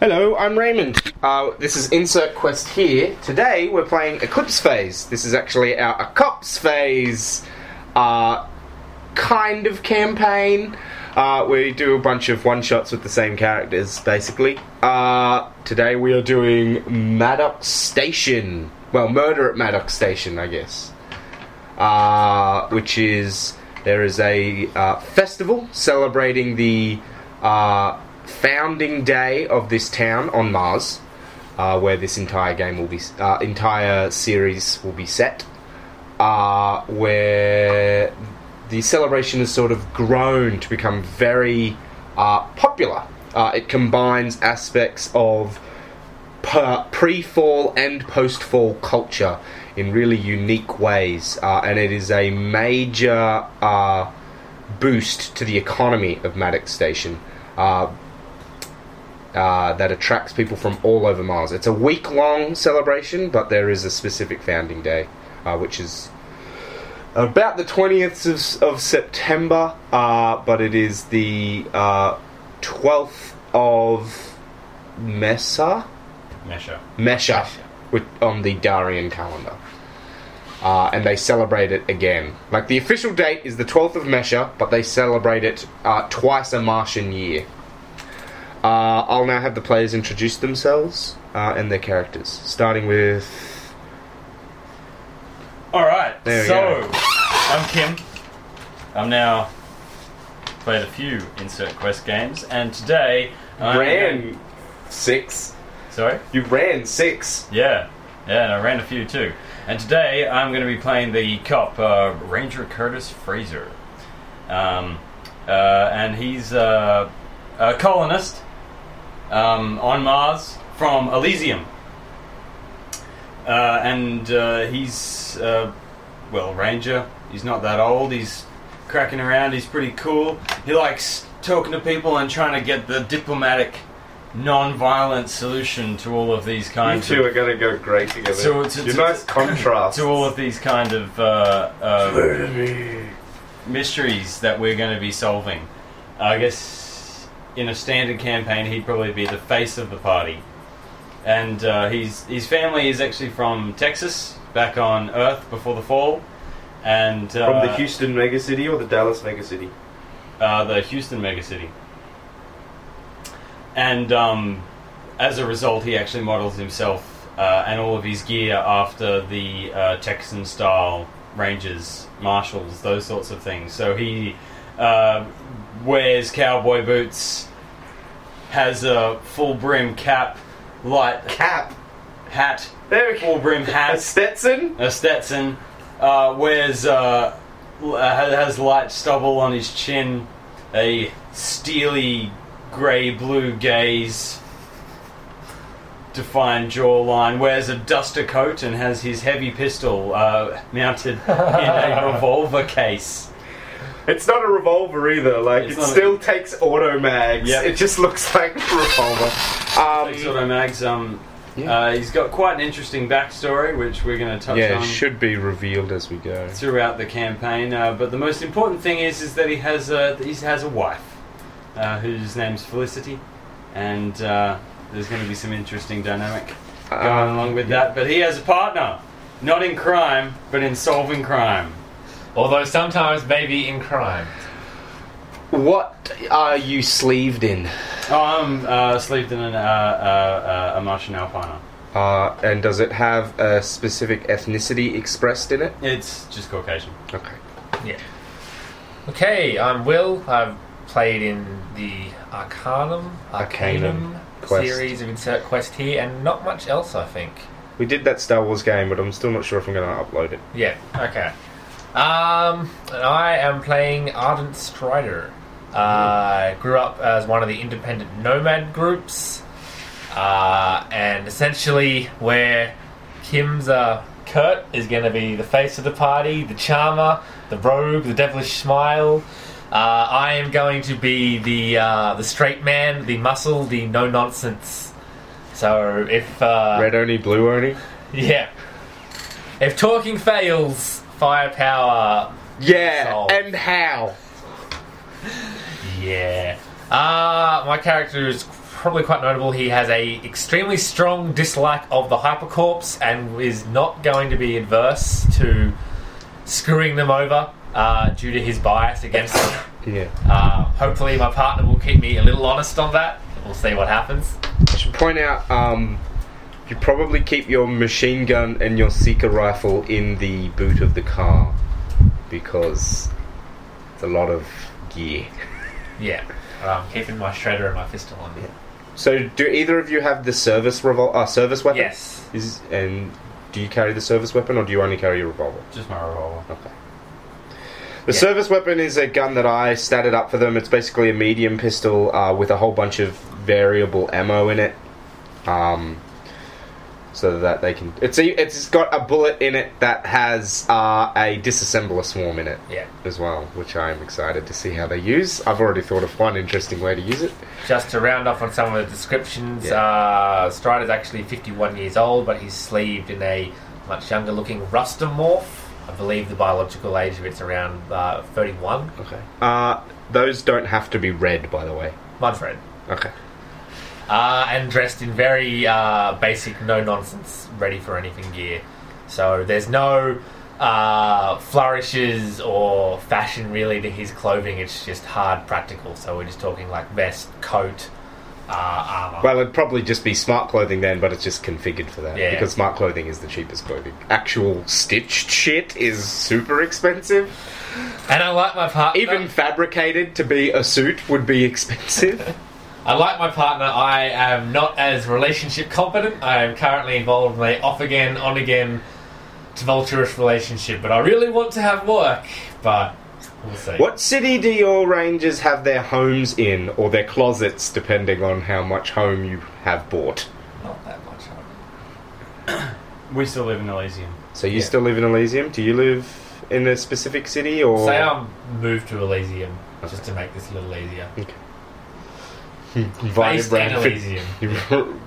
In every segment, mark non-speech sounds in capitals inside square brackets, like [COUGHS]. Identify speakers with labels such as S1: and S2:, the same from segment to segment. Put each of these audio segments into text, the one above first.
S1: Hello, I'm Raymond. Uh, this is Insert Quest here. Today we're playing Eclipse Phase. This is actually our Eclipse Phase uh, kind of campaign. Uh, we do a bunch of one shots with the same characters, basically. Uh, today we are doing Maddox Station. Well, Murder at Maddox Station, I guess. Uh, which is there is a uh, festival celebrating the uh, founding day of this town on Mars, uh, where this entire game will be, uh, entire series will be set. Uh, where the celebration has sort of grown to become very uh, popular. Uh, it combines aspects of per- pre-fall and post-fall culture in really unique ways, uh, and it is a major uh, boost to the economy of Maddox Station. Uh, uh, that attracts people from all over Mars. It's a week long celebration, but there is a specific founding day, uh, which is about the 20th of, of September, uh, but it is the uh, 12th of Mesa?
S2: measure.
S1: Mesha with, on the Darian calendar. Uh, and they celebrate it again. Like, the official date is the 12th of Mesha, but they celebrate it uh, twice a Martian year. Uh, I'll now have the players introduce themselves uh, and their characters, starting with.
S2: Alright,
S1: There we
S2: so
S1: go.
S2: I'm Kim. I'm now played a few insert quest games and today I'm
S1: Ran six.
S2: sorry?
S1: You ran six.
S2: Yeah. Yeah, and I ran a few too. And today I'm going to be playing the cop, uh, Ranger Curtis Fraser. Um, uh, and he's uh, a colonist um, on Mars from Elysium. Uh, and uh, he's, uh, well, Ranger. He's not that old. He's cracking around. He's pretty cool. He likes talking to people and trying to get the diplomatic, non violent solution to all of these
S1: You
S2: kinds
S1: two
S2: of
S1: are gonna go great together.
S2: So it's-
S1: You're
S2: it's-
S1: nice contrast.
S2: to all of these kind of uh, uh, mysteries that we're going to be solving. I guess in a standard campaign, he'd probably be the face of the party, and uh, he's, his family is actually from Texas, back on Earth before the fall, and uh,
S1: From the Houston megacity or the Dallas megacity?
S2: uh, the Houston megacity. And um, as a result, he actually models himself uh, and all of his gear after the uh, Texan style Rangers, Marshals, those sorts of things. So he uh, wears cowboy boots, has a full brim cap, light
S1: Cap.
S2: hat,
S1: There we
S2: full
S1: go.
S2: brim
S1: A
S2: hat,
S1: Stetson.
S2: uh, Stetson uh, wears uh, l- uh, has has light stubble on his chin, a steely grey blue gaze, defined jawline. Wears a duster coat and has his heavy pistol uh, mounted in a revolver case.
S1: It's not a revolver either. Like
S2: It's
S1: it
S2: not a-
S1: still takes auto mags.
S2: Yep.
S1: It just looks [LAUGHS] like a revolver. Um,
S2: Thanks, Auto Mags. Um,
S1: Yeah.
S2: uh, he's got quite an interesting backstory, which we're going to touch
S1: yeah,
S2: on.
S1: it should be revealed as we go.
S2: throughout the campaign. Uh, but the most important thing is is that he has a he has a wife, uh, whose name's Felicity, and uh, there's going to be some interesting dynamic going
S1: Um,
S2: along with that. But he has a partner, not in crime, but in solving crime.
S3: Although sometimes maybe in crime.
S1: Um, What are you sleeved in?
S2: Oh, I'm uh, sleeved in an, uh, uh, uh, a Martian Alpiner.
S1: Uh, and does it have a specific ethnicity expressed in it?
S2: It's just Caucasian.
S1: Okay.
S3: Yeah. Okay, I'm Will. I've played in the Arcanum,
S1: Arcanum
S3: Arcanum,
S1: Quest.
S3: series of Insert Quest here, and not much else, I think.
S1: We did that Star Wars game, but I'm still not sure if I'm going to upload it.
S3: Yeah. Okay. Um, and I am playing Ardent Strider. Uh, grew up as one of the independent nomad groups, uh, and essentially where Kim's uh, Kurt is going to be the face of the party, the charmer, the rogue, the devilish smile. Uh, I am going to be the uh, the straight man, the muscle, the no nonsense. So if uh,
S1: Red only, blue only.
S3: yeah. If talking fails, firepower.
S1: Yeah,
S3: Solved.
S1: and how?
S3: Yeah. Uh, my character is probably quite notable. He has a extremely strong dislike of the hypercorps and is not going to be adverse to screwing them over uh, due to his bias against them.
S1: Yeah.
S3: Uh, hopefully, my partner will keep me a little honest on that. We'll see what happens.
S1: I should point out, um, you probably keep your machine gun and your seeker rifle in the boot of the car because it's a lot of gear.
S3: Yeah, I'm keeping my shredder and my pistol on me.
S1: So, do either of you have the service revol- uh, service weapon?
S3: Yes.
S1: Is and do you carry the service weapon or do you only carry your revolver?
S2: Just my revolver.
S1: Okay. The
S3: Yeah.
S1: service weapon is a gun that I statted up for them. It's basically a medium pistol uh, with a whole bunch of variable ammo in it, um, so that they can. It's a, it's got a bullet in it that has uh, a disassembler swarm in it
S3: Yeah,
S1: as well, which I am excited to see how they use. I've already thought of one interesting way to use it.
S3: just to round off on some of the descriptions,
S1: Yeah.
S3: uh, Strider's actually 51 years old, but he's sleeved in a much younger looking rustomorph. I believe the biological age of it's around uh, 31.
S1: Okay. Uh, those don't have to be red, by the way.
S3: Mudfred.
S1: Okay.
S3: Uh, and dressed in very uh, basic, no nonsense, ready for anything gear. So there's no uh, flourishes or fashion really to his clothing. It's just hard practical. So we're just talking like vest, coat, uh, armor.
S1: Well, it'd probably just be smart clothing then, but it's just configured for that
S3: Yeah.
S1: because smart clothing is the cheapest clothing. Actual stitched shit is super expensive.
S3: and I like my partner.
S1: Even fabricated to be a suit would be expensive.
S3: [LAUGHS] I like my partner. I am not as relationship competent. I am currently involved in a off again, on again, tumultuous relationship. But I really want to have work. But we'll see.
S1: what city do your rangers have their homes in, or their closets, depending on how much home you have bought?
S3: Not that much. huh?
S2: We still live in Elysium.
S1: So you
S3: Yeah.
S1: still live in Elysium? Do you live in a specific city, or
S3: Say I'm moved to Elysium just to make this a little easier.
S1: Invited
S3: Based in
S1: Bradford.
S3: Elysium.
S1: [LAUGHS] You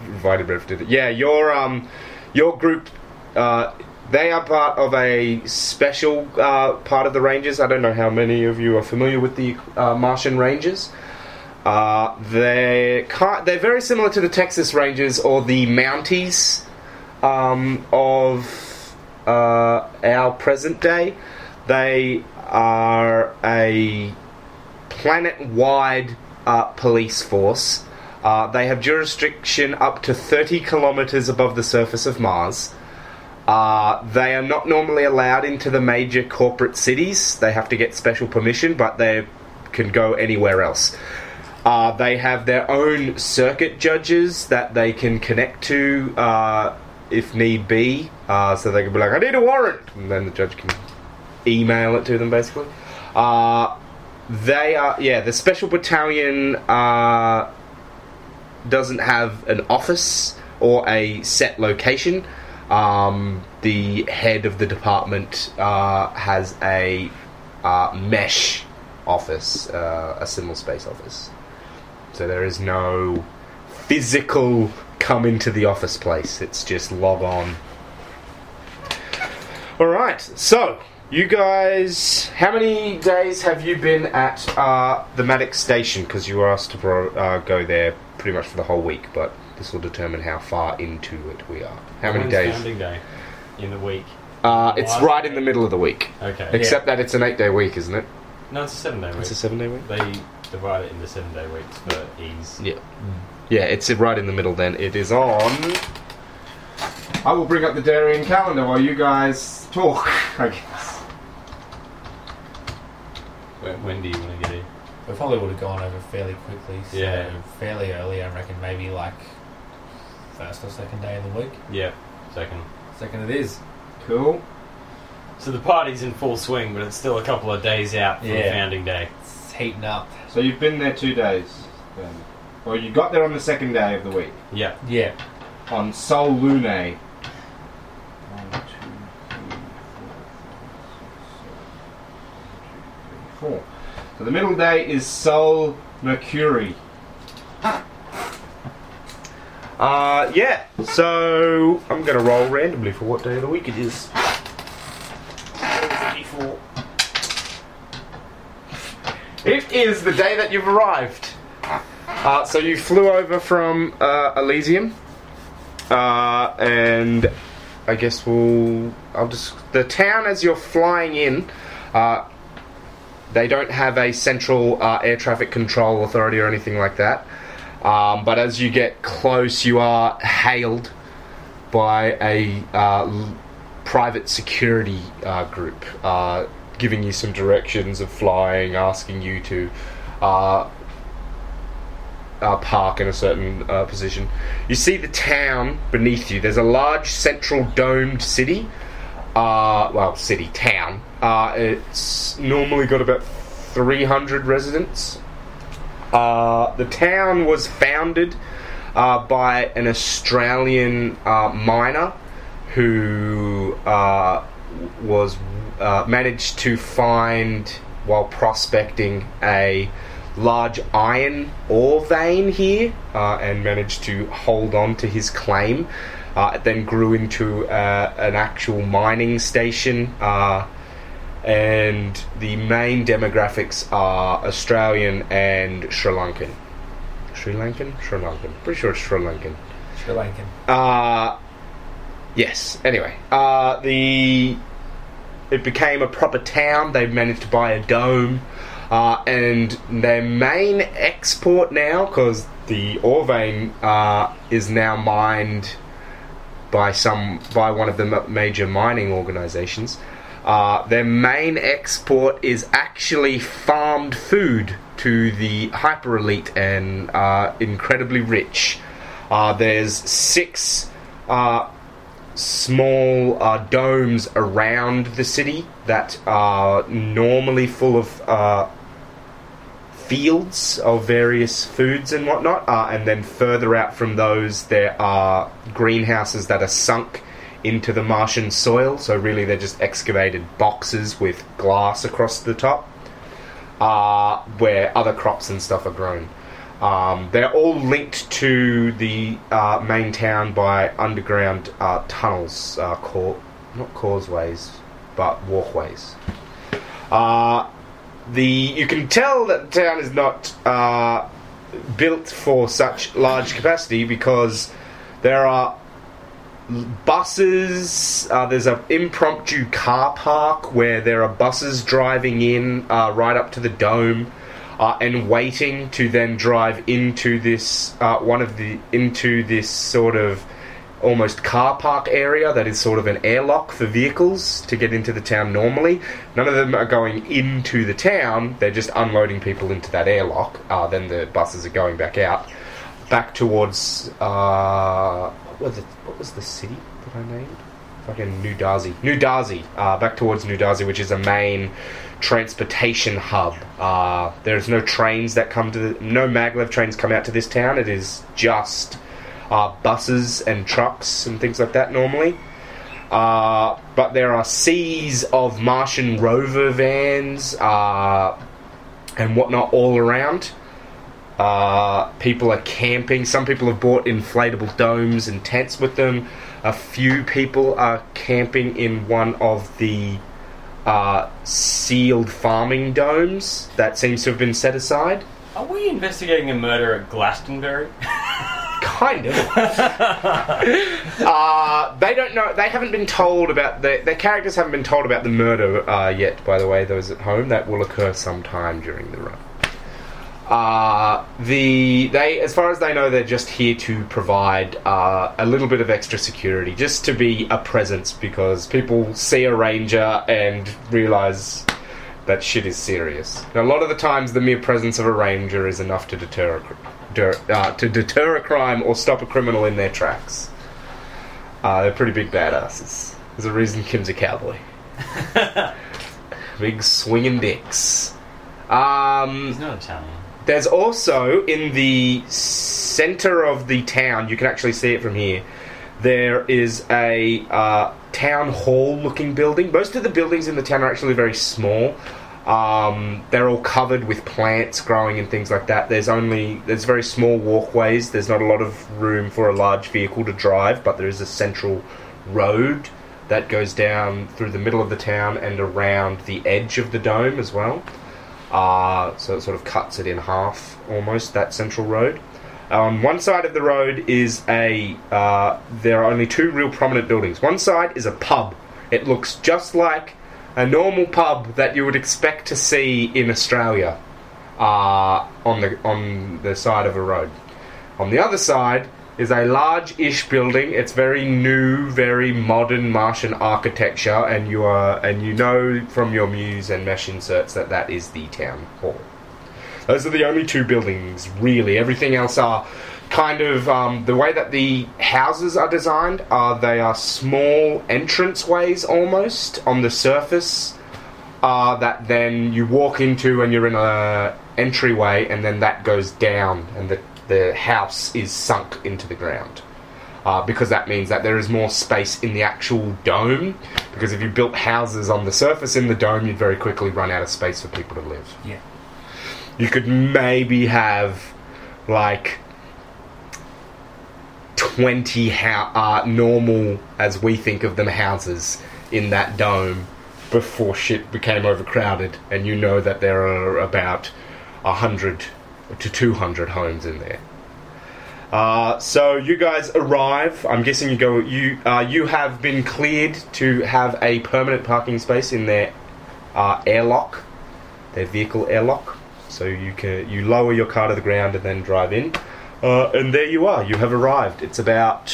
S1: invited Bradford to it. Yeah, your um, your group, uh, they are part of a special uh, part of the Rangers. I don't know how many of you are familiar with the uh, Martian Rangers. Uh, they're ki- they're very similar to the Texas Rangers or the Mounties um, of uh, our present day. They are a planet wide uh, police force. Uh, they have jurisdiction up to 30 kilometers above the surface of Mars. Uh, they are not normally allowed into the major corporate cities. They have to get special permission, but they can go anywhere else. Uh, they have their own circuit judges that they can connect to uh, if need be. Uh, so they can be like, I need a warrant! And then the judge can email it to them, basically. Uh, they are, yeah, the special battalion uh, doesn't have an office or a set location. Um, the head of the department uh, has a uh, mesh office, uh, a similar space office. So there is no physical come into the office place. It's just log on. All right. So you guys, how many days have you been at uh, the Maddox station? Because you were asked to bro- uh, go there pretty much for the whole week, but this will determine how far into it we are. How many
S2: When's
S1: days?
S2: Founding day in the week.
S1: Uh, it's right in the middle of the week.
S2: Okay.
S1: Except that it's an eight-day week, isn't it?
S2: No, it's a seven day week.
S1: It's a seven-day week.
S2: They divide it into seven day weeks for ease.
S1: Yeah. Yeah, it's right in the middle then. It is on. I will bring up the Darien calendar while you guys talk, [LAUGHS] I guess.
S2: When, when do you want to get in?
S3: We probably would have gone over fairly quickly. So
S2: Yeah.
S3: Fairly early, I reckon. Maybe like first or second day of the week.
S2: Yeah, second.
S3: Second it is.
S1: Cool.
S2: So the party's in full swing, but it's still a couple of days out from
S3: Yeah.
S2: founding day.
S3: It's heating up.
S1: So you've been there two days then. Or you got there on the second day of the week.
S2: Yeah.
S3: Yeah.
S1: On Sol Lune. Four. So the middle day is Sol Mercury. Uh, yeah. So I'm gonna roll randomly for what day of the week it is. It is the day that you've arrived. Uh, so you flew over from uh, Elysium, uh, and I guess we'll. I'll just the town as you're flying in. Uh, they don't have a central uh, air traffic control authority or anything like that. Um, but as you get close, you are hailed by a uh, l- private security uh, group, uh, giving you some directions of flying, asking you to uh, uh, park in a certain uh, position. You see the town beneath you. There's a large central domed city. Uh, well, city, town. Uh, it's normally got about 300 residents. Uh, the town was founded uh, by an Australian uh, miner who uh, was uh, managed to find while prospecting a large iron ore vein here uh, and managed to hold on to his claim. Uh, it then grew into uh, an actual mining station. Uh, and the main demographics are Australian and Sri Lankan. Sri Lankan? Sri Lankan. Pretty sure it's Sri Lankan.
S3: Sri Lankan.
S1: Uh, yes. Anyway, uh, the it became a proper town. They managed to buy a dome, uh, and their main export now, because the ore vein uh, is now mined by some by one of the ma- major mining organizations. Uh, their main export is actually farmed food to the hyper elite and uh, incredibly rich. Uh, there's six uh, small uh, domes around the city that are normally full of uh, fields of various foods and whatnot, uh, and then further out from those, there are greenhouses that are sunk into the Martian soil. So really, they're just excavated boxes with glass across the top, uh, where other crops and stuff are grown. Um, they're all linked to the uh, main town by underground uh, tunnels, uh, cor- not causeways, but walkways. Uh, the you can tell that the town is not uh, built for such large capacity because there are l- buses. Uh, there's an impromptu car park where there are buses driving in uh, right up to the dome. Uh, and waiting to then drive into this uh, one of the into this sort of almost car park area that is sort of an airlock for vehicles to get into the town normally. None of them are going into the town, they're just unloading people into that airlock. Uh, then the buses are going back out, back towards. Uh, what, was the, what was the city that I named? Fucking New Darzi. New Darzi. Uh, back towards New Darzi, which is a main transportation hub. Uh, there's no trains that come to the. No maglev trains come out to this town. It is just uh, buses and trucks and things like that normally. Uh, but there are seas of Martian rover vans uh, and whatnot all around. Uh, people are camping. Some people have bought inflatable domes and tents with them. A few people are camping in one of the uh, sealed farming domes that seems to have been set aside.
S2: Are we investigating a murder at Glastonbury?
S1: Kind of. [LAUGHS] uh, they don't know. They haven't been told about the. Their characters haven't been told about the murder uh, yet. By the way, those at home, that will occur sometime during the run. Uh, the they, as far as they know, they're just here to provide uh, a little bit of extra security, just to be a presence, because people see a ranger and realize that shit is serious. And a lot of the times, the mere presence of a ranger is enough to deter a, cr- der, uh, to deter a crime or stop a criminal in their tracks. Uh, they're pretty big badasses. There's a reason Kim's a cowboy. big swinging dicks. Um,
S2: He's not Italian.
S1: there's also in the center of the town, you can actually see it from here. There is a uh, town hall looking building. Most of the buildings in the town are actually very small. Um, they're all covered with plants growing and things like that. There's only there's very small walkways. There's not a lot of room for a large vehicle to drive, but there is a central road that goes down through the middle of the town and around the edge of the dome as well. Uh, so it sort of cuts it in half almost, that central road. On one side of the road is a. Uh, there are only two real prominent buildings. One side is a pub. It looks just like a normal pub that you would expect to see in Australia uh, on, the, on the side of a road. On the other side is a large ish building. It's very new, very modern Martian architecture, and you, are, and you know from your muse and mesh inserts that that is the town hall. Those are the only two buildings, really. Everything else are kind of um, the way that the houses are designed. Are they are small entranceways almost on the surface uh, that then you walk into and you're in a entryway, and then that goes down, and the the house is sunk into the ground. Uh, because that means that there is more space in the actual dome. Because if you built houses on the surface in the dome, you'd very quickly run out of space for people to live
S3: Yeah.
S1: you could maybe have like 20 ho- uh, normal as we think of them houses in that dome before shit became overcrowded and you know that there are about 100 to 200 homes in there uh, so you guys arrive. I'm guessing you go. You uh, you have been cleared to have a permanent parking space in their uh, airlock their vehicle airlock. So you can you lower your car to the ground and then drive in, uh, and there you are. You have arrived. It's about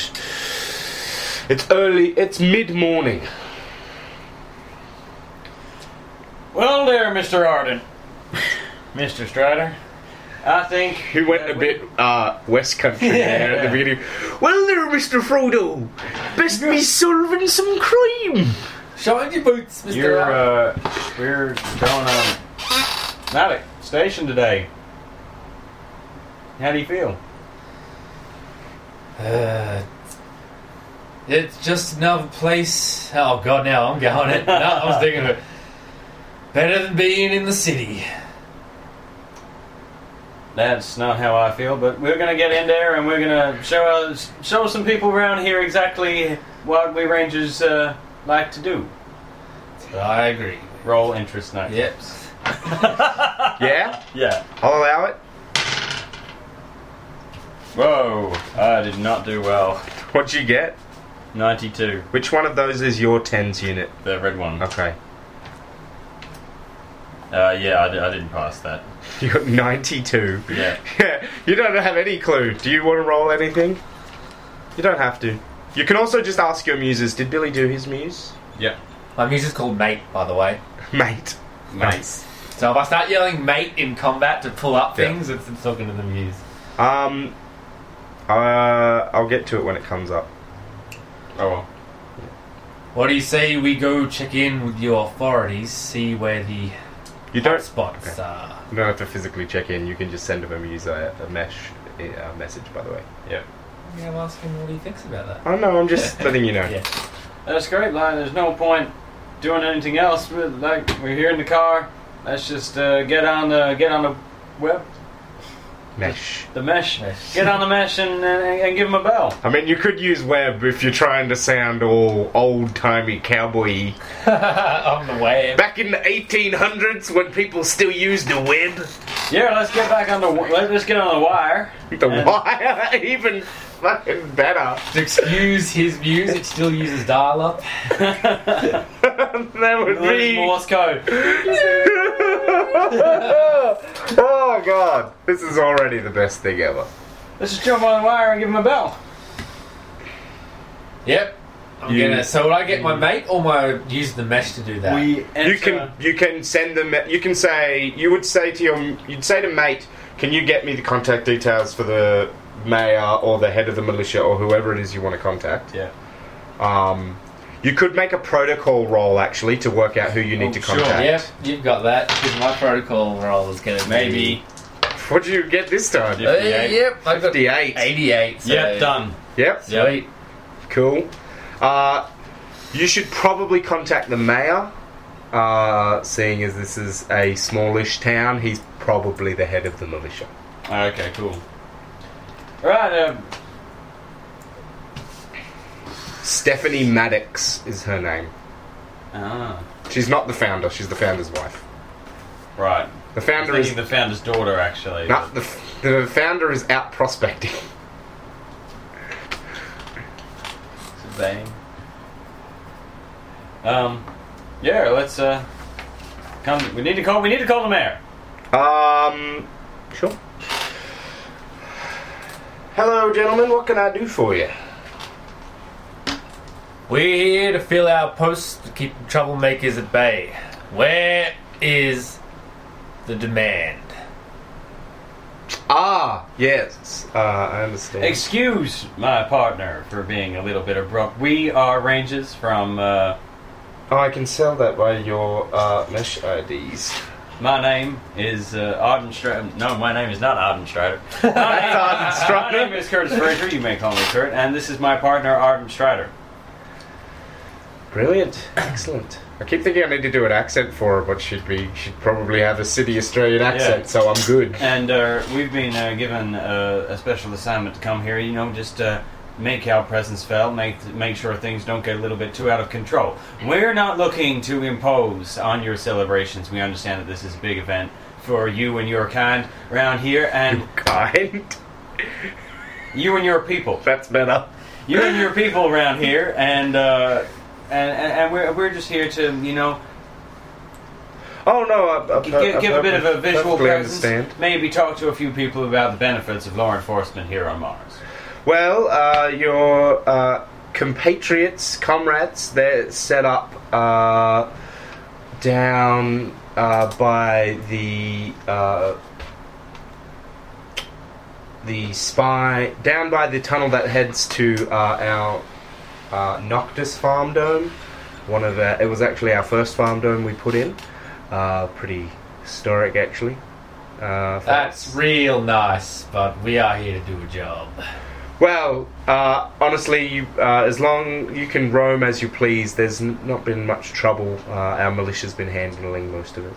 S1: it's early. It's mid morning.
S2: [LAUGHS] Well, there, Mr. Arden. Mr. Strider. I think.
S1: Who went a bit uh, West Country there at the beginning? Well, there, Mister Frodo. Best be solving some crime.
S3: Shine your boots, Mr.
S2: You're,
S3: Arden.
S2: uh, we're going on Matic station today. How do you feel?
S3: Uh, it's just another place. Oh god, now I'm going it. No, I was thinking of it. Better than being in the city.
S2: That's not how I feel, but we're gonna get in there and we're gonna show us, show some people around here exactly what we rangers uh, like to do.
S3: I agree.
S2: Roll interest note.
S3: Yep.
S1: Yeah,
S2: Yeah.
S1: I'll allow it.
S2: Whoa! I did not do well.
S1: What'd you get?
S2: Ninety-two.
S1: Which one of those is your tens unit?
S2: The red one. Uh,
S1: Okay, [LAUGHS]
S2: yeah, I, di- I didn't pass that.
S1: you got ninety two.
S2: [LAUGHS] Yeah.
S1: Yeah, [LAUGHS] you don't have any clue. Do you want to roll anything? You don't have to. You can also just ask your muses. Did Billy do his muse? [LAUGHS]
S2: Yep.
S3: My music's called Mate, by the way.
S1: Mate.
S2: Nice.
S3: So if I start yelling mate in combat to pull up
S1: Yeah.
S3: things, it's, it's talking to the muse.
S1: Um, uh, I'll get to it when it comes up.
S2: Oh. Well.
S3: What do you say we go check in with your authorities, see where the
S1: You don't,
S3: spots
S1: Okay.
S3: are?
S1: you don't have to physically check in. You can just send him a muse uh, a, a mesh a message. By the way,
S2: Yep.
S3: Yeah, I'm asking what he thinks about that.
S1: I know. I'm just letting you know.
S3: Yeah.
S2: That's great, Lion. There's no point doing anything else. We're, like we're here in the car. Let's just uh, get on the get on the web,
S1: Mesh.
S2: the mesh.
S3: Mesh.
S2: Get on the mesh and, and, and give him a bell.
S1: I mean, you could use web if you're trying to sound all old timey cowboy.
S3: [LAUGHS] On the way.
S1: Back in the 1800s, when people still used the web.
S2: Yeah, let's get back on the wi- let's get on the
S1: [LAUGHS]
S2: wire.
S1: The
S2: And-
S1: wire [LAUGHS] even fucking better. [LAUGHS]
S3: To excuse his muse, it still uses dial up.
S1: that would
S2: There's
S1: be.
S2: Morse code.
S1: [LAUGHS] oh god, this is already the best thing ever.
S2: Let's just jump on the wire and give him a bell.
S3: Yep. I'm
S1: You-
S3: gonna. So would I get my mate or my use the mesh to do that?
S2: We enter,
S1: You can you can send them. You can say you would say to your you'd say to mate, can you get me the contact details for the mayor or the head of the militia or whoever it is you want to contact.
S2: Yeah.
S1: Um, you could make a protocol roll actually to work out who you need
S2: Oh,
S1: to
S2: sure,
S1: contact.
S3: Yep, you've got that. Because my protocol roll is gonna be-
S2: Maybe.
S1: What do you get this time?
S2: Yeah.
S3: Uh,
S2: 58.
S3: yep, I got
S1: 58.
S3: 88. So
S2: Yep. Done.
S1: Yep.
S3: Sweet.
S1: Cool. Uh, you should probably contact the mayor, uh, seeing as this is a smallish town. He's probably the head of the militia.
S2: Oh, Okay. Cool. All right. Um,
S1: Stephanie Maddox is her name.
S2: ah.
S1: She's not the founder. She's the founder's wife.
S2: Right.
S1: The founder
S2: Thinking
S1: is
S2: the founder's daughter, actually.
S1: no, the, f- the founder is out prospecting. [LAUGHS]
S2: Bang. Um, yeah, let's uh, come. We need to call. We need to call the mayor.
S1: Um, sure. Hello, gentlemen. What can I do for you?
S3: We're here to fill our posts to keep troublemakers at bay. Where is the demand?
S1: Ah, yes. Uh, I understand.
S2: Excuse my partner for being a little bit abrupt. We are rangers from. Uh,
S1: oh, I can sell that by your uh, mesh IDs.
S2: my name is uh, Arden Strider. No, my name is not
S1: [LAUGHS]
S2: Arden Strider. My name-
S1: Arden Strider.
S2: My name is Curtis Fraser. You may call me Kurt, and this is my partner Arden Strider.
S1: Brilliant. Excellent. I keep thinking I need to do an accent for her, but she'd be she'd probably have a city Australian accent,
S2: Yeah.
S1: so I'm
S2: [LAUGHS]
S1: good.
S2: And uh, we've been uh, given uh, a special assignment to come here. You know, just uh, make our presence felt, make make sure things don't get a little bit too out of control. We're not looking to impose on your celebrations. We understand that this is a big event for you and your kind around here, and
S1: Kind.
S2: you and your people,
S1: That's better.
S2: you and your people around here, and uh, and, and and we're we're just here to you know.
S1: Oh no, I, I,
S2: Give, give a bit of a visual
S1: perfectly
S2: presence.
S1: uh, understand.
S2: Maybe talk to a few people about the benefits of law enforcement here on Mars.
S1: Well, uh, your uh, compatriots, comrades, they're set up uh, down uh, by the uh, the spy down by the tunnel that heads to uh, our uh, Noctis farm dome. One of our, it was actually our first farm dome we put in. Uh, pretty historic, actually. Uh, for us.
S3: That's real nice, but we are here to do a job.
S1: Well, uh, honestly, you, uh, as long you can roam as you please, there's n- not been much trouble. Uh, our militia's been handling most of it.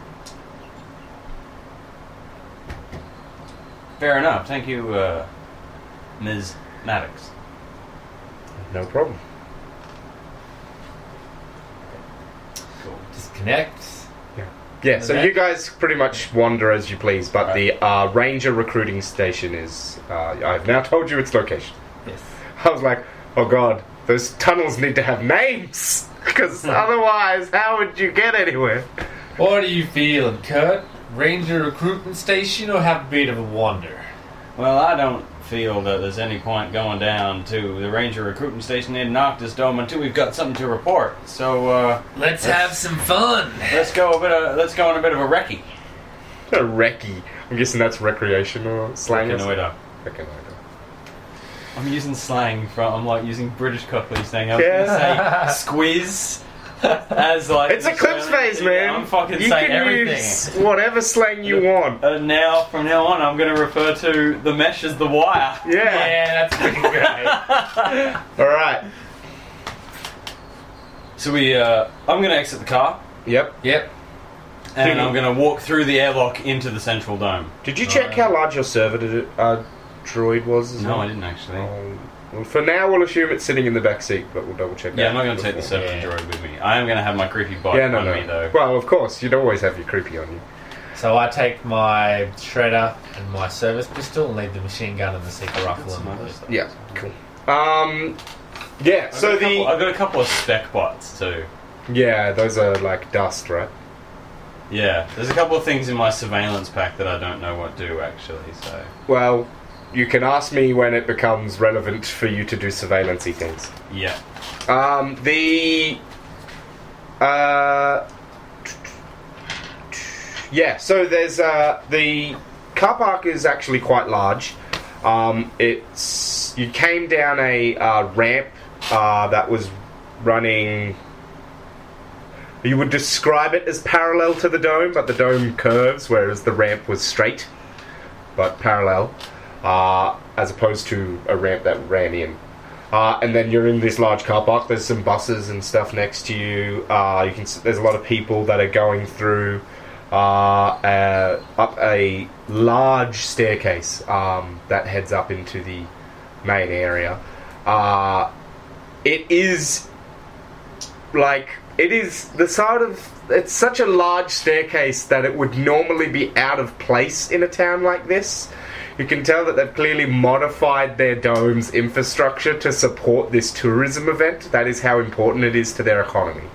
S2: Fair enough. Thank you, uh, Ms. Maddox.
S1: No problem.
S2: Cool.
S3: Disconnect.
S1: Yeah, so
S3: Okay.
S1: you guys pretty much wander as you please, but the uh, ranger recruiting station is. Uh, I've now told you its location. [LAUGHS]
S3: Yes.
S1: I was like, oh god, those tunnels need to have names! [LAUGHS] Because otherwise, how would you get anywhere? [LAUGHS]
S3: What are you feeling, Kurt? Ranger recruitment station or have a bit of a wander?
S2: Well, I don't feel that there's any point going down to the Ranger recruitment station in Noctis Dome until we've got something to report. So uh,
S3: Let's have some fun.
S2: let's go a bit. Of, let's go on a bit of a recce.
S1: A recce. I'm guessing that's recreational slang. or something.
S2: Reconnoiter.
S1: Reconnoiter.
S2: I'm using slang from. I'm like using British cockney slang. I was
S1: Yeah.
S2: gonna say squeeze. As like
S1: It's a clip space, man.
S2: I'm fucking
S1: you
S2: saying
S1: can
S2: everything.
S1: use whatever slang you want.
S2: Uh, now, from now on, I'm going to refer to the mesh as the wire.
S1: Yeah.
S3: Yeah, that's pretty great.
S1: All right.
S2: So we, uh, I'm going to exit the car,
S1: [LAUGHS] Yep.
S3: yep.
S2: and I'm going to walk through the airlock into the central dome.
S1: Did you check how large your server did, uh, droid was? as
S2: No,
S1: well?
S2: I didn't actually.
S1: Um, well, for now, we'll assume it's sitting in the back seat, but we'll double check.
S2: Yeah,
S1: that
S2: I'm not going to take the
S1: before.
S2: server
S3: Yeah.
S2: droid with me. I am going to have my creepy bot
S1: Yeah, no,
S2: on me,
S1: no.
S2: though.
S1: Well, of course, you'd always have your creepy on you.
S3: So I take my shredder and my service pistol and leave the machine gun and the secret rifle in my boots.
S1: Yeah, cool. Um, yeah.
S2: I've
S1: So
S2: got a
S1: the
S2: couple- I've got a couple of spec bots, too.
S1: yeah, those are like dust, right?
S2: Yeah, there's a couple of things in my surveillance pack that I don't know what do, actually, so.
S1: Well, you can ask me when it becomes relevant for you to do surveillancey things.
S2: Yeah.
S1: Um, the. Uh, yeah, so there's. Uh, the car park is actually quite large. Um, it's. You came down a uh, ramp uh, that was running. You would describe it as parallel to the dome, but the dome curves, whereas the ramp was straight, but parallel, uh, as opposed to a ramp that ran in. Uh, and then you're in this large car park. There's some buses and stuff next to you. Uh, you can s- there's a lot of people that are going through uh, uh, up a large staircase um, that heads up into the main area. Uh, it is like It is the sort of. It's such a large staircase that it would normally be out of place in a town like this. You can tell that they've clearly modified their dome's infrastructure to support this tourism event. That is how important it is to their economy.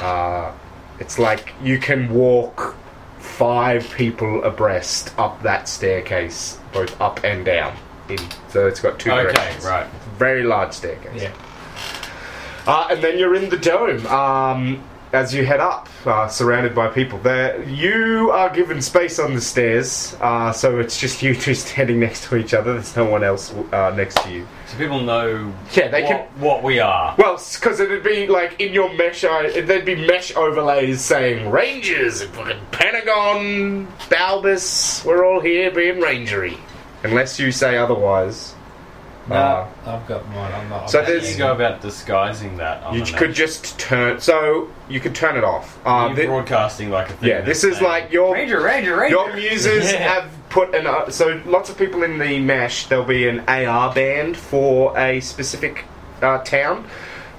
S1: Uh, it's like you can walk five people abreast up that staircase, both up and down. In, so it's got two
S2: Okay,
S1: directions.
S2: right.
S1: Very large staircase.
S3: Yeah.
S1: Uh, and then you're in the dome um, as you head up, uh, surrounded by people. There, you are given space on the stairs, uh, so it's just you [LAUGHS] two standing next to each other. There's no one else uh, next to you.
S2: So people know
S1: Yeah, they
S2: what,
S1: can-
S2: what we are.
S1: Well, because it'd be like in your mesh, I- there'd be mesh overlays saying Rangers, and fucking Pentagon, Balbus. We're all here being rangery, unless you say otherwise. Uh,
S3: I've got mine. I'm not.
S1: So
S3: I'm
S1: there's-
S2: How
S3: not
S2: do you
S3: using
S2: go
S3: it.
S2: about disguising that. On
S1: you
S2: the
S1: could
S2: net?
S1: just turn. So you could turn it off. Uh,
S2: You're
S1: thi-
S2: broadcasting like a thing.
S1: Yeah, this
S2: that's
S1: is
S2: saying,
S1: like your-
S2: Ranger, Ranger, Ranger.
S1: Your users have put an uh, so lots of people in the mesh. There'll be an AR band for a specific uh, town.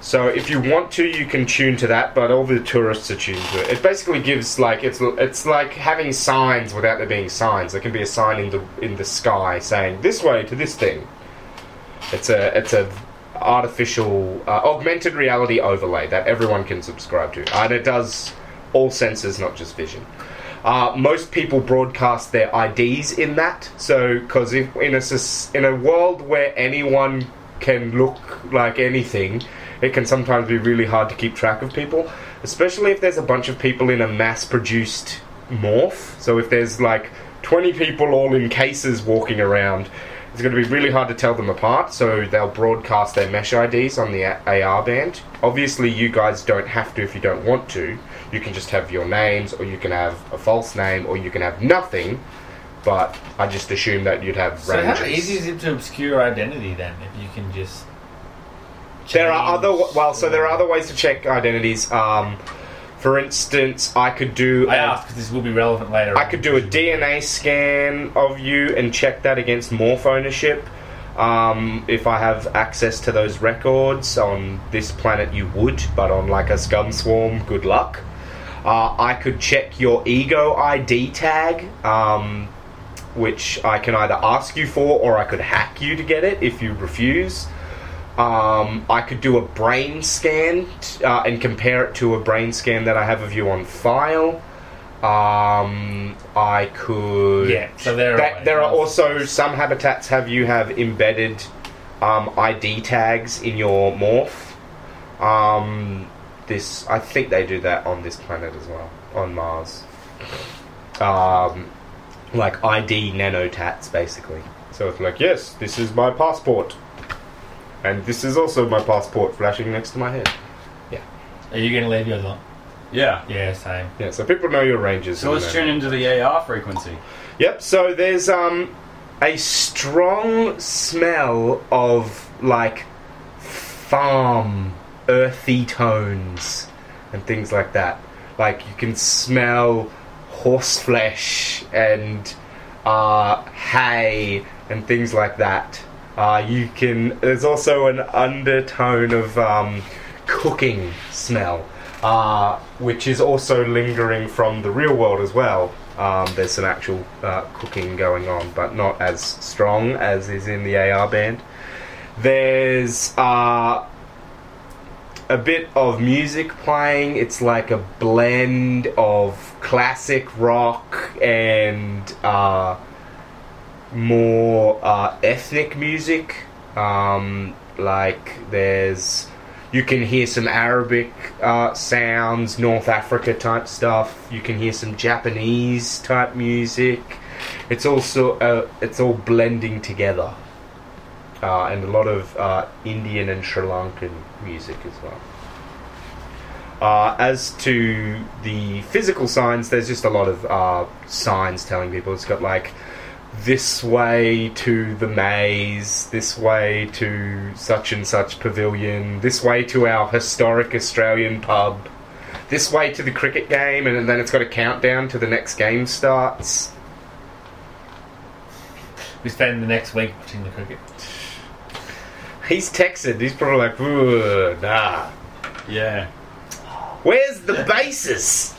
S1: So if you want to, you can tune to that. But all the tourists are tuned to it. It basically gives like it's it's like having signs without there being signs. There can be a sign in the in the sky saying this way to this thing. It's a it's a artificial uh, augmented reality overlay that everyone can subscribe to, and it does all senses, not just vision. Uh, most people broadcast their IDs in that, so because in a sus- in a world where anyone can look like anything, it can sometimes be really hard to keep track of people, especially if there's a bunch of people in a mass-produced morph. So if there's like 20 people all in cases walking around, it's going to be really hard to tell them apart, so they'll broadcast their mesh IDs on the A- AR band. Obviously, you guys don't have to if you don't want to. You can just have your names, or you can have a false name, or you can have nothing. But I just assume that you'd have
S3: So how
S1: ranges.
S3: easy is it to obscure identity then? If you can just.
S1: There are
S3: change
S1: other well, so there are
S3: the-
S1: other ways to check identities. Um, for instance, I could do
S3: I
S1: a-
S3: ask because this will be relevant later.
S1: I
S3: on.
S1: could do a DNA scan of you and check that against morph ownership. Um, if I have access to those records on this planet, you would, but on like a scum swarm, good luck. Uh, I could check your ego ID tag, um, which I can either ask you for or I could hack you to get it if you refuse. Um, I could do a brain scan t- uh, and compare it to a brain scan that I have of you on file. Um, I could.
S3: Yeah, so there are
S1: That,
S3: ways.
S1: there are also some habitats have you have embedded um, ID tags in your morph. Um, this I think they do that on this planet as well, on Mars. Um, like ID nanotats, basically. So it's like, yes, this is my passport, and this is also my passport flashing next to my head.
S3: Are you going to leave yours on?
S2: yeah.
S3: Yeah, same.
S1: Yeah, so people know your rangers.
S2: So
S1: and
S2: let's
S1: they know-
S2: tune into the AR frequency.
S1: Yep. So there's um a strong smell of like farm earthy tones and things like that. Like you can smell horse flesh and uh, hay and things like that. Uh, you can. There's also an undertone of um, cooking smell, uh, which is also lingering from the real world as well. Um, there's some actual uh, cooking going on, but not as strong as is in the AR band. There's uh, a bit of music playing. It's like a blend of classic rock and uh, more uh, ethnic music. Um, like there's, you can hear some Arabic uh, sounds, North Africa type stuff. You can hear some Japanese type music. It's also uh, it's all blending together, uh, and a lot of uh, Indian and Sri Lankan music as well. Uh, as to the physical signs, there's just a lot of uh, signs telling people. It's got like this way to the maze, this way to such and such pavilion, this way to our historic Australian pub, this way to the cricket game, and then it's got a countdown to the next game starts.
S3: We spend the next week watching the cricket.
S1: He's Texan. He's probably like, "Ugh, nah.
S2: Yeah.
S1: Where's the basis?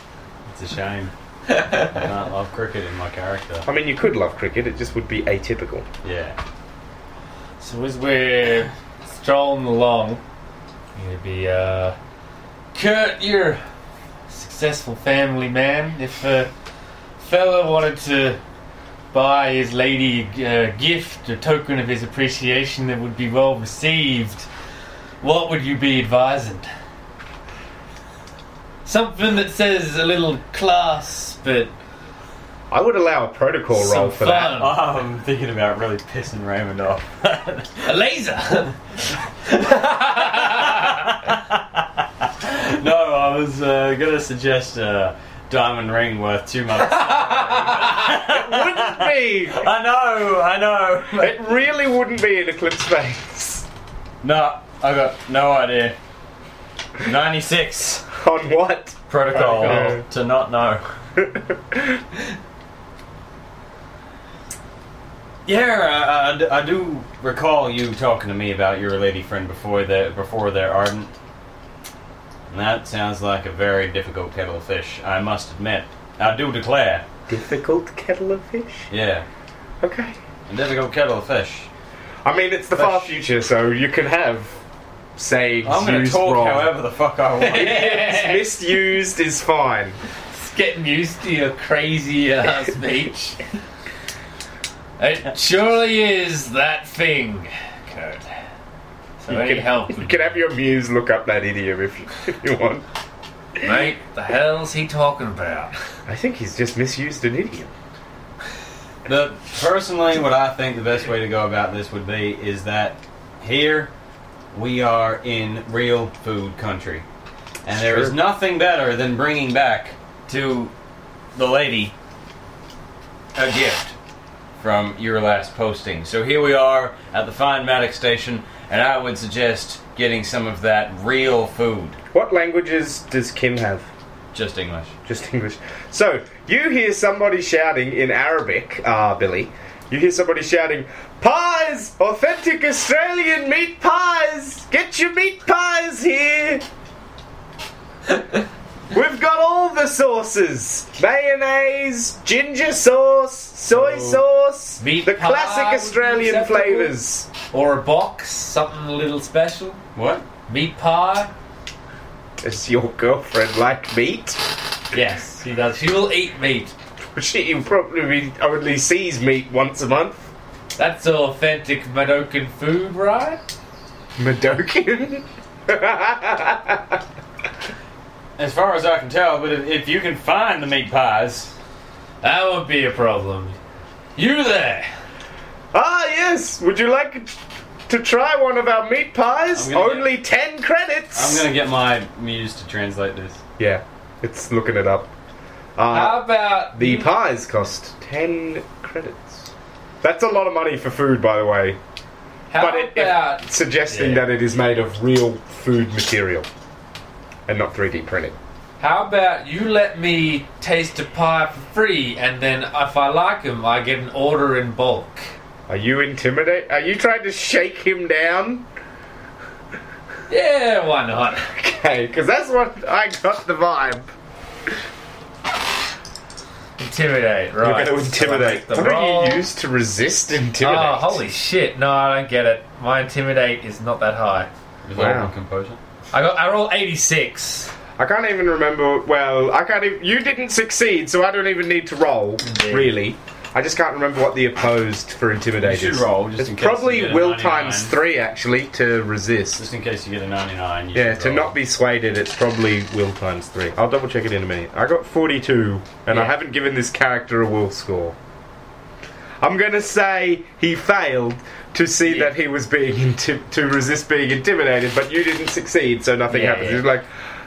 S2: It's a [LAUGHS] shame. I can't love cricket in my character.
S1: I mean, you could love cricket, it just would be atypical.
S2: Yeah.
S3: So as we're strolling along, you're gonna be uh, Kurt. You're a successful family man. If a fella wanted to buy his lady a gift, a token of his appreciation that would be well received, what would you be advising? Something that says a little class, but
S1: I would allow a protocol
S3: Some
S1: roll for
S3: fun.
S1: that.
S2: I'm thinking about really pissing Raymond off. [LAUGHS]
S3: a laser. [LAUGHS]
S2: no, I was uh, gonna suggest a diamond ring worth two
S1: [LAUGHS]
S2: months.
S1: Wouldn't be.
S2: [LAUGHS] I know, I know.
S1: It really wouldn't be in Eclipse Space. [LAUGHS]
S2: No, I got no idea. 96
S1: On what? [LAUGHS]
S2: protocol
S1: Protocol.
S2: to not know. Yeah, uh, I, I- I do recall you talking to me about your lady friend before the before their ardent. And that sounds like a very difficult kettle of fish. I must admit, I do declare.
S1: Difficult kettle of fish?
S2: Yeah,
S1: Okay.
S2: a difficult kettle of fish.
S1: I mean, it's the far future, so you can have saves
S2: I'm gonna
S1: used
S2: talk
S1: wrong. [LAUGHS]
S2: however the fuck I want.
S1: Idiots misused is fine.
S3: [LAUGHS] It's getting used to your crazy
S1: [LAUGHS]
S3: uh, speech. It surely is that thing, Kurt. So
S1: You
S3: any
S1: can-
S3: help,
S1: You can have your muse look up that idiom if you, [LAUGHS] if you want.
S3: mate? The hell's he talking about?
S1: I think he's just misused an idiom.
S2: [LAUGHS] the personally, what I think the best way to go about this would be is that here we are in real food country, and there is
S1: Sure.
S2: nothing better than bringing back to the lady a gift from your last posting. So here we are at the Fine Matic station, and I would suggest getting some of that real food,
S1: What languages does Kim have?
S2: just English.
S1: Just English. So, you hear somebody shouting in Arabic, ah, Billy. You hear somebody shouting, Pies! Authentic Australian meat pies! Get your meat pies
S3: [LAUGHS]
S1: here! We've got all the sauces mayonnaise, ginger sauce, soy sauce,
S3: Meat
S1: the
S3: pie would be
S1: classic Australian
S3: acceptable.
S1: flavours.
S3: Or a box, something a little special?
S2: What?
S3: Meat pie?
S1: Does your girlfriend like meat? [LAUGHS]
S3: Yes, he does. She will eat meat.
S1: She probably only sees meat once a month.
S3: That's authentic Madokan food, right?
S1: Madokin? [LAUGHS]
S2: As far as I can tell, but if, if you can find the meat pies,
S3: That would be a problem. You there?
S1: ah, yes! Would you like to try one of our meat pies?
S2: I'm gonna
S1: Only 10 credits!
S2: I'm gonna get my muse to translate this.
S1: Yeah, it's looking it up. Uh,
S3: How about
S1: the
S3: you-
S1: pies cost 10 credits. That's a lot of money for food, by the way.
S3: How
S1: but it,
S3: about
S1: it, suggesting
S3: Yeah.
S1: that it is made of real food material and not 3D printed.
S3: How about you let me taste a pie for free, and then if I like them, I get an order in bulk.
S1: Are you intimidate? Are you trying to shake him down? [LAUGHS]
S3: Yeah, why not? [LAUGHS]
S1: Okay, because that's what I got the vibe.
S3: Intimidate, right?
S1: You're going to intimidate.
S3: The
S1: What are
S3: roll.
S1: you used to resist intimidate?
S2: Ah,
S3: Oh, holy shit! No, I don't get it. My intimidate is not that high.
S1: Wow.
S2: Wow. Composure.
S3: I got. I rolled eighty six.
S1: I can't even remember. Well, I can't. Even, you didn't succeed, so I don't even need to roll.
S3: Indeed.
S1: Really, I just can't remember what the opposed for intimidate
S2: You should
S1: is.
S2: roll, just
S1: it's
S2: in case you
S1: probably
S2: get a
S1: will
S2: 99.
S1: times three actually to resist.
S2: Just in case you get a 99. You
S1: Yeah,
S2: should
S1: to
S3: Oh.
S2: roll.
S1: not be swayed, it's probably will times three. I'll double check it in a minute. I got 42, and I
S3: Yeah.
S1: haven't given this character a will score. I'm gonna say he failed to see
S3: Yeah.
S1: that he was being inti- to resist being intimidated, but you didn't succeed, so nothing
S3: Yeah,
S1: happens.
S3: yeah.
S1: He's like,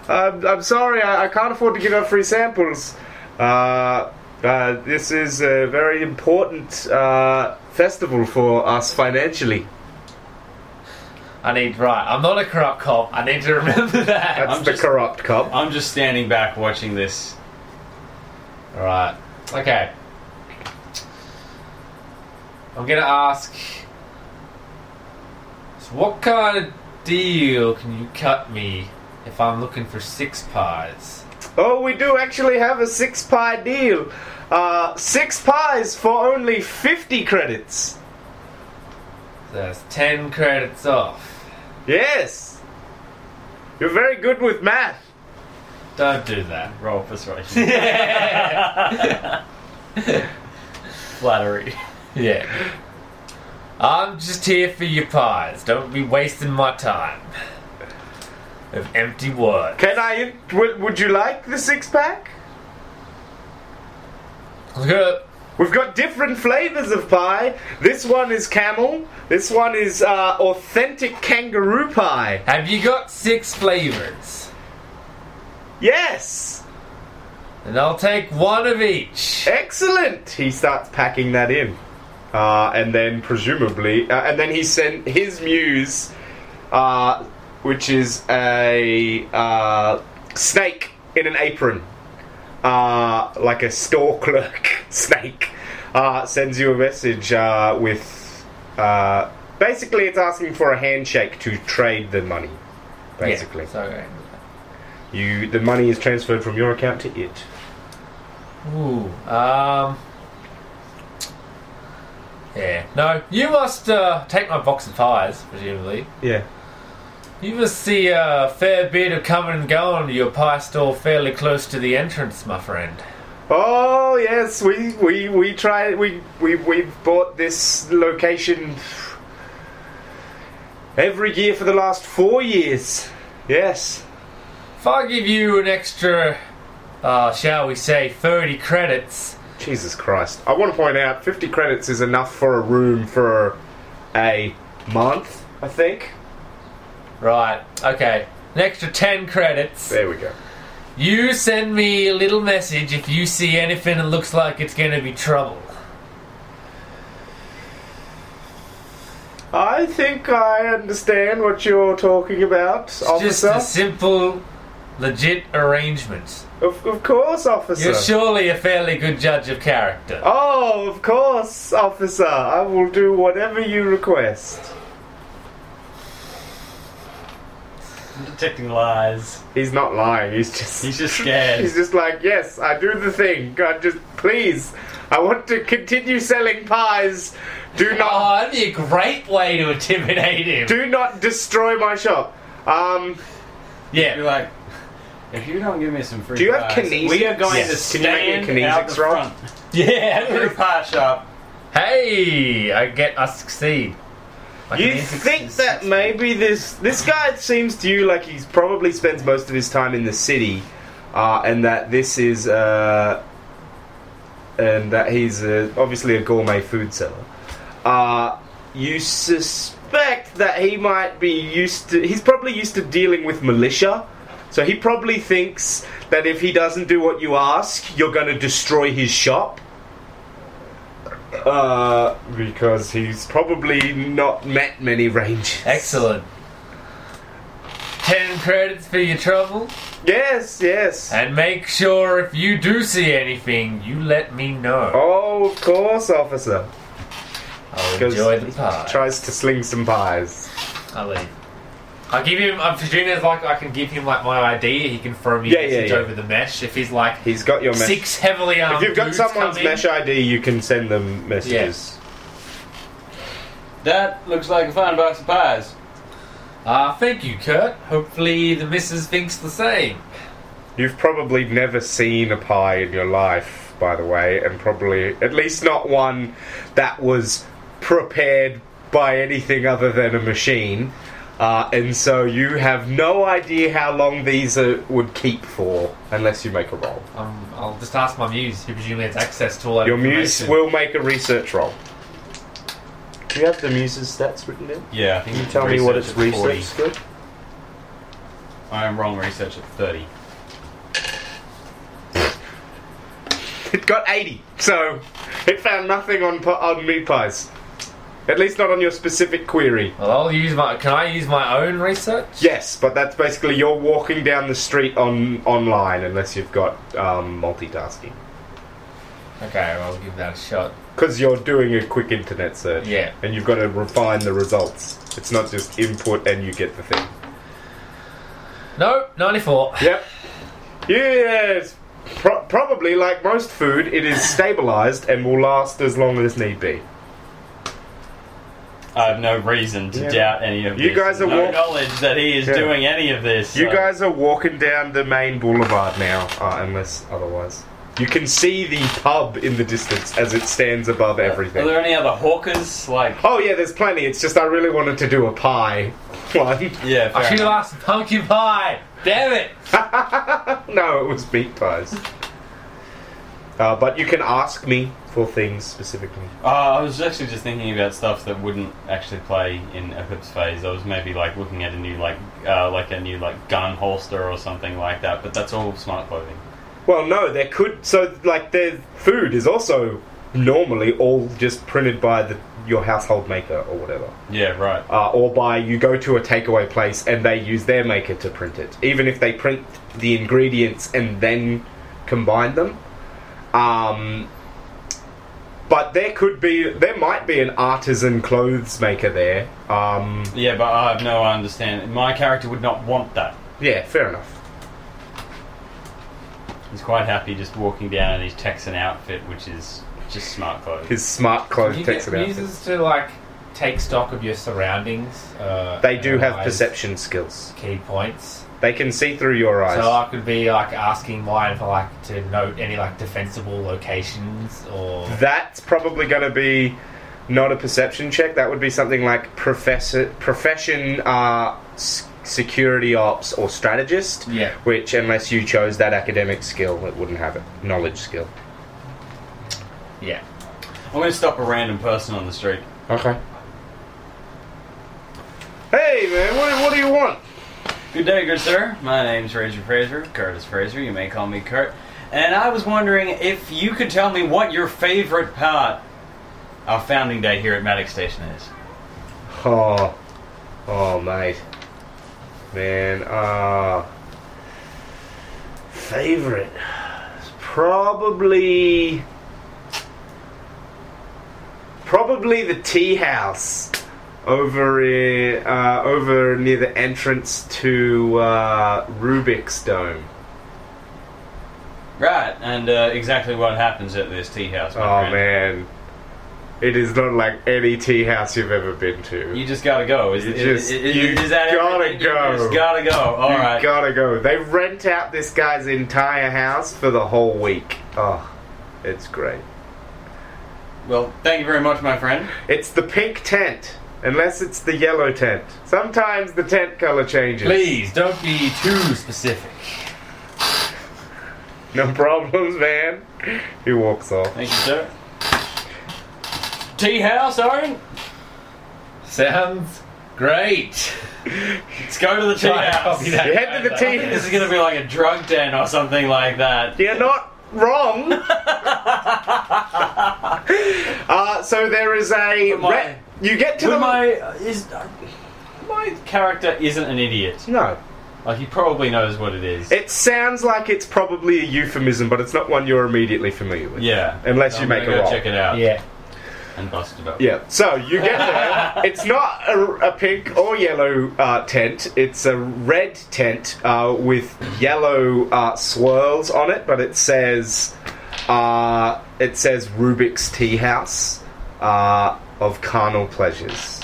S1: um, "I'm sorry, I, I can't afford to give out free samples. Uh, uh, this is a very important uh, festival for us financially."
S3: I need right. I'm not a corrupt cop. I need to [LAUGHS] remember that.
S1: That's
S2: I'm
S1: the
S2: just-
S1: corrupt cop.
S2: I'm just standing back watching this.
S3: All right. Okay. I'm gonna ask. So what kind of deal can you cut me if I'm looking for six pies.
S1: Oh, we do actually have a six pie deal. Uh, six pies for only 50 credits.
S3: So that's ten credits off.
S1: Yes. You're very good with math.
S3: Don't do that.
S2: Roll persuasion. [LAUGHS] Flattery.
S3: Yeah. I'm just here for your pies. Don't be wasting my time. Of empty words.
S1: Can I. Would, would you like the six pack?
S3: Look up.
S1: We've got different flavors of pie. This one is camel. This one is uh, authentic kangaroo pie.
S3: Have you got six flavors?
S1: Yes!
S3: And I'll take one of each.
S1: Excellent! He starts packing that in. Uh, and then, presumably, uh, and then he sent his muse, uh, which is a uh, snake in an apron, uh, like a store clerk [LAUGHS] snake, uh, sends you a message uh, with. Uh, basically, it's asking for a handshake to trade the money. Basically,
S3: Yeah, so, okay.
S1: you the money is transferred from your account to it.
S3: Ooh. Um. Yeah. No, you must uh, take my box of pies, presumably.
S1: Yeah.
S3: You must see a fair bit of coming and going to your pie store fairly close to the entrance, my friend.
S1: Oh yes, we we we try we we we've bought this location every year for the last four years. Yes.
S3: If I give you an extra, uh, shall we say, 30 credits,
S1: Jesus Christ! I want to point out, fifty credits is enough for a room for a month. I think.
S3: right, okay, an extra 10 credits,
S1: There we go.
S3: you send me a little message if you see anything that looks like it's gonna be trouble.
S1: I think I understand what you're talking about,
S3: It's just
S1: officer.
S3: a simple, legit arrangement.
S1: of, of course, officer.
S3: You're surely a fairly good judge of character.
S1: Oh, of course, officer. I will do whatever you request.
S2: Detecting lies.
S1: He's not lying. He's just
S2: He's just scared.
S1: he's just like, yes, I do the thing. God, just please, I want to continue selling pies.
S3: [LAUGHS]
S1: Do not,
S3: Oh, that'd be a great way to intimidate him.
S1: do not destroy my shop. Um,
S2: You're
S3: Yeah.
S2: like, if you don't give me some free
S1: Do you have
S2: pies,
S1: kinesics?
S2: We are going to
S1: Yes. Can you make
S2: stand
S1: a
S2: out
S1: kinesics
S2: the
S1: roll?
S2: front
S3: Yeah.
S2: of your pie shop.
S3: Hey, I get, I succeed. I
S1: you
S3: can easily
S1: think that maybe this this guy seems to you like he's probably spends most of his time in the city, uh, and that this is uh, and that he's uh obviously a gourmet food seller. Uh, you suspect that he might be used to. He's probably used to dealing with militia. So he probably thinks that if he doesn't do what you ask, you're going to destroy his shop. Uh, because he's probably not met many rangers.
S3: Excellent. Ten credits for your trouble,
S1: Yes, yes.
S3: and make sure if you do see anything, you let me know.
S1: Oh, of course, officer.
S3: I'll
S1: 'Cause
S3: enjoy the
S1: he
S3: pie.
S1: Tries to sling some pies.
S3: I'll leave. I give him. I'm presuming there's like I can give him like my ID. He can throw me
S1: Yeah,
S3: a
S1: yeah,
S3: message
S1: yeah.
S3: over the mesh if he's like
S1: He's got your message.
S3: six heavily armed.
S1: If you've got
S3: dudes
S1: someone's
S3: come in.
S1: mesh ID, you can send them messages.
S2: That looks like a fine box of pies.
S3: Ah, thank you, Kurt. Hopefully the missus thinks the same.
S1: You've probably never seen a pie in your life, by the way, and probably at least not one that was prepared by anything other than a machine. Uh, and so you have no idea how long these are, would keep for unless you make a roll.
S3: Um, I'll just ask my muse, who presumably has access to all that
S1: Your muse
S3: information.
S1: will make a research roll. Do you have the muse's stats written down?
S2: Yeah, I think
S1: Can you tell me what its
S2: at 40.
S1: research skill?
S2: I am wrong. Research at thirty.
S1: It got 80, so it found nothing on pi- on meat pies. At least not on your specific query.
S3: Well, I'll use my. Can I use my own research?
S1: Yes, but that's basically you're walking down the street on online unless you've got um, multitasking
S3: Okay, well, I'll give that a shot.
S1: because you're doing a quick internet search.
S3: Yeah.
S1: and you've got to refine the results. It's not just input and you get the thing.
S3: Nope, 94.
S1: Yep. Yes. Pro- probably, like most food, it is stabilized and will last as long as need be.
S2: I have no reason to
S1: Yeah.
S2: doubt any of
S1: You
S2: this.
S1: guys are
S2: no
S1: walk-
S2: knowledge that he is
S1: Yeah.
S2: doing any of this.
S1: You
S2: so-
S1: guys are walking down the main boulevard now, uh, unless otherwise. You can see the pub in the distance as it stands above
S2: Are there
S1: everything.
S2: any other hawkers? Like,
S1: Oh yeah, there's plenty. It's just I really wanted to do a pie [LAUGHS] one.
S2: yeah, fair
S3: I should have
S2: enough.
S3: asked pumpkin pie. Damn it.
S1: no, it was meat pies. Uh, but you can ask me for things specifically.
S2: Uh, I was actually just thinking about stuff that wouldn't actually play in Eclipse Phase. I was maybe like looking at a new like uh, like a new like gun holster or something like that. But that's all smart clothing.
S1: Well, no, there could. So, like, their food is also normally all just printed by the, your household maker or whatever.
S2: Yeah, right.
S1: Uh, or by you go to a takeaway place and they use their maker to print it. Even if they print the ingredients and then combine them. Um, but there could be, there might be an artisan clothes maker there. Um,
S2: Yeah, but I have no understand. My character would not want that.
S1: yeah, fair enough.
S2: He's quite happy just walking down in his Texan outfit, which is just smart clothes.
S1: His smart clothes
S3: you
S1: takes
S3: get
S1: it out.
S3: users to, like, take stock of your surroundings? Uh,
S1: They do have
S3: analyze
S1: perception skills.
S3: Key points.
S1: They can see through your eyes.
S3: So I could be like asking mine for like to note any like defensible locations or
S1: That's probably going to be not a perception check. That would be something like professor, profession, uh, s- security ops, or strategist.
S3: Yeah.
S1: Which, unless you chose that academic skill, it wouldn't have it. Knowledge skill.
S3: yeah.
S2: I'm going to stop a random person on the street.
S1: Okay. Hey man, what, what do you want?
S2: Good day, good sir. My name's Fraser Fraser, Curtis Fraser. You may call me Kurt. And I was wondering if you could tell me what your favorite part of founding day here at Maddox Station is.
S1: Oh, oh mate, man. Uh, favorite It's probably probably the tea house over in, uh, over near the entrance to uh, Rubik's Dome.
S2: Right, and uh, exactly what happens at this tea house. my
S1: Oh
S2: friend.
S1: man, it is not like any tea house you've ever been to.
S2: You just gotta go. Is,
S1: You
S2: is-
S1: just-
S2: is-
S1: you
S2: is that
S1: gotta
S2: everything? You
S1: go.
S2: just gotta go. All
S1: you
S2: right.
S1: gotta go. They rent out this guy's entire house for the whole week. Oh, it's great.
S2: Well, thank you very much, my friend.
S1: It's the pink tent, unless it's the yellow tent. Sometimes the tent color changes.
S3: Please don't be too specific.
S1: No problems, man. He walks off.
S2: Thank you, sir. Tea house, Owen.
S3: Sounds great. [LAUGHS]
S2: Let's go to the tea
S3: Try and
S2: house.
S3: copy that.
S1: You head to the tea-
S2: This is gonna be like a drug den or something like that.
S1: You're not
S2: [LAUGHS]
S1: wrong. uh, so there is a.
S2: But my-
S1: re- you get to
S2: Would
S1: the.
S2: my uh, is my character isn't an idiot.
S1: no.
S2: Like he probably knows what it is.
S1: It sounds like it's probably a euphemism, but it's not one you're immediately familiar with.
S2: yeah.
S1: Unless you
S2: I'm
S1: make
S2: gonna
S1: a
S2: go
S1: roll.
S2: check it out.
S3: Yeah.
S2: And bust it up.
S1: Yeah, so you get there. it's not a, a pink or yellow uh, tent. It's a red tent uh, with yellow uh, swirls on it, but it says uh, it says Rubik's Tea House uh, of Carnal Pleasures.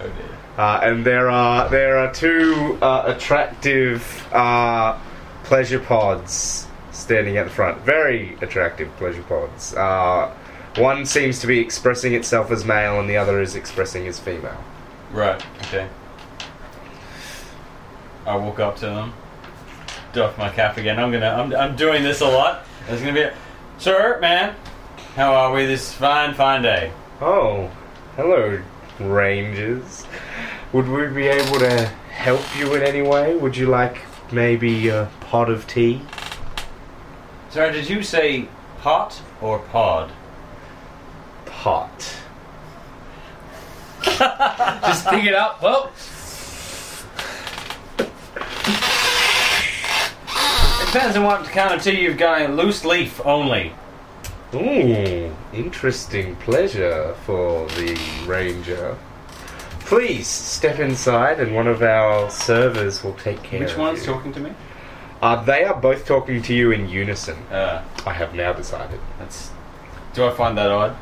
S2: Oh dear.
S1: Uh, and there are there are two uh, attractive uh, pleasure pods standing at the front. Very attractive pleasure pods. Uh, one seems to be expressing itself as male, and the other is expressing as female.
S2: Right. Okay. I walk up to them, doff my cap again. I'm gonna. I'm, I'm doing this a lot. There's gonna be, a, sir, man, how are we this fine, fine day?
S1: Oh, hello, rangers. Would we be able to help you in any way? Would you like maybe a pot of tea?
S2: Sir, did you say pot or pod?
S1: Pot.
S3: Just pick it up. Well,
S2: Depends on what kind of tea you've got. Loose leaf only.
S1: Ooh, interesting pleasure for the ranger. Please step inside, and one of our servers will take care
S2: Which
S1: of
S2: one's
S1: you.
S2: talking to me?
S1: Uh, they are both talking to you in unison.
S2: Uh,
S1: I have now decided.
S2: that's. Do I find that odd?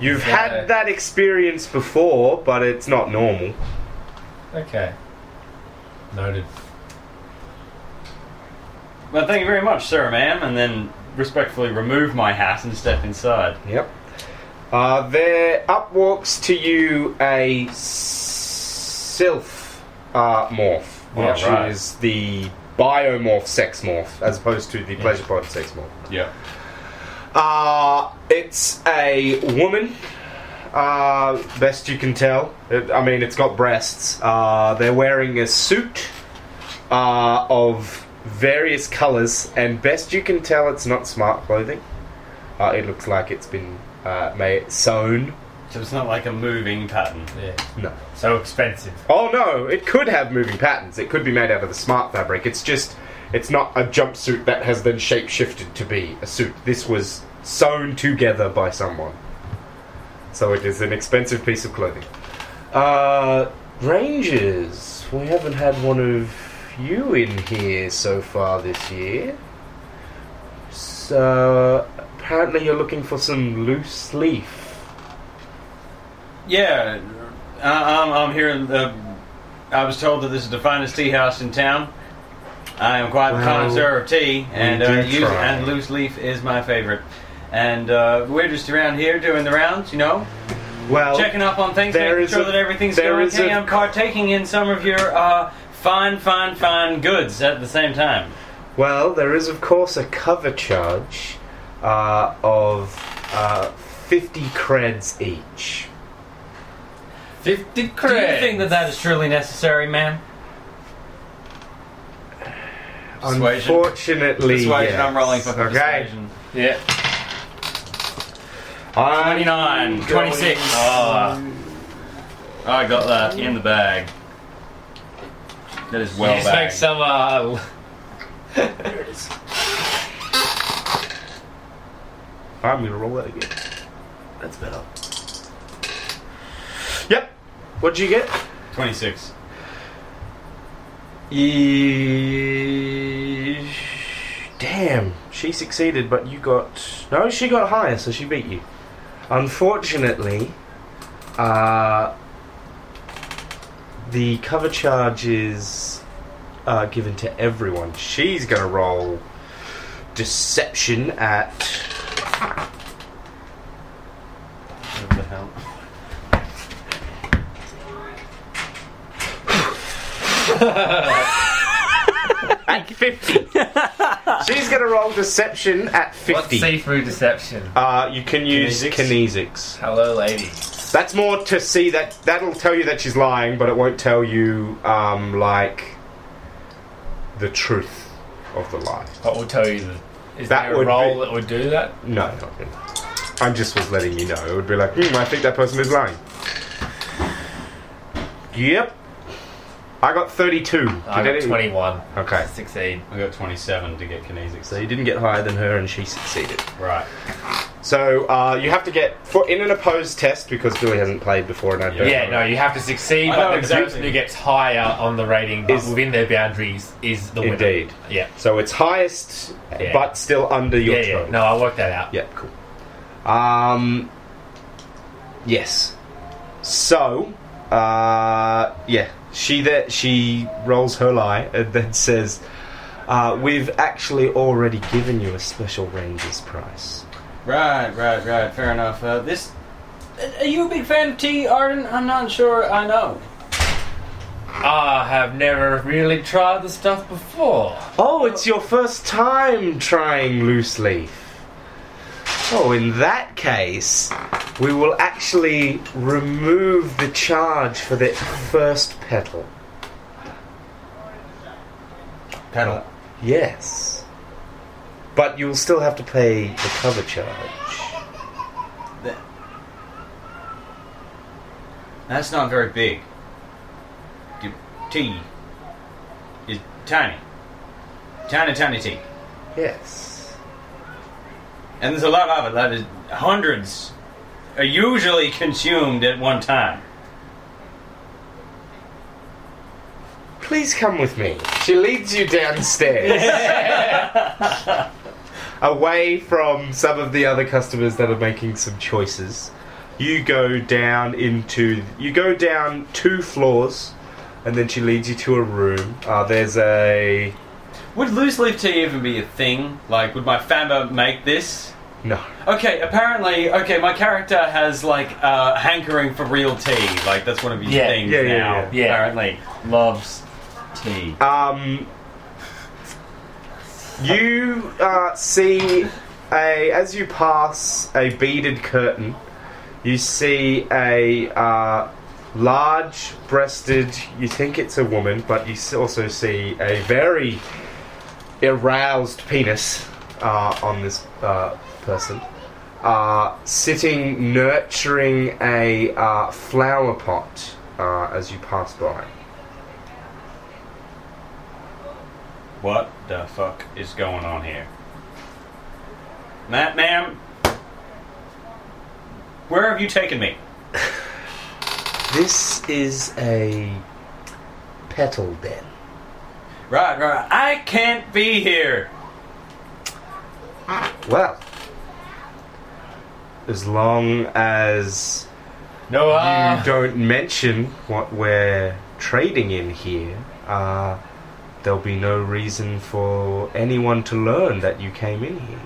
S1: You've
S3: Yeah.
S1: had that experience before, but it's not normal.
S3: Okay. Noted.
S2: Well, thank you very much, sir, ma'am, and then respectfully remove my hat and step inside.
S1: Yep. Uh, there up walks to you a sylph uh, morph,
S2: Yeah,
S1: which
S2: right.
S1: is the biomorph sex morph, as opposed to the pleasure pod sex morph.
S2: Yeah.
S1: Uh, it's a woman, uh, best you can tell. It, I mean, it's got breasts. Uh, they're wearing a suit uh, of various colours, and best you can tell, it's not smart clothing. Uh, it looks like it's been uh, made sewn.
S2: So it's not like a moving pattern.
S3: Yeah.
S1: No.
S3: So expensive.
S1: Oh no! It could have moving patterns. It could be made out of the smart fabric. It's just, it's not a jumpsuit that has then shape shifted to be a suit. This was sewn together by someone, so it is an expensive piece of clothing. Uh, Rangers. We haven't had one of you in here so far this year. So apparently you're looking for some loose leaf.
S2: Yeah, uh, I'm, I'm here. In the, I was told that this is the finest tea house in town. I am quite
S1: Well,
S2: a connoisseur of tea, and
S1: do
S2: uh, use,
S1: try.
S2: and loose leaf is my favorite. And uh, we're just around here doing the rounds, you know,
S1: Well,
S2: checking up on things,
S1: there
S2: making
S1: is
S2: sure
S1: a-
S2: that everything's
S1: there
S2: going
S1: is
S2: okay.
S1: a-
S2: i I'm partaking in some of your uh, fine, fine, fine goods at the same time.
S1: Well, there is, of course, a cover charge uh, of uh, 50 creds each.
S3: Fifty
S2: Do you
S3: credits.
S2: think that that is truly necessary, ma'am? Persuasion.
S1: Unfortunately,
S2: Persuasion.
S1: yes.
S2: I'm rolling for
S1: Okay.
S2: persuasion.
S3: Yeah.
S1: I'm
S2: 29,
S1: going-
S2: 26. Oh, I got that in the bag. That is well
S3: you just make
S2: bagged.
S3: some. Uh,
S1: I'm going to roll that again. That's better. Yep. What'd you get?
S2: 26.
S1: Damn, she succeeded, but you got no. She got higher, so she beat you. Unfortunately, uh, the cover charge is uh, given to everyone. She's gonna roll deception at
S2: What the hell?
S1: at fifty. She's gonna roll deception at
S3: what's
S1: fifty.
S3: see-through deception?
S1: Uh, you can use kinesics.
S2: Kinesics?
S3: Hello, lady.
S1: That's more to see that that'll tell you that she's lying, but it won't tell you um, like the truth of the lie.
S3: What will tell you? The,
S1: That
S3: is that there
S1: would
S3: a role
S1: be-
S3: that would do that?
S1: No, not really. I just was letting you know. It would be like, hmm, I think that person is lying. Yep. I got 32.
S3: I
S1: Did
S3: got
S1: any-
S3: twenty-one.
S1: Okay.
S3: Succeed.
S2: I got 27 to get kinesics.
S1: So you didn't get higher than her, and she succeeded.
S2: Right.
S1: So uh, you have to get for in an opposed test because Billy hasn't played before, and I don't.
S3: Yeah, no, you have to succeed,
S2: I
S3: but
S2: know
S3: the
S2: exactly.
S3: person who gets higher on the rating
S1: Is-
S3: is within their boundaries is the winner.
S1: Indeed.
S3: Yeah.
S1: So it's highest,
S3: Yeah.
S1: but still under your
S3: Yeah,
S1: total.
S3: yeah. No, I worked that out.
S1: Yeah, cool. Um, yes. So, uh, yeah, she that she rolls her lie and [LAUGHS] then says, uh, "We've actually already given you a special ranger's price."
S2: Right, right, right. Fair enough. Uh, this. uh, Are you a big fan of tea, Arden? I'm not sure I know.
S3: I have never really tried the stuff before.
S1: Oh, it's your first time trying loose leaf. Oh, in that case, we will actually remove the charge for the first petal.
S2: Pedal.
S1: Yes. But you'll still have to pay the cover charge.
S2: That's not very big. The tea is tiny. Tiny, tiny tea.
S1: Yes.
S2: And there's a lot of it. That is hundreds are usually consumed at one time.
S1: Please come with me. She leads you downstairs. Away from some of the other customers that are making some choices. You go down into. You go down two floors, and then she leads you to a room. Uh, there's a.
S2: Would loose leaf tea even be a thing? Like, would my famba make this?
S1: No.
S2: Okay, apparently, okay, my character has like uh, hankering for real tea. Like that's one of his
S3: Yeah,
S2: things
S1: yeah, yeah,
S2: now.
S1: yeah.
S3: Yeah.
S2: Apparently, loves tea.
S1: Um, you uh, see a as you pass a beaded curtain, you see a uh, large-breasted. You think it's a woman, but you s- also see a very aroused penis uh, on this uh, person. Uh, sitting nurturing a uh, flower pot uh, as you pass by.
S2: What the fuck is going on here? Matt, ma'am, where have you taken me?
S1: This is a petal den.
S2: Right, right. I can't be here.
S1: Well, as long as
S3: No,
S1: you
S3: uh,
S1: don't mention what we're trading in here, uh, there'll be no reason for anyone to learn that you came in here.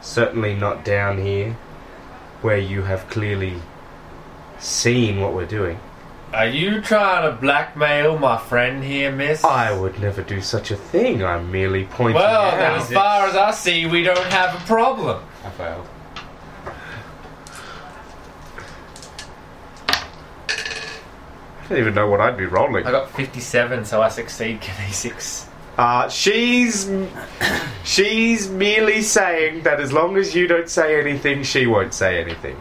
S1: Certainly not down here, where you have clearly seen what we're doing.
S3: are you trying to blackmail my friend here, miss?
S1: I would never do such a thing. I'm merely pointing
S3: Well,
S1: out.
S3: then, as far as I see, we don't have a problem.
S2: I failed.
S1: I don't even know what I'd be rolling.
S3: I got 57, so I succeed. Can 6
S1: Uh, she's she's merely saying that as long as you don't say anything, she won't say anything.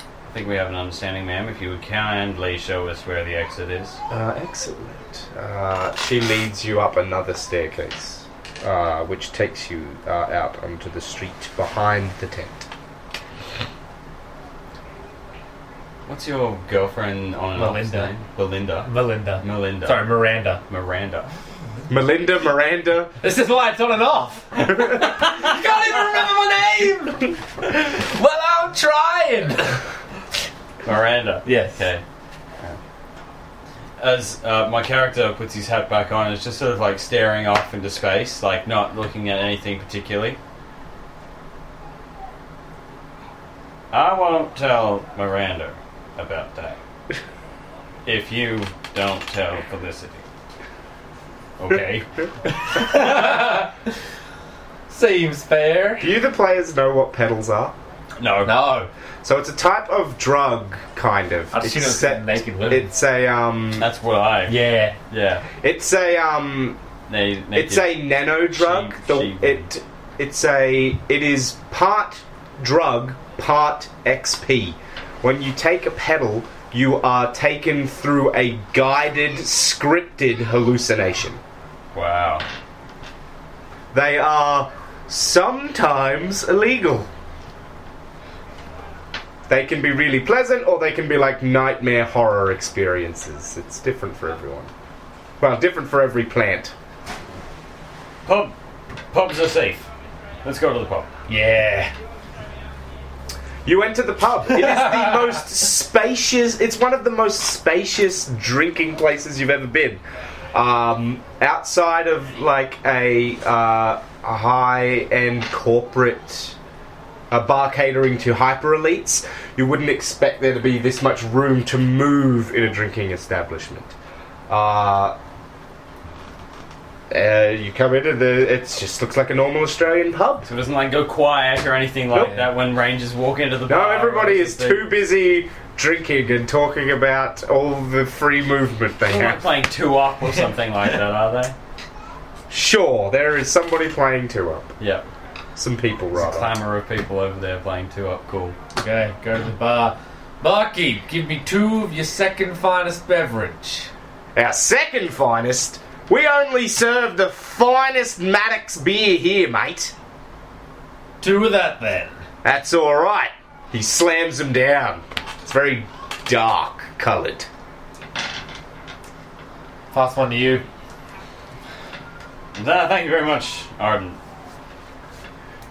S2: I think we have an understanding, ma'am. If you would kindly show us where the exit is.
S1: Uh, excellent. Uh, she leads you up another staircase, uh, which takes you uh, out onto the street behind the tent.
S2: What's your girlfriend on and off
S3: Melinda.
S2: name? Belinda.
S3: Melinda.
S2: Melinda.
S3: Sorry, Miranda.
S2: Miranda.
S1: Melinda, Miranda,
S3: This is why it's on and [LAUGHS] off. I can't even remember my name. Well, I'm trying.
S2: Miranda.
S3: Yes.
S2: Okay. As uh, my character puts his hat back on, it's just sort of like staring off into space, like not looking at anything particularly. I won't tell Miranda about that. if you don't tell Felicity. Okay.
S3: Seems fair.
S1: do you the players know what petals are?
S2: No.
S3: No.
S1: So it's a type of drug, kind of.
S3: I've seen it with
S1: except
S3: naked women.
S1: It's a um.
S2: That's what I.
S3: Yeah.
S2: Yeah.
S1: It's a um.
S2: They, they
S1: It's a nano drug.
S2: She-
S1: the,
S2: she-
S1: it it's a it is part drug, part XP. When you take a pedal, you are taken through a guided, scripted hallucination.
S2: Wow.
S1: They are sometimes illegal. They can be really pleasant, or they can be like nightmare horror experiences. It's different for everyone. Well, different for every plant.
S2: Pub. Pubs are safe. Let's go to the pub.
S3: Yeah.
S1: You enter the pub. It is the most spacious. It's one of the most spacious drinking places you've ever been. Um, outside of like a, uh, a high-end corporate, a bar catering to hyper elites, you wouldn't expect there to be this much room to move in a drinking establishment. Uh, uh, you come into the. It just looks like a normal Australian pub.
S2: So it doesn't like go quiet or anything like
S1: Nope.
S2: that when rangers walk into the
S1: No,
S2: bar.
S1: everybody
S2: or
S1: is
S2: something.
S1: too busy drinking and talking about all the free movement they [LAUGHS]
S2: They're not
S1: have.
S2: playing two up or something like that, are they?
S1: Sure, there is somebody playing two up.
S2: Yep.
S1: Some people,
S2: There's
S1: rather.
S2: a clamour of people over there playing two up. Cool.
S3: Okay, go to the bar. Marky, give me two of your second finest beverage.
S1: Our second finest. We only serve the finest Maddox beer here, mate.
S3: Two of that then.
S1: That's all right. He slams them down. It's very dark coloured.
S3: Pass one to you.
S2: Nah, thank you very much, Arden.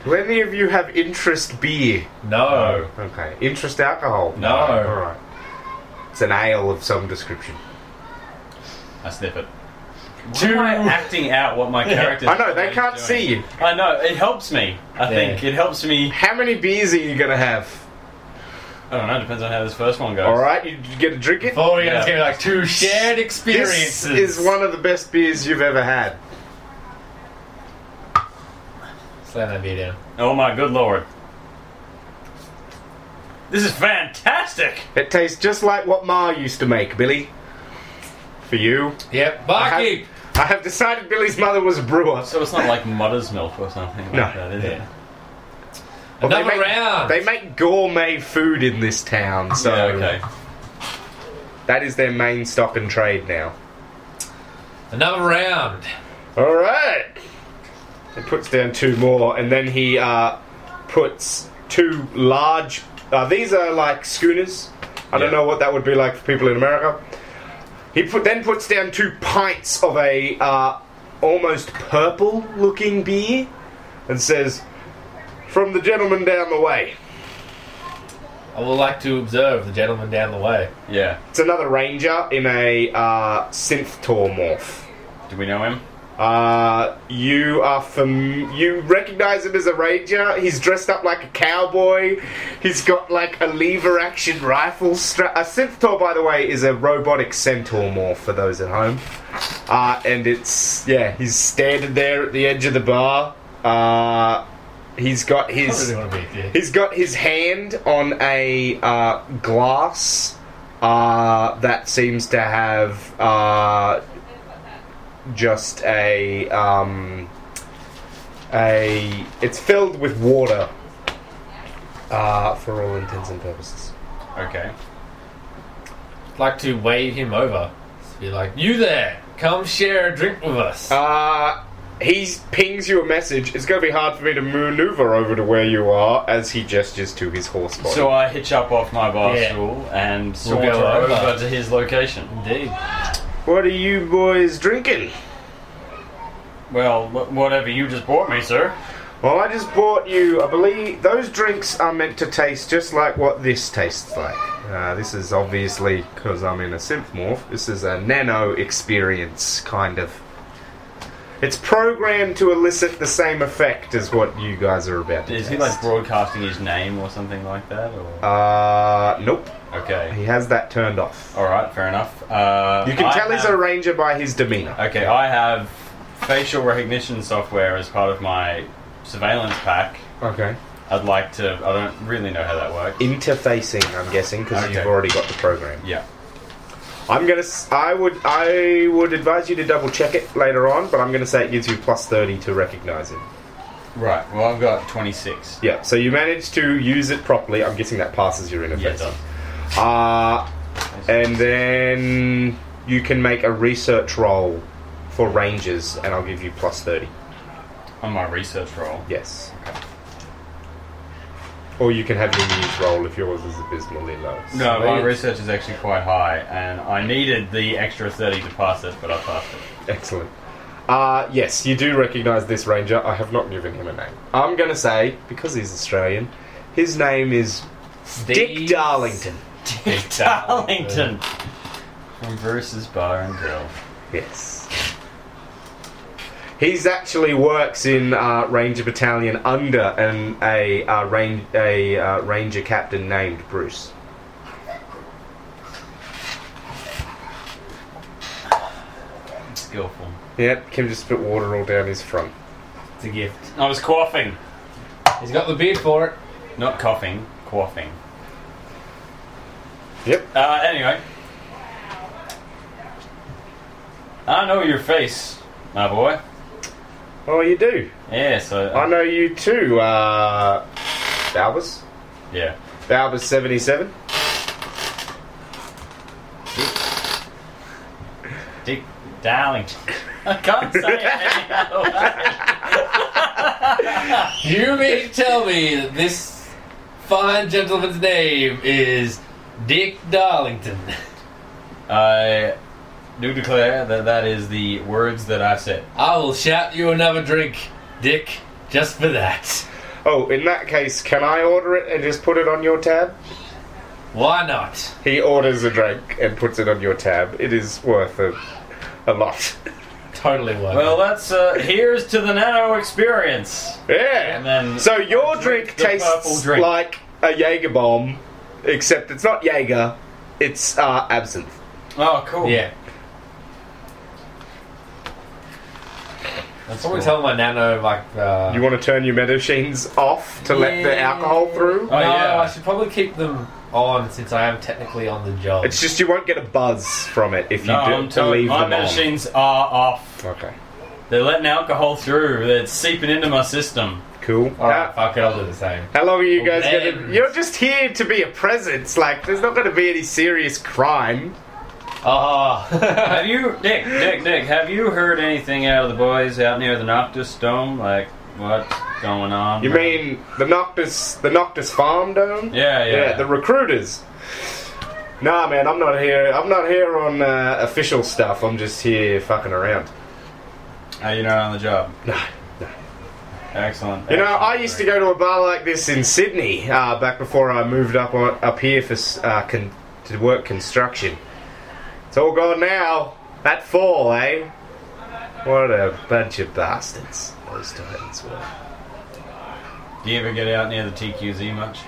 S1: Do any of you have interest beer?
S3: No.
S1: Okay. Interest alcohol?
S2: No.
S1: Alright. It's an ale of some description.
S2: I sniff it. Why
S3: Two.
S2: am I [LAUGHS] acting out what my character?
S1: I know, they can't see you.
S2: I know. It helps me. I think it helps me.
S1: How many beers are you gonna have?
S2: I don't know. Depends on how this first one goes.
S1: Alright, you get to drink it?
S3: Four, you're
S2: Yeah.
S3: just gonna be like two shared
S1: This
S3: experiences.
S1: is one of the best beers you've ever had.
S3: Slam that beer down.
S2: Oh my good lord! This is fantastic.
S1: It tastes just like what Ma used to make, Billy. For you.
S3: Yep.
S1: I have-
S3: Barkeep.
S1: I have decided Billy's mother was a brewer.
S2: So it's not like mother's milk or something like
S1: No.
S2: that, is it?
S3: Yeah.
S1: Well,
S3: Another
S1: they make,
S3: round.
S1: They make gourmet food in this town, so
S2: Yeah, okay.
S1: that is their main stock and trade now.
S3: Another round.
S1: All right. He puts down two more, and then he uh, puts two large. Uh, these are like schooners. I don't
S2: Yeah.
S1: know what that would be like for people in America. He put, then puts down two pints of a uh, almost purple-looking beer, and says, "From the gentleman down the way."
S3: I would like to observe the gentleman down the way.
S2: Yeah.
S1: It's another ranger in a uh, synth tour morph.
S2: Do we know him?
S1: Uh, you are from. You recognize him as a ranger. He's dressed up like a cowboy. He's got like a lever action rifle strap. A synthtor, by the way, is a robotic centaur morph for those at home. Uh, and it's. Yeah, he's standing there at the edge of the bar. Uh, he's got
S3: I
S1: his.
S3: really want to be here.
S1: He's got his hand on a uh, glass uh, that seems to have uh, just a um, a. It's filled with water uh, for all intents and purposes.
S2: Okay.
S3: I'd like to wave him over. Just be like, you there, come share a drink with us.
S1: Uh, he pings you a message. It's going to be hard for me to maneuver over to where you are as he gestures to his horse body.
S2: So I hitch up off my bar
S3: Yeah.
S2: stool and
S3: We'll
S2: saunter
S3: go
S2: over.
S3: over.
S2: to his location.
S3: Indeed.
S1: what are you boys drinking?
S2: Well, wh- whatever you just bought me, sir.
S1: Well, I just bought you. I believe those drinks are meant to taste just like what this tastes like. Uh, this is obviously because I'm in a synth morph. This is a nano experience kind of. It's programmed to elicit the same effect as what you guys are about to
S2: Is
S1: taste.
S2: he like broadcasting his name or something like that? Or
S1: uh, nope. He
S2: okay,
S1: has that turned off.
S2: all right, fair enough. Uh,
S1: You can
S2: I
S1: tell he's a
S2: have-
S1: ranger by his demeanor.
S2: Okay, I have facial recognition software as part of my surveillance pack.
S1: Okay.
S2: I'd like to. I don't really know how that works.
S1: Interfacing, I'm guessing, because
S2: Okay.
S1: you've already got the program.
S2: yeah.
S1: I'm gonna. s- I would. I would advise you to double check it later on, but I'm gonna say it gives you plus thirty to recognize it.
S2: Right. Well, I've got twenty six.
S1: Yeah. So you manage to use it properly. I'm guessing that passes your
S2: Yeah,
S1: interface.
S2: it does.
S1: uh, and then you can make a research roll for rangers, and I'll give you plus thirty.
S2: On my research roll.
S1: Yes. Or you can have your muse roll if yours is abysmally low.
S2: No, my
S3: Sweet.
S2: research is actually quite high, and I needed the extra 30 to pass it, but I passed [LAUGHS] it.
S1: Excellent. Uh, yes, you do recognise this ranger. I have not given him a name. I'm going to say, because he's Australian, his name is Dick
S3: These-
S1: Darlington.
S2: Dick Darlington! From Bruce's Bar and Grill.
S1: Yes. He's actually works in uh, Ranger Battalion under an, a, uh ran- a uh, Ranger captain named Bruce.
S2: Skillful.
S1: Yep, Kim just spit water all down his front.
S3: It's a gift.
S2: I was coughing.
S3: He's got the beard for it.
S2: Not coughing, coughing.
S1: Yep.
S2: Uh, anyway. I know your face, my boy.
S1: Oh, you do.
S2: Yeah, so. uh,
S1: I know you too, uh, Balbus.
S2: Yeah.
S1: Balbus77.
S2: Dick Darlington. [LAUGHS] I can't say it any other way.
S3: You mean to tell me that this fine gentleman's name is Dick Darlington?
S2: I do declare that that is the words that I said.
S3: I will shout you another drink, Dick, just for that.
S1: Oh, in that case, can I order it and just put it on your tab?
S3: Why not?
S1: He orders a drink and puts it on your tab. It is worth a, a lot. [LAUGHS]
S3: Totally worth
S2: Well,
S3: it.
S2: that's uh, here's to the nano experience.
S1: Yeah.
S2: And then-
S1: so your drink
S2: The purple
S1: tastes
S2: drink.
S1: like a Jaeger bomb, except it's not Jaeger, it's uh, absinthe.
S2: Oh, cool.
S3: Yeah.
S2: that's
S3: I
S2: cool.
S3: would tell my nano, like, uh,
S1: You want to turn your machines off to let the
S3: Yeah.
S1: alcohol through?
S2: Oh,
S3: no,
S2: yeah.
S3: I should probably keep them on since I am technically on the job.
S1: It's just you won't get a buzz from it if you
S2: No,
S1: do
S2: I'm
S1: to
S2: telling-
S1: leave
S2: my
S1: them
S2: medicines are off.
S1: on. Okay,
S2: They're letting alcohol through. They're seeping into my system.
S1: cool.
S3: All right,
S1: how,
S3: fuck it, I'll do the same.
S1: how long are you guys gonna?
S3: Man.
S1: You're just here to be a presence. Like, there's not gonna be any serious crime.
S3: Oh,
S2: Have you, Nick, Nick, Nick, have you heard anything out of the boys out near the Noctis Dome? Like, what's going on?
S1: You mean the Noctis, the Noctis Farm Dome?
S2: Yeah, yeah.
S1: the recruiters. Nah, man, I'm not here. I'm not here on uh, official stuff. I'm just here fucking around.
S2: Are you not on the job?
S1: No, no.
S2: Excellent.
S1: You know, I
S2: excellent.
S1: used to go to a bar like this in Sydney uh, back before I moved up on, up here for s- uh, con- to work construction. It's all gone now. That fall, eh? What a bunch of bastards those Titans were.
S2: Do you ever get out near the TQZ much?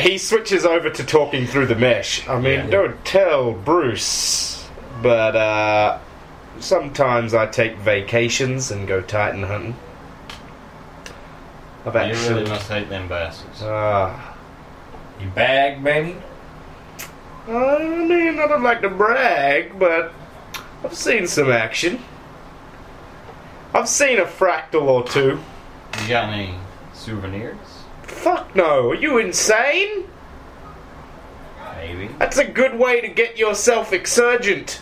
S1: He switches over to talking through the mesh. I mean,
S2: Yeah.
S1: don't tell Bruce, but uh, sometimes I take vacations and go Titan hunting. I've
S2: You
S1: actually.
S2: really must hate them bastards.
S1: Ah.
S3: [LAUGHS] you bag, Manny?
S1: I mean, I don't like to brag, but I've seen some action. I've seen a fractal or two.
S2: You got any souvenirs?
S1: Fuck no, are you insane?
S2: Maybe.
S1: That's a good way to get yourself exurgent.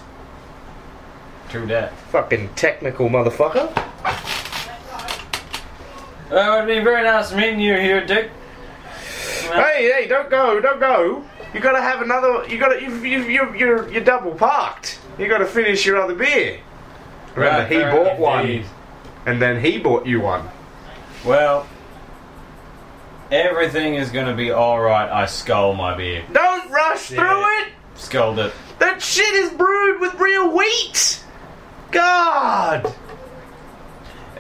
S2: True that.
S1: Fucking technical motherfucker.
S2: Well, it'd be very nice meeting you here, Dick.
S1: Hey, hey, don't go, don't go. You gotta have another. You gotta. You, you, you, you're, you're double parked. You gotta finish your other beer. Remember, he
S2: Right,
S1: bought one,
S2: indeed.
S1: and then he bought you one.
S2: Well, everything is going to be alright. I scull my beer.
S1: Don't rush through it!
S2: Sculled it.
S1: That shit is brewed with real wheat! God!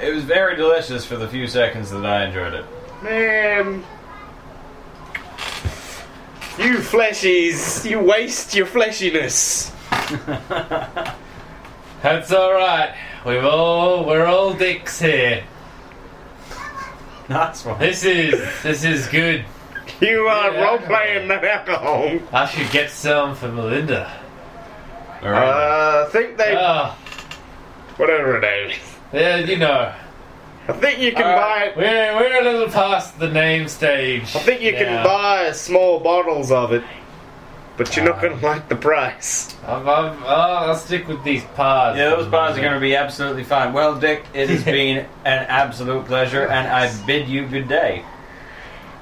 S2: It was very delicious for the few seconds that I enjoyed [LAUGHS] it.
S1: Man. You fleshies, you waste your fleshiness.
S3: That's alright. We've all, we're all dicks here.
S2: That's one.
S3: This is, this is good.
S1: You are
S3: Yeah.
S1: role playing that alcohol.
S3: I should get some for Melinda.
S2: Alright.
S1: Uh, I think they.
S3: Oh,
S1: whatever it is.
S3: yeah, you know,
S1: I think you can
S2: Alright.
S1: buy.
S3: we're, we're a little past the name stage.
S1: I think you can buy small bottles of it, but you're
S2: Uh.
S1: not gonna like the price.
S3: I'm, I'm, oh, I'll stick with these pies.
S2: yeah, those bars are going to be absolutely fine. Well, Dick, it [LAUGHS] has been an absolute pleasure, and I bid you good day.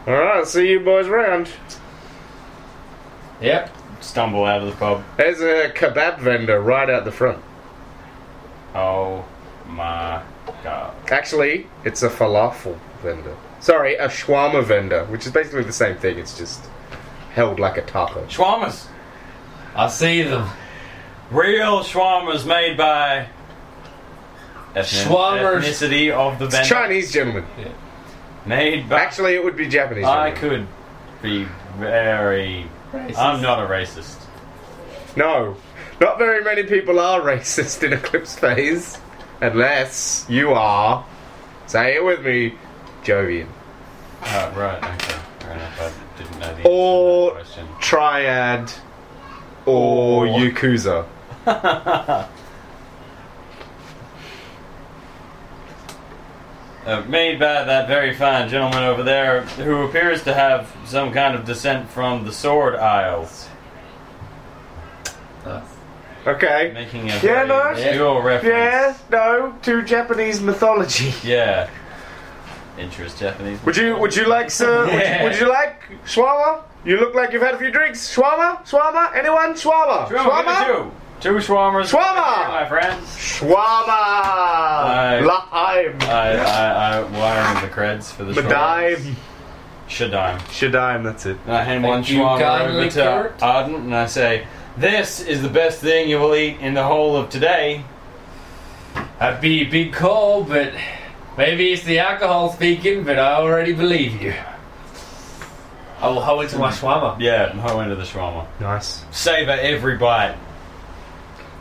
S1: Alright, see you boys round.
S3: Yep.
S2: Stumble out of the pub.
S1: There's a kebab vendor right out the front.
S2: Oh my god.
S1: Actually, it's a falafel vendor. Sorry, a shawarma vendor, which is basically the same thing. It's just held like a taco.
S2: Shawarmas!
S3: I see them.
S2: Real shawarmas made by. ethnic-
S3: Shawarmas.
S2: Ethnicity of the vendor.
S1: It's Chinese gentlemen.
S2: Made by.
S1: Actually, it would be Japanese.
S2: I
S1: gentlemen.
S2: could be very. I'm not a racist.
S1: No, not very many people are [LAUGHS] racist in Eclipse Phase, unless you are. Say it with me, Jovian
S2: Oh, right, okay. Fair enough. I didn't know the answer
S1: Or-
S2: to that question.
S1: Triad or
S2: Or-
S1: Yakuza.
S2: Uh, made by that very fine gentleman over there who appears to have some kind of descent from the Sword Isles.
S3: Nice.
S1: Okay.
S2: Making a
S1: Yeah,
S2: very
S1: no.
S2: obscure
S1: Yeah,
S2: reference.
S1: no, to Japanese mythology.
S2: Yeah. Interest Japanese.
S1: Would you Would you like sir? Would, you, would you like shawarma? You look like you've had a few drinks. Schwama? Schwama? Anyone? Schwama?
S2: Schwammer, look at you. Two Schwammers.
S1: Schwammer!
S2: Here, my friends.
S1: Schwama! Laheim.
S2: I, I, I wire in the creds for the
S1: Madime.
S2: Shadime.
S1: Shadime, that's it.
S2: And I hand one
S3: you,
S2: Schwammer over
S3: kindly
S2: to
S3: carrot.
S2: Ardent and I say, This is the best thing you will eat in the whole of today.
S3: I'd be big call, but maybe it's the alcohol speaking, but I already believe you. I will hold it to my shawarma.
S2: Yeah, I'm ho into the Schwammer.
S1: Nice.
S2: Savor every bite.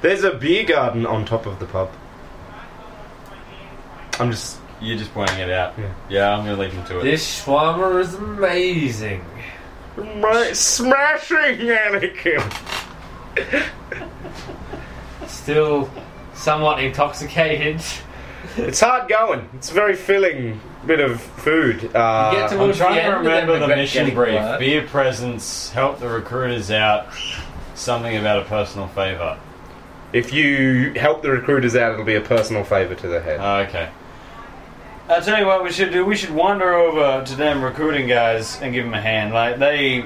S1: There's a beer garden on top of the pub. I'm just.
S2: You're just pointing it out.
S1: Yeah.
S2: I'm going to leave them to it.
S3: This shawarma is amazing.
S1: Right, smashing Anakin!
S3: Still somewhat intoxicated.
S1: It's hard going. It's a very filling bit of food. Uh,
S3: You get to-
S2: I'm trying
S3: the
S2: to
S3: end, then
S2: remember
S3: we
S2: the
S3: get
S2: mission
S3: getting
S2: brief.
S3: work.
S2: Be a presence, help the recruiters out, something about a personal favour.
S1: if you help the recruiters out, it'll be a personal favour to the head.
S2: Uh, okay. I'll tell you what we should do. We should wander over to them recruiting guys and give them a hand. Like, they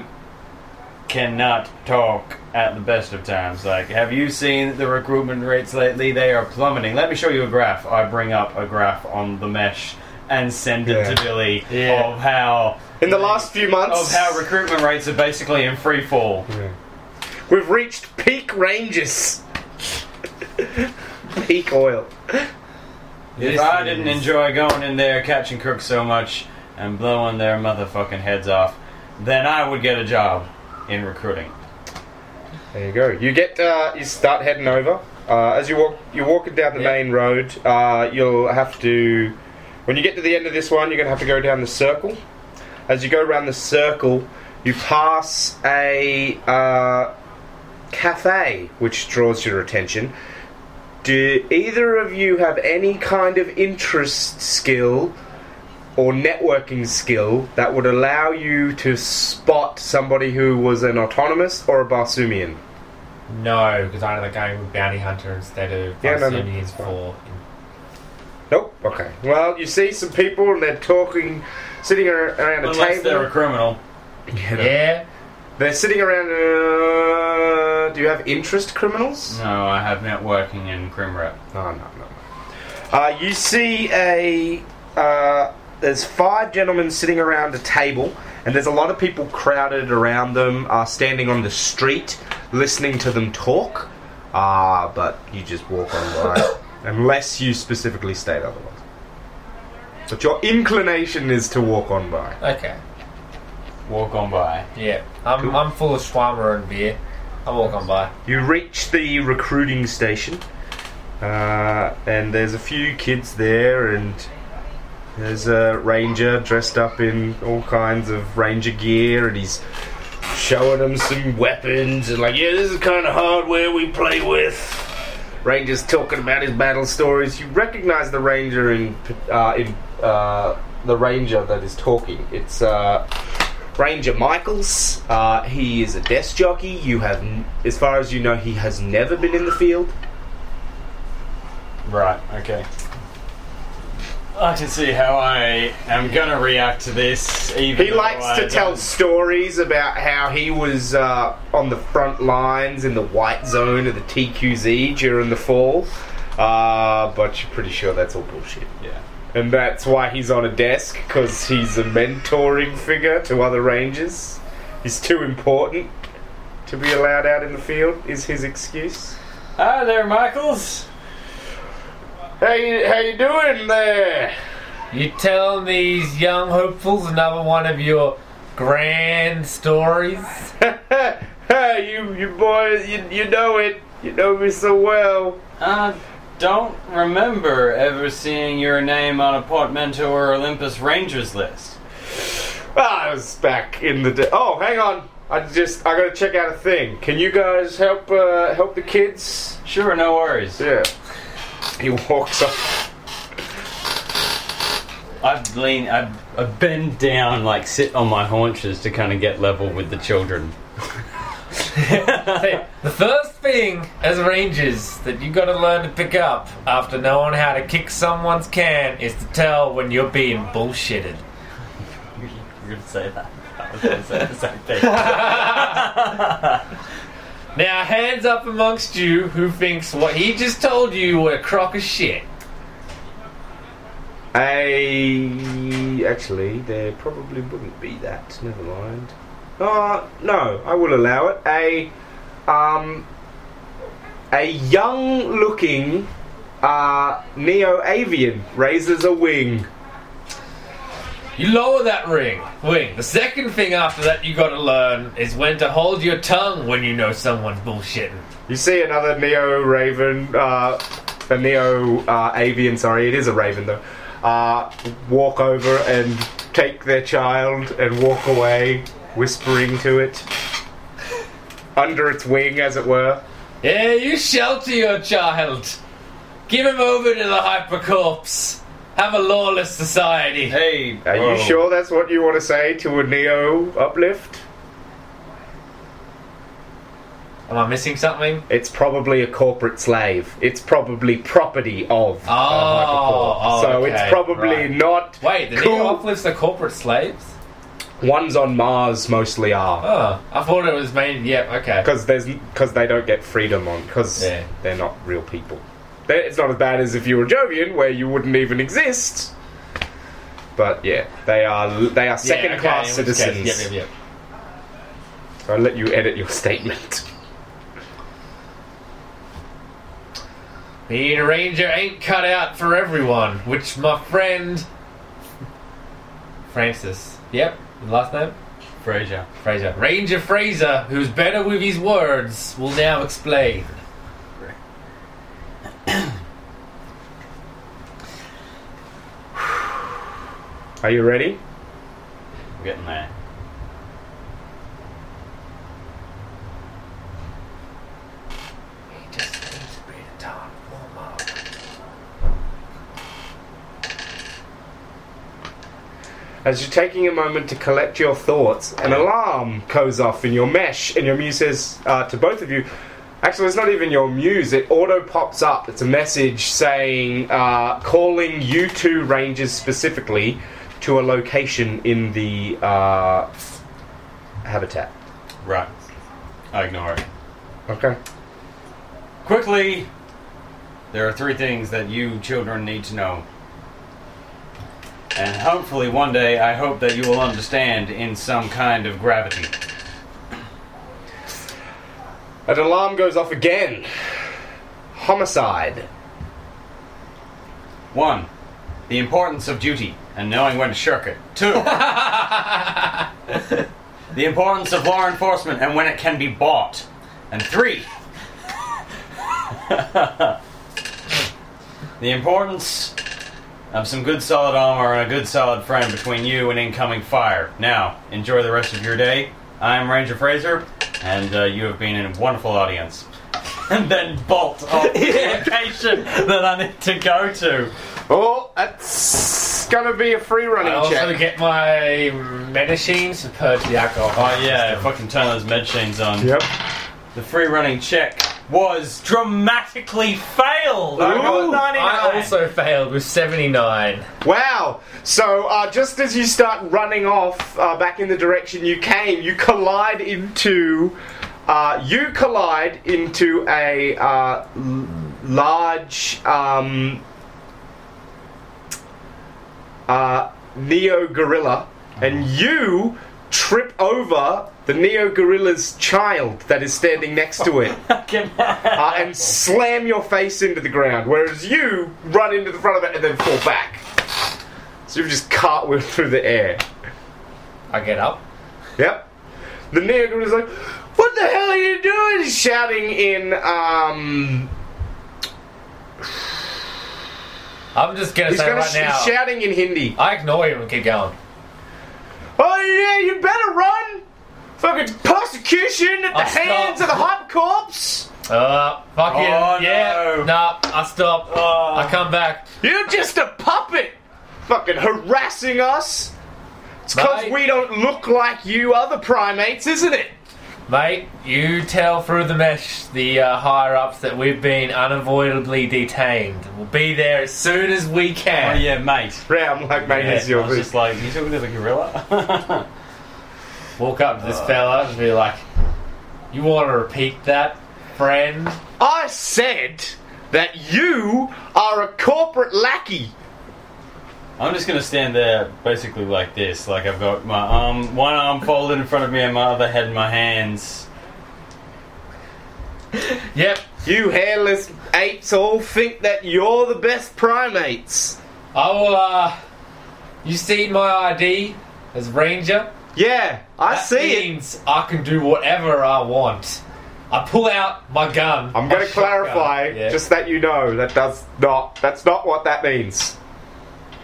S2: cannot talk at the best of times. Like, have you seen the recruitment rates lately? They are plummeting. Let me show you a graph. I bring up a graph on the mesh and send it
S1: Yeah.
S2: to Billy
S3: Yeah.
S2: of how.
S1: In the last few months,
S2: Of how recruitment rates are basically in free fall.
S1: Yeah. We've reached peak ranges. [LAUGHS] peak oil.
S2: If
S3: This
S2: I didn't
S3: is-
S2: enjoy going in there catching crooks so much and blowing their motherfucking heads off, then I would get a job in recruiting.
S1: There you go. You get uh, you start heading over. Uh, as you walk, you're walking down the
S3: Yeah.
S1: main road. Uh, you'll have to, when you get to the end of this one, you're gonna have to go down the circle. As you go around the circle, you pass a uh, cafe, which draws your attention. Do either of you have any kind of interest skill or networking skill that would allow you to spot somebody who was an autonomous or a Barsumian?
S3: No, because I ended up going with Bounty Hunter instead of
S1: Yeah, no, no,
S3: Palestinians
S1: it's fine.
S3: for.
S1: Nope. Okay. Well, you see some people and they're talking, sitting ar- around a
S2: Unless they're a
S1: table.
S2: criminal.
S1: [LAUGHS] Yeah, no.
S3: Yeah?
S1: They're sitting around. Uh, do you have interest criminals?
S2: No, I have networking in crim rep.
S1: No, no, no. Uh, you see a. Uh, there's five gentlemen sitting around a table, and there's a lot of people crowded around them, uh, standing on the street, listening to them talk. Ah, but you just walk on by, [COUGHS] unless you specifically state otherwise. But your inclination is to walk on by.
S3: Okay.
S2: Walk on by.
S3: Yeah. I'm,
S1: Cool.
S3: I'm full of shawarma and beer. I'll walk on by.
S1: You reach the recruiting station, uh, and there's a few kids there, and there's a ranger dressed up in all kinds of ranger gear, and he's showing them some weapons, and like, yeah, this is the kind of hardware we play with. Ranger's talking about his battle stories. You recognize the ranger in uh, in uh, the ranger that is talking. It's uh, Ranger Michaels. Uh, he is a desk jockey. You have, n- as far as you know, he has never been in the field.
S2: Right, okay. I can see how I am gonna react to this. Even
S1: He
S2: though
S1: likes
S2: I
S1: to tell
S2: don't-
S1: stories about how he was uh, on the front lines in the white zone of the TQZ during the fall. Uh, but you're pretty sure that's all bullshit.
S2: Yeah.
S1: And that's why he's on a desk, because he's a mentoring figure to other rangers. He's too important to be allowed out in the field, is his excuse.
S2: Hi there, Michaels.
S1: How you, how you doing there?
S3: You telling these young hopefuls another one of your grand stories?
S1: hey, [LAUGHS] you, you boys, you, you know it. You know me so well.
S2: I don't remember ever seeing your name on a portmanteau or Olympus Rangers list.
S1: Ah, I was back in the day. Oh, hang on. I just, I gotta check out a thing. Can you guys help, uh, help the kids?
S2: Sure, no worries.
S1: Yeah. He walks up.
S2: I've lean, I've, I've bend down, like sit on my haunches to kind of get level with the children.
S3: Hey, the first thing as rangers that you gotta learn to pick up after knowing how to kick someone's can is to tell when you're being bullshitted.
S2: You're gonna say that? That was It's the same thing.
S3: Now, hands up amongst you who thinks what he just told you were a crock of shit.
S1: A actually, there probably wouldn't be that. Never mind. Uh, no, I will allow it. A um, a young-looking uh, neo-avian raises a wing.
S3: You lower that ring, wing. The second thing after that you gotta learn is when to hold your tongue when you know someone's bullshitting.
S1: You see another neo raven, uh, a neo uh, avian. Sorry, it is a raven though. Uh, walk over and take their child and walk away, whispering to it under its wing, as it were.
S3: Yeah, you shelter your child. Give him over to the hypercorpse. Have a lawless
S2: [LAUGHS]
S3: society.
S2: hey,
S1: Are
S2: whoa.
S1: you sure that's what you want to say to a neo uplift?
S3: Am I missing something?
S1: It's probably a corporate slave. It's probably property of. a
S3: Oh,
S1: hypercorp.
S3: oh,
S1: so
S3: okay,
S1: it's probably
S3: right.
S1: not.
S3: Wait, the
S1: cool.
S3: neo uplifts are corporate slaves?
S1: Ones on Mars mostly are.
S3: Oh, I thought it was made. Yeah, okay.
S1: because there's because they don't get freedom on because
S3: Yeah.
S1: they're not real people. they it's not as bad as if you were Jovian, where you wouldn't even exist. But yeah, they are they are
S3: Yeah,
S1: second
S3: okay,
S1: class
S3: in which case-
S1: citizens.
S3: Yep, yep, yep.
S1: I'll let you edit your [LAUGHS] statement.
S3: Being a ranger ain't cut out for everyone, which my friend Francis. Yep, his last name
S2: Frasier.
S3: Fraser. Ranger Fraser, who's better with his words, will now explain.
S1: Are you ready?
S2: We're getting there.
S3: He just needs a bit of time to warm up.
S1: As you're taking a moment to collect your thoughts, an alarm goes off in your mesh, and your muse says uh, to both of you, actually, it's not even your muse, it auto pops up. It's a message saying, uh, calling you two rangers specifically to a location in the uh, habitat.
S2: Right. I ignore it.
S1: Okay.
S2: Quickly, there are three things that you children need to know. And hopefully, one day, I hope that you will understand in some kind of gravity.
S1: An alarm goes off again. Homicide.
S2: One, the importance of duty and knowing when to shirk it. Two, the importance of law enforcement and when it can be bought. And three, [LAUGHS] the importance of some good solid armor and a good solid friend between you and incoming fire. Now, enjoy the rest of your day. I'm Ranger Fraser, and uh, you have been a wonderful audience. [LAUGHS] And then bolt off the location that I need to go to.
S1: Oh, that's gonna be a free
S3: I
S1: running
S3: also
S1: check.
S3: get my medicines to purge the alcohol.
S2: Oh yeah, fucking turn those med chains on.
S1: Yep.
S2: The free running check was dramatically failed. I got
S1: Ooh,
S2: 99.
S3: I also failed with 79.
S1: Wow! So, uh, just as you start running off uh, back in the direction you came, you collide into. Uh, you collide into a uh, l- large um, uh, Neo Gorilla, and you trip over the Neo Gorilla's child that is standing next to it
S2: Fucking hell.
S1: uh, and slam your face into the ground, whereas you run into the front of it and then fall back. So you've just cartwheeled through the air.
S3: I get up.
S1: Yep. The nigger is like, "What the hell are you doing?" Shouting in, um,
S3: I'm just gonna
S1: he's
S3: say
S1: gonna
S3: right
S1: sh-
S3: now.
S1: shouting in Hindi.
S3: I ignore him and keep going.
S1: Oh yeah, you better run! Fucking persecution at the
S3: I'll stop.
S1: hands of the hot corpse.
S3: Uh, fuck it.
S2: Oh,
S3: yeah.
S2: no.
S3: Nah, I stop.
S2: Oh.
S3: I come back.
S1: You're just a puppet, fucking harassing us. It's because
S3: Mate.
S1: we don't look like you other primates, isn't it?
S3: Mate, you tell through the mesh the uh, higher ups that we've been unavoidably detained. We'll be there as soon as we
S2: Oh
S3: can.
S2: yeah, mate.
S1: Yeah, I'm like, mate,
S2: Yeah,
S1: it's your
S2: I was just like, you talking to the gorilla?
S3: walk up to this fella and be like, "You want to repeat that, friend?"
S1: I said that you are a corporate lackey.
S2: [LAUGHS] I'm just gonna stand there basically like this. Like I've got my arm, one arm folded in front of me, and my other head in my hands.
S3: Yep,
S1: You hairless apes all think that you're the best primates.
S3: I will. Uh, you see my ID as Ranger.
S1: Yeah, I
S3: That
S1: see it.
S3: means I can do whatever I want. I pull out my gun.
S1: I'm
S3: my
S1: going to clarify,
S3: shotgun. Yeah.
S1: just that you know, that does not. That's not what that means.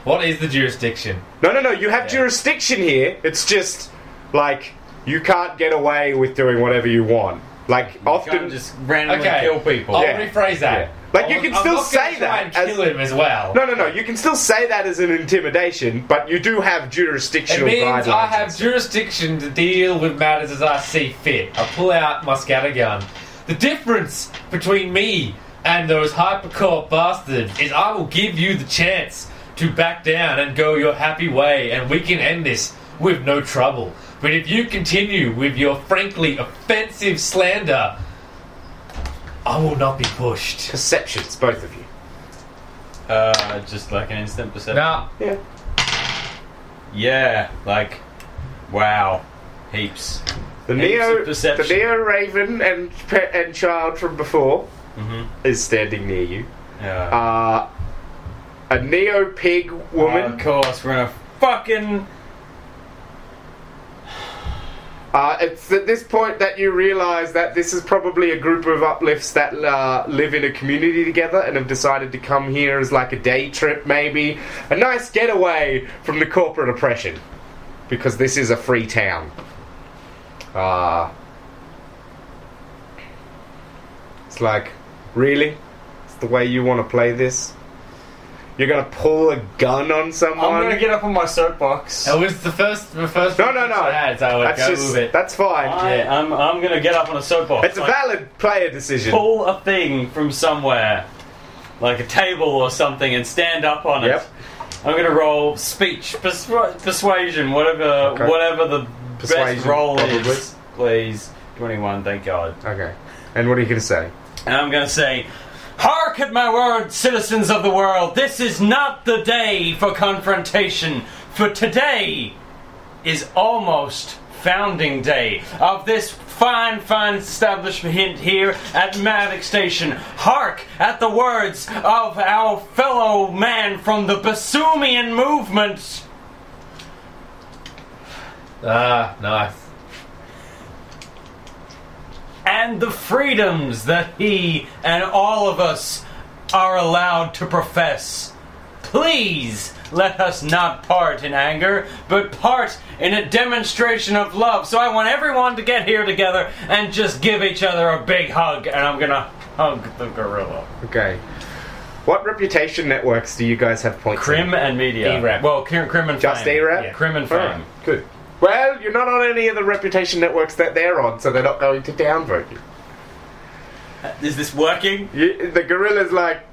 S3: what is the jurisdiction?
S1: No, no, no. You have
S3: Yeah.
S1: jurisdiction here. It's just like you can't get away with doing whatever you want. Like often,
S2: Often just randomly
S3: Okay,
S2: kill people.
S3: I'll
S1: Yeah.
S3: rephrase that.
S1: Yeah. Like, you
S3: I'm-
S1: can
S3: I'm
S1: still
S3: not gonna
S1: say
S3: try
S1: that
S3: and
S1: as-
S3: kill him as well.
S1: no, no, no. You can still say that as an intimidation, but you do have
S3: It
S1: jurisdictional
S3: means
S1: guidelines.
S3: I have jurisdiction to deal with matters as I see fit. I pull out my scatter gun. The difference between me and those hypercorp bastards is I will give you the chance to back down and go your happy way, and we can end this with no trouble. But if you continue with your frankly offensive slander, I will not be pushed.
S1: perceptions, both of you.
S2: Uh, just like an instant perception.
S3: Now,
S1: Yeah.
S2: Yeah, like, wow, heaps.
S1: The
S2: Heaps
S1: neo,
S2: of perception.
S1: the neo raven and pe- and child from before
S2: hmm
S1: is standing near you.
S2: Yeah.
S1: Uh, a neo pig
S2: of
S1: woman.
S2: course, we're in a fucking.
S1: Uh, it's at this point that you realise that this is probably a group of uplifts that uh, live in a community together and have decided to come here as like a day trip, maybe a nice getaway from the corporate oppression, because this is a free town. Uh, it's like, really? It's the way you want to play this? You're gonna pull a gun on someone?
S2: I'm gonna get up on my soapbox.
S3: that was the first, the first.
S1: No, no, no.
S3: I had, so I would
S1: that's
S3: go
S1: just
S3: with it.
S1: that's fine.
S2: I,
S3: Yeah.
S2: I'm, I'm gonna get up on a soapbox.
S1: It's a
S2: Uh, like,
S1: valid player decision.
S2: pull a thing from somewhere, like a table or something, and stand up on
S1: Yep.
S2: it. I'm gonna roll speech, persua- persuasion, whatever,
S1: Okay.
S2: whatever the best
S1: Persuasion,
S2: roll
S1: probably.
S2: is. Please, twenty-one. Thank God.
S1: Okay. And what are you going to say?
S2: And I'm going to say, Hark at my word, citizens of the world. This is not the day for confrontation, for today is almost founding day of this fine, fine establishment here at Mavic Station. Hark at the words of our fellow man from the Basumian movement.
S3: Ah, nice.
S2: and the freedoms that he and all of us are allowed to profess. Please let us not part in anger, but part in a demonstration of love. So I want everyone to get here together and just give each other a big hug, and I'm gonna hug the gorilla.
S1: Okay. What reputation networks do you guys have points in?
S2: Crim and media.
S3: A-Rap.
S2: Well, Crim, Crim and
S1: Just
S2: Fame.
S1: A-Rap?
S2: Yeah. Crim and Fame.
S1: Alright, good. Well, you're not on any of the reputation networks that they're on, so they're not going to downvote you.
S2: Is this working?
S1: you the gorilla's like,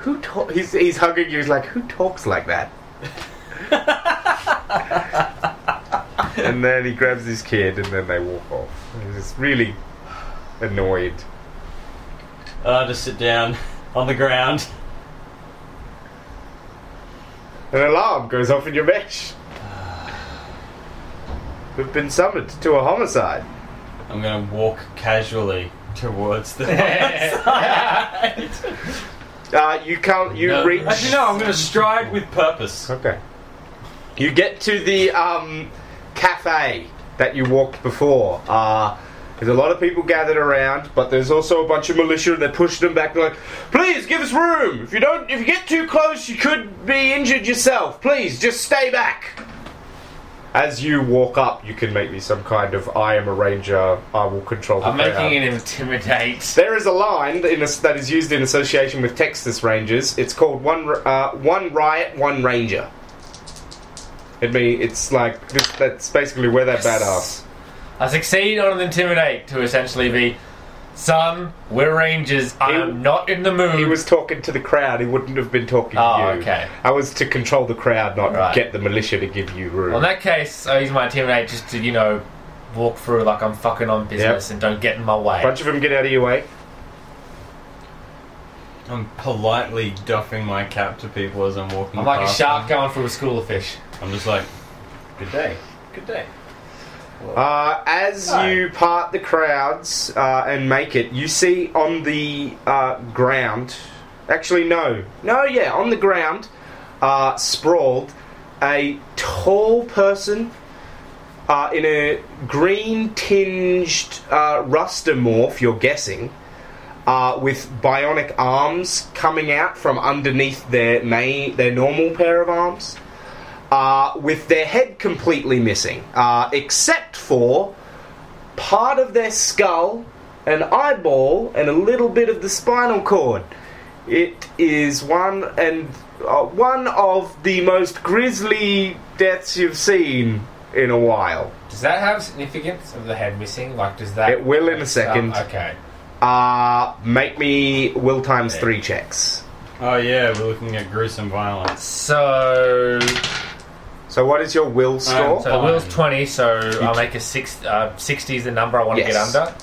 S1: who ta- he's, he's hugging you, he's like, who talks like that? [LAUGHS] and then he grabs his kid and then they walk off. He's just really annoyed.
S2: Uh, just sit down on the ground.
S1: An alarm goes off in your mesh. We've been summoned to a homicide.
S2: I'm gonna walk casually towards
S3: [LAUGHS]
S2: the [LAUGHS] side.
S1: Uh, you can't. You
S3: No.
S1: reach.
S2: Actually, no, I'm going to stride with purpose.
S1: Okay. You get to the um, cafe that you walked before. Uh, there's a lot of people gathered around, but there's also a bunch of militia, and they're pushing them back. They're like, "Please give us room. If you don't, if you get too close, you could be injured yourself. Please, just stay back." As you walk up, you can make me some kind of "I am a ranger. I will control the
S3: I'm
S1: crowd."
S3: making it intimidate.
S1: There is a line in as- that is used in association with Texas Rangers. It's called one r- uh, one riot, one ranger. It mean it's like this, that's basically where they're badass.
S3: I succeed on an intimidate to essentially be, son, we're rangers. I
S1: He-
S3: am not in the mood.
S1: He was talking to the crowd. He wouldn't have been talking
S3: Oh,
S1: to you.
S3: okay.
S1: I was to control the crowd, not
S3: Right.
S1: get the militia to give you room.
S3: Well, in that case, I use my intimidate just to you know walk through like I'm fucking on business and don't get in my way.
S1: bunch of them get out of your way.
S2: I'm politely duffing my cap to people as I'm walking.
S3: I'm like a
S2: past
S3: shark
S2: them.
S3: going through a school of fish.
S2: I'm just like, good day, good day.
S1: Uh, as
S2: Hi.
S1: you part the crowds uh, and make it, you see on the uh, ground. Actually, no. No, yeah, on the ground, uh, sprawled, a tall person uh, in a green tinged uh, rustomorph, you're guessing, uh, with bionic arms coming out from underneath their, main, their normal pair of arms uh, with their head completely missing, uh, except for part of their skull, an eyeball, and a little bit of the spinal cord. It is one and uh, one of the most grisly deaths you've seen in a while.
S3: Does that have significance of the head missing? Like, does that?
S1: It will in a second.
S3: Um, okay.
S1: Uh, make me will times three checks.
S2: Oh yeah, we're looking at gruesome violence.
S3: So,
S1: So, what is your will score?
S3: so Will's twenty, so I'll make a six. Uh, Sixty is the number I want to
S1: Yes.
S3: get under.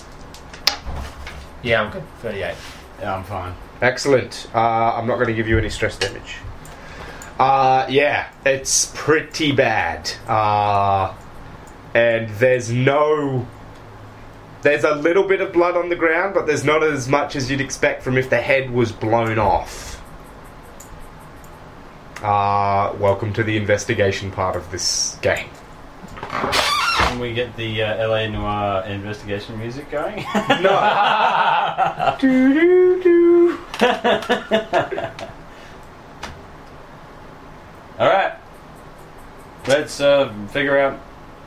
S3: Yeah, I'm good. Thirty-eight.
S2: Yeah, I'm fine.
S1: Excellent. Uh, I'm not going to give you any stress damage. Uh, yeah, it's pretty bad. Uh, and there's no. There's a little bit of blood on the ground, but there's not as much as you'd expect from if the head was blown off. Uh, welcome to the investigation part of this game.
S2: Can we get the uh, LA Noir investigation music going? [LAUGHS]
S1: No! do, do, do.
S2: All right, let's uh, figure out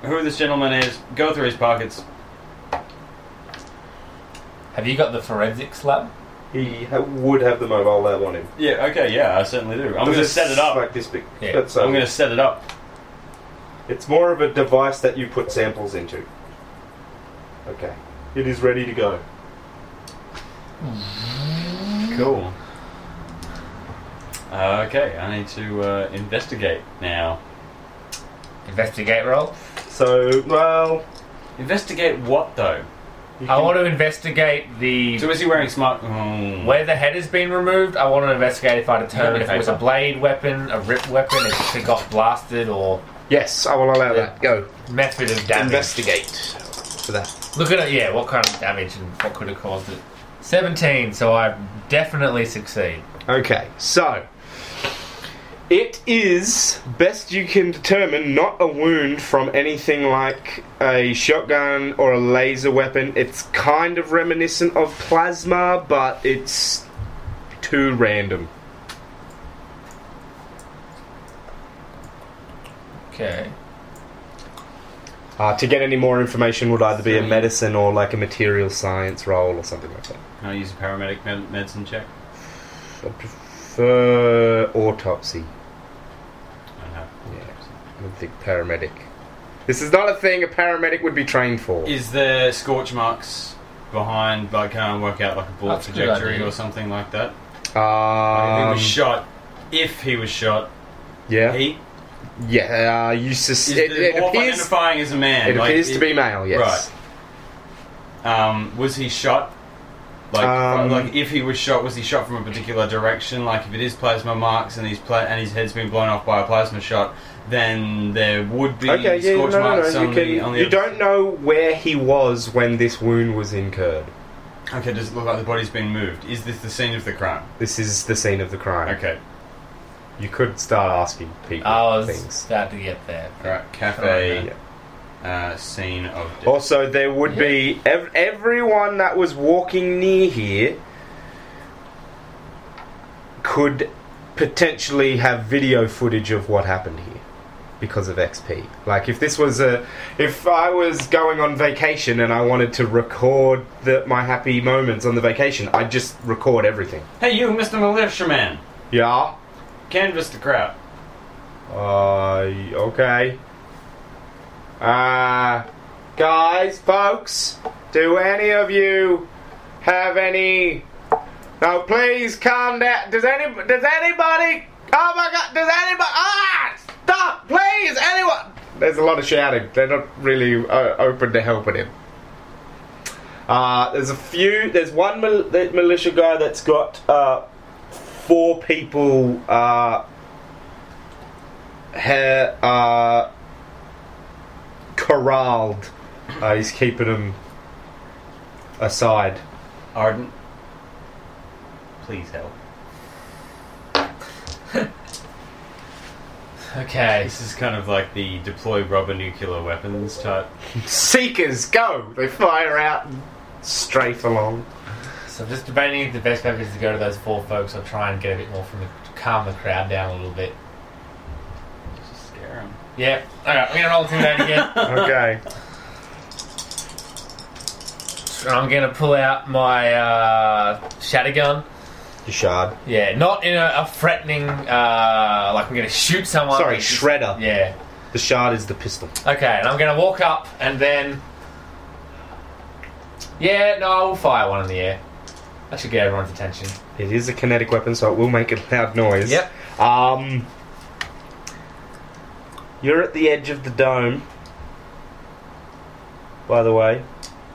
S2: who this gentleman is. Go through his pockets.
S3: Have you got the forensics lab?
S1: He ha- would have the mobile lab on him.
S2: Yeah. Okay. Yeah, I certainly do. I'm gonna
S1: It's
S2: set it up.
S1: Like this big.
S3: Yeah.
S1: That's,
S2: I'm
S1: um,
S2: gonna set it up.
S1: It's more of a device that you put samples into. Okay. It is ready to go.
S2: Cool. Uh, okay, I need to uh, investigate now.
S3: Investigate roll.
S1: So, well,
S2: Investigate what though?
S1: you
S3: I
S1: can-
S3: want to investigate the
S2: So is he wearing smart? Hmm.
S3: where the head has been removed. I want to investigate if I determine if it was a
S2: paper.
S3: blade weapon, a rip weapon, if it got blasted, or
S1: yes, I will allow that. Go
S3: method of damage.
S1: investigate for that.
S3: Look at it, yeah, what kind of damage and what could have caused it. 17, so I definitely succeed.
S1: Okay. So, it is best you can determine not a wound from anything like a shotgun or a laser weapon. It's kind of reminiscent of plasma, but it's too random.
S3: Okay.
S1: Uh, to get any more information would either be a
S2: Three.
S1: medicine or like a material science role or something like that.
S2: Can I use a paramedic med- medicine check?
S1: I prefer autopsy.
S2: I don't have.
S1: Yeah. I don't think paramedic. This is not a thing a paramedic would be trained for.
S2: Is there scorch marks behind? Like, can I work out like a bullet
S3: That's a good
S2: trajectory
S3: idea.
S2: or something like that? Like, if he
S1: Um,
S2: was shot. If he was shot,
S1: yeah,
S2: he
S1: yeah. Uh, you sus-
S2: is
S1: it,
S2: the-
S1: it
S2: or
S1: appears
S2: identifying as a man.
S1: it
S2: like,
S1: appears to be male. Yes.
S2: Um, was he shot? Like,
S1: Um,
S2: like, if he was shot, was he shot from a particular direction? Like, if it is plasma marks and he's pla- and his head's been blown off by a plasma shot, then there would be
S1: Okay. Yeah. No.
S2: scorch
S1: No.
S2: marks
S1: no. You,
S2: on
S1: can,
S2: the on the.
S1: you don't know where he was when this wound was incurred.
S2: Okay, does it look like the body's been moved? Is this the scene of the crime?
S1: This is the scene of the crime.
S2: Okay,
S1: You could start asking people
S3: I was
S1: things.
S3: about to get there.
S2: all right, cafe
S1: Yeah. Oh.
S2: uh, scene of death.
S1: Also, there would be ev- everyone that was walking near here could potentially have video footage of what happened here because of XP. Like if this was a if I was going on vacation and I wanted to record the, my happy moments on the vacation, I'd just record everything.
S2: Hey, you, Mr. Militiaman,
S1: Yeah.
S2: canvas the crowd.
S1: Uh okay. Uh guys, folks, do any of you have any No, please calm down. Does any does anybody Oh my god, does anybody Ah stop please anyone There's a lot of shouting. They're not really uh, open to helping him. Uh, there's a few. There's one mil- that militia guy that's got uh, four people. Uh, ha- uh, corralled. Uh, he's keeping them aside.
S2: Ardent, please help.
S3: Okay.
S2: This is kind of like the deploy rubber nuclear weapons type.
S1: Seekers, go! They fire out and strafe along.
S3: So I'm just debating if the best method is to go to those four folks or try and get a bit more from the to calm the crowd down a little bit.
S2: Just scare 'em.
S3: Yeah. Alright, I'm gonna roll through that again.
S1: Okay.
S3: and I'm gonna pull out my uh shatter gun.
S1: Shard.
S3: Yeah, not in a, a threatening uh like I'm gonna shoot someone.
S1: Sorry,
S3: It's-
S1: Shredder.
S3: Yeah.
S1: The shard is the pistol.
S3: Okay, and I'm gonna walk up and then Yeah, no, I will fire one in the air. That should get everyone's attention.
S1: It is a kinetic weapon, so it will make a loud noise.
S3: Yep.
S1: Um, you're at the edge of the dome, by the way,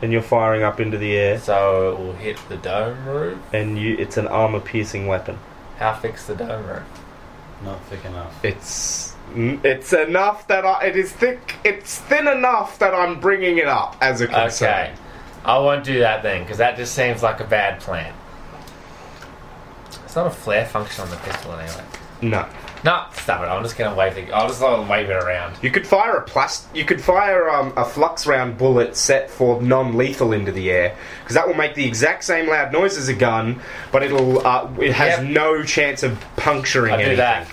S1: and you're firing up into the air,
S3: So it will hit the dome roof.
S1: and you, it's an armor-piercing weapon.
S3: How thick's the dome roof?
S2: Not thick enough.
S1: It's it's enough that I, it is thick. It's thin enough that I'm bringing it up as a concern.
S3: Okay. I won't do that then, because that just seems like a bad plan. It's not a flare function on the pistol anyway.
S1: No,
S3: No, stop it. I'm just gonna wave the. I'll just like, wave it around.
S1: you could fire a plus. You could fire um, a flux round bullet set for non-lethal into the air because that will make the exact same loud noise as a gun, but it'll uh, it has
S3: Yep.
S1: no chance of puncturing
S3: I'll do
S1: anything.
S3: that.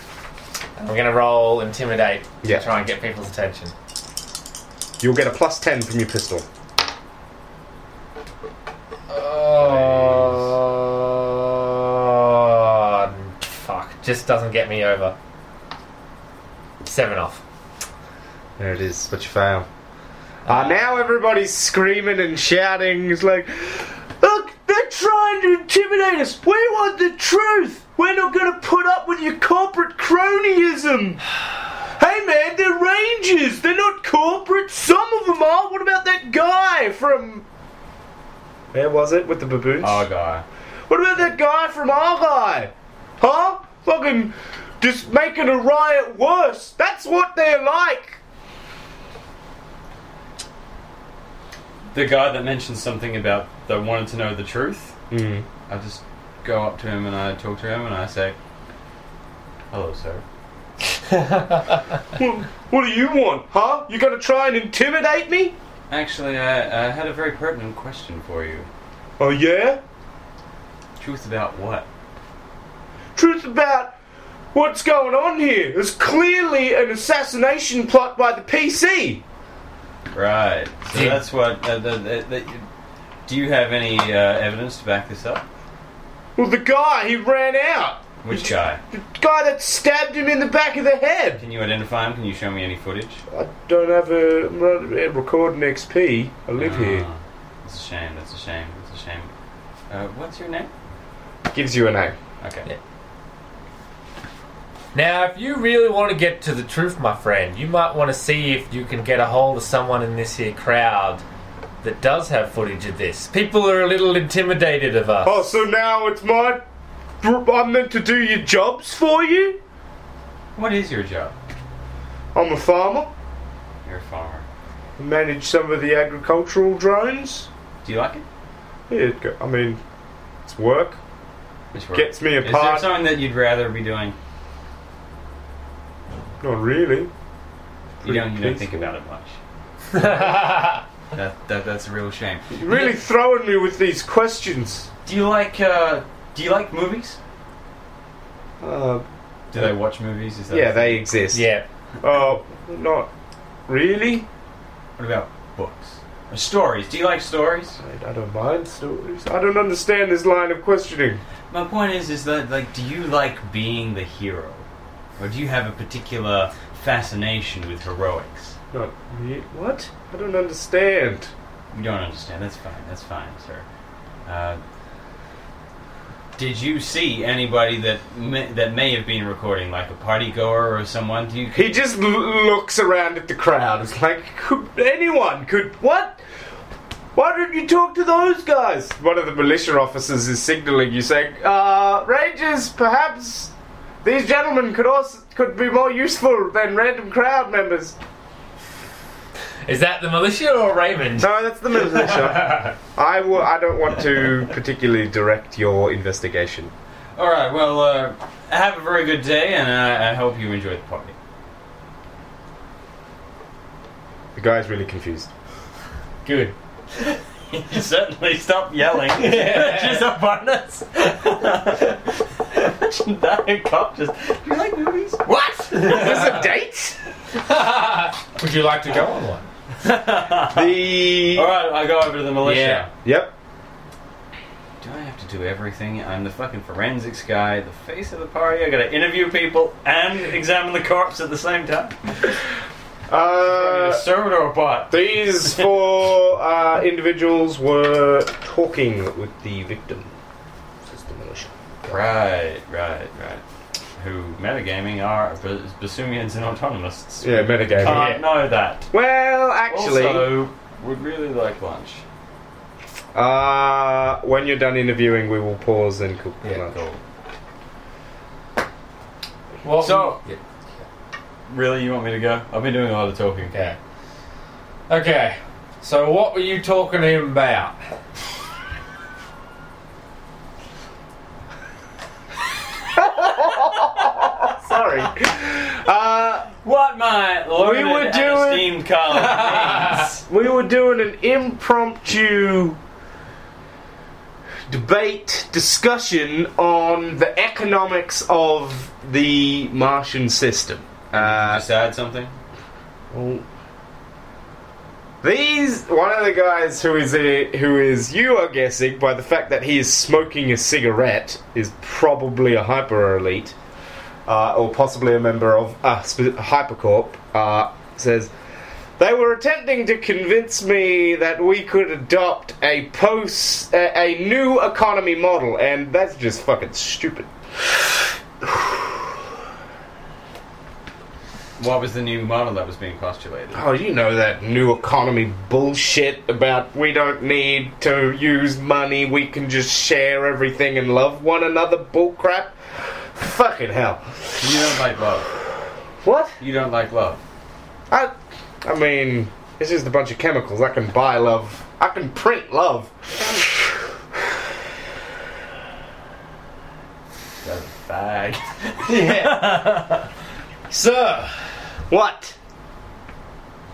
S3: I'm gonna roll intimidate
S1: Yeah.
S3: to try and get people's attention.
S1: You'll get a plus ten from your pistol.
S3: Oh, fuck! Just doesn't get me over. Seven off.
S1: There it is, but you fail. Uh, now everybody's screaming and shouting. It's like, look, they're trying to intimidate us. We want the truth. We're not going to put up with your corporate cronyism. [SIGHS] Hey man, they're rangers. They're not corporate. Some of them are. What about that guy from? Where was it with the baboons?
S2: Oh, guy.
S1: What about that guy from Argyle? Huh? Fucking just making a riot worse. That's what they're like.
S2: The guy that mentioned something about they wanted to know the truth. I just go up to him and I talk to him and I say, "Hello, sir."
S1: What, what do you want, huh? You gonna try and intimidate me?
S2: Actually, I, I had a very pertinent question for you.
S1: Oh yeah?
S2: Truth about what?
S1: Truth about what's going on here. There's clearly an assassination plot by the PC.
S2: Right. So
S3: Yeah.
S2: that's what. Uh, the, the, the, do you have any uh, evidence to back this up?
S1: Well, the guy he ran out.
S2: Which guy?
S1: The guy that stabbed him in the back of the head.
S2: Can you identify him? Can you show me any footage?
S1: I don't have a I'm not recording XP. I live here.
S2: Ah, That's a shame. That's a shame. That's a shame. Uh, what's your name?
S1: Gives you a name.
S2: Okay.
S3: Yeah. Now, if you really want to get to the truth, my friend, you might want to see if you can get a hold of someone in this here crowd that does have footage of this. People are a little intimidated of us.
S1: Oh, so now it's my. I'm meant to do your jobs for you?
S2: What is your job?
S1: I'm a farmer.
S2: You're a farmer.
S1: I manage some of the agricultural drones.
S2: Do you like it?
S1: Yeah, it go- I mean, it's work.
S2: Which work?
S1: Gets me a
S2: Is there
S1: part.
S2: something that you'd rather be doing?
S1: Not really.
S2: You
S1: Pretty
S2: don't, you don't think
S1: peaceful.
S2: about it much. That, that, that's a real shame.
S1: You're really throwing me with these questions.
S2: Do you like uh, Do you like movies?
S1: Uh,
S2: Do they watch movies? Is that
S1: yeah, they exist.
S3: [LAUGHS] yeah.
S1: Oh, not really.
S2: What about books? Or stories? Do you like stories?
S1: I, I don't mind stories. I don't understand this line of questioning.
S2: My point is, is that like, do you like being the hero, or do you have a particular fascination with heroics?
S1: Not re What? I don't understand.
S2: You don't understand. That's fine. That's fine, sir. Uh, Did you see anybody that may, that may have been recording, like a party goer or someone? Do you?
S1: He just l- looks around at the crowd. It's like, could, anyone could. What? Why don't you talk to those guys? One of the militia officers is signaling you, saying, uh, Rangers, perhaps these gentlemen could also could be more useful than random crowd members.
S3: Is that the militia or Raymond?
S1: No, that's the militia. [LAUGHS] I w- I don't want to particularly direct your investigation.
S2: All right. Well, uh, have a very good day, and I, I hope you enjoy the party.
S1: The guy's really confused.
S3: Good.
S2: You [LAUGHS] certainly stop yelling. [LAUGHS] [LAUGHS] just a bonus. [LAUGHS] that cop just. Do you like movies?
S3: [LAUGHS]
S2: What?
S1: Is this a date?
S3: Would you like to go on one?
S1: The.
S2: All right, I go over to the militia.
S3: Yeah.
S1: Yep.
S2: Do I have to do everything? I'm the fucking forensics guy, the face of the party. I gotta interview people and examine the corpse at the same time.
S1: Uh,
S2: a servant or a bot?
S1: These four uh, individuals were talking with the victim. Says the militia.
S2: Right, right, right. Who metagaming are Bas- Basumians and autonomists.
S1: Yeah, metagaming.
S2: Can't know that.
S1: Uh, Well, actually,
S2: also, would really like lunch.
S1: uh, when you're done interviewing, we will pause and cook the lunch.
S2: Cool.
S3: Well,
S2: So-
S3: yeah.
S2: Really, you want me to go? I've been doing a lot of talking.
S3: Okay. Okay. So what were you talking to him about?
S1: Sorry. [LAUGHS] uh,
S2: What my
S1: We were
S2: learned
S1: doing-
S2: and
S1: [LAUGHS]
S2: esteemed colleague means.
S1: we were doing an impromptu debate discussion on the economics of the Martian system. Uh,
S2: Just add something.
S1: These one of the guys who is a, who is you are guessing by the fact that he is smoking a cigarette is probably a hyper elite, uh, or possibly a member of uh, sp- hypercorp. Uh, says they were attempting to convince me that we could adopt a post a, a new economy model, and that's just fucking stupid.
S2: What was the new model that was being postulated?
S1: Oh, you know that new economy bullshit about we don't need to use money, we can just share everything and love one another bullcrap? Fucking hell.
S2: You don't like love.
S1: What?
S2: You don't like love.
S1: I, I mean, it's just a bunch of chemicals. I can buy love, I can print love.
S2: That's a fag. [LAUGHS]
S3: Yeah. Sir.
S1: What?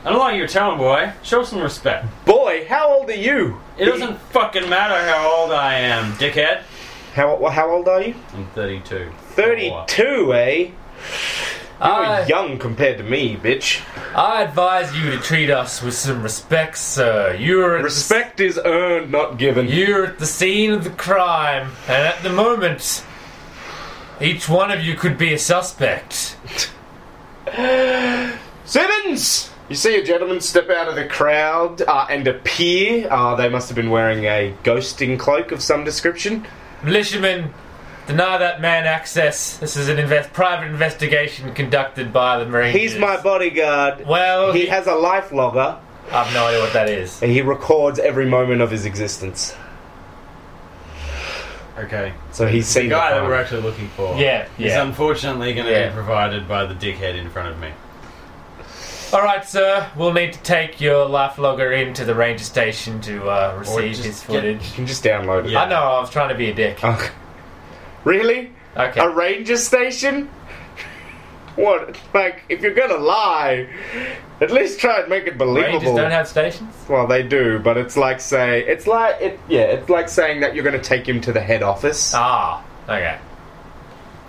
S2: I don't like your tone, boy. Show some respect.
S1: Boy, how old are you?
S2: It doesn't fucking matter how old I am, dickhead.
S1: How, how old are you?
S2: I'm 32.
S1: 32, eh? You're
S3: I,
S1: young compared to me, bitch.
S3: I advise you to treat us with some respect, sir. You're at
S1: Respect is earned, not given.
S3: The, you're at the scene of the crime, and at the moment, each one of you could be a suspect.
S1: Simmons! You see a gentleman step out of the crowd uh, and appear. Uh, they must have been wearing a ghosting cloak of some description.
S3: Militiamen, deny that man access. This is an invest- private investigation conducted by the Marines.
S1: He's my bodyguard.
S3: Well,
S1: He has a life logger,
S3: I have no idea what that is.
S1: and he records every moment of his existence.
S2: Okay.
S1: So he's
S2: The
S1: seen
S2: guy that
S1: crime.
S2: we're actually looking for.
S3: Yeah,
S2: Is
S3: yeah.
S2: unfortunately going to
S3: Yeah.
S2: be provided by the dickhead in front of me.
S3: All right, sir. We'll need to take your life logger into the ranger station to uh, receive
S2: just
S3: his
S2: get-
S3: footage.
S1: You can just download it.
S2: Yeah.
S3: I know. I was trying to be a dick.
S1: Okay. Really?
S3: Okay.
S1: A ranger station? [LAUGHS] What? Like, if you're gonna lie, at least try and make it believable.
S3: Rangers don't have stations.
S1: Well, they do, but it's like say it's like it yeah, it's like saying that you're going to take him to the head office.
S3: Ah. Okay.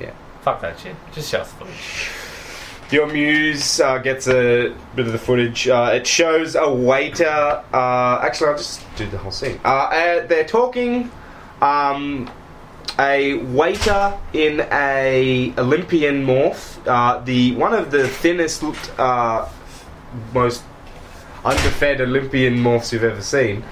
S1: Yeah.
S3: Fuck that shit. Just show us the footage.
S1: Your muse uh, gets a bit of the footage. Uh, it shows a waiter. Uh, actually, I'll just do the whole scene. Uh, uh, they're talking. Um, a waiter in a Olympian morph. Uh, the one of the thinnest, uh, most underfed Olympian morphs you've ever seen.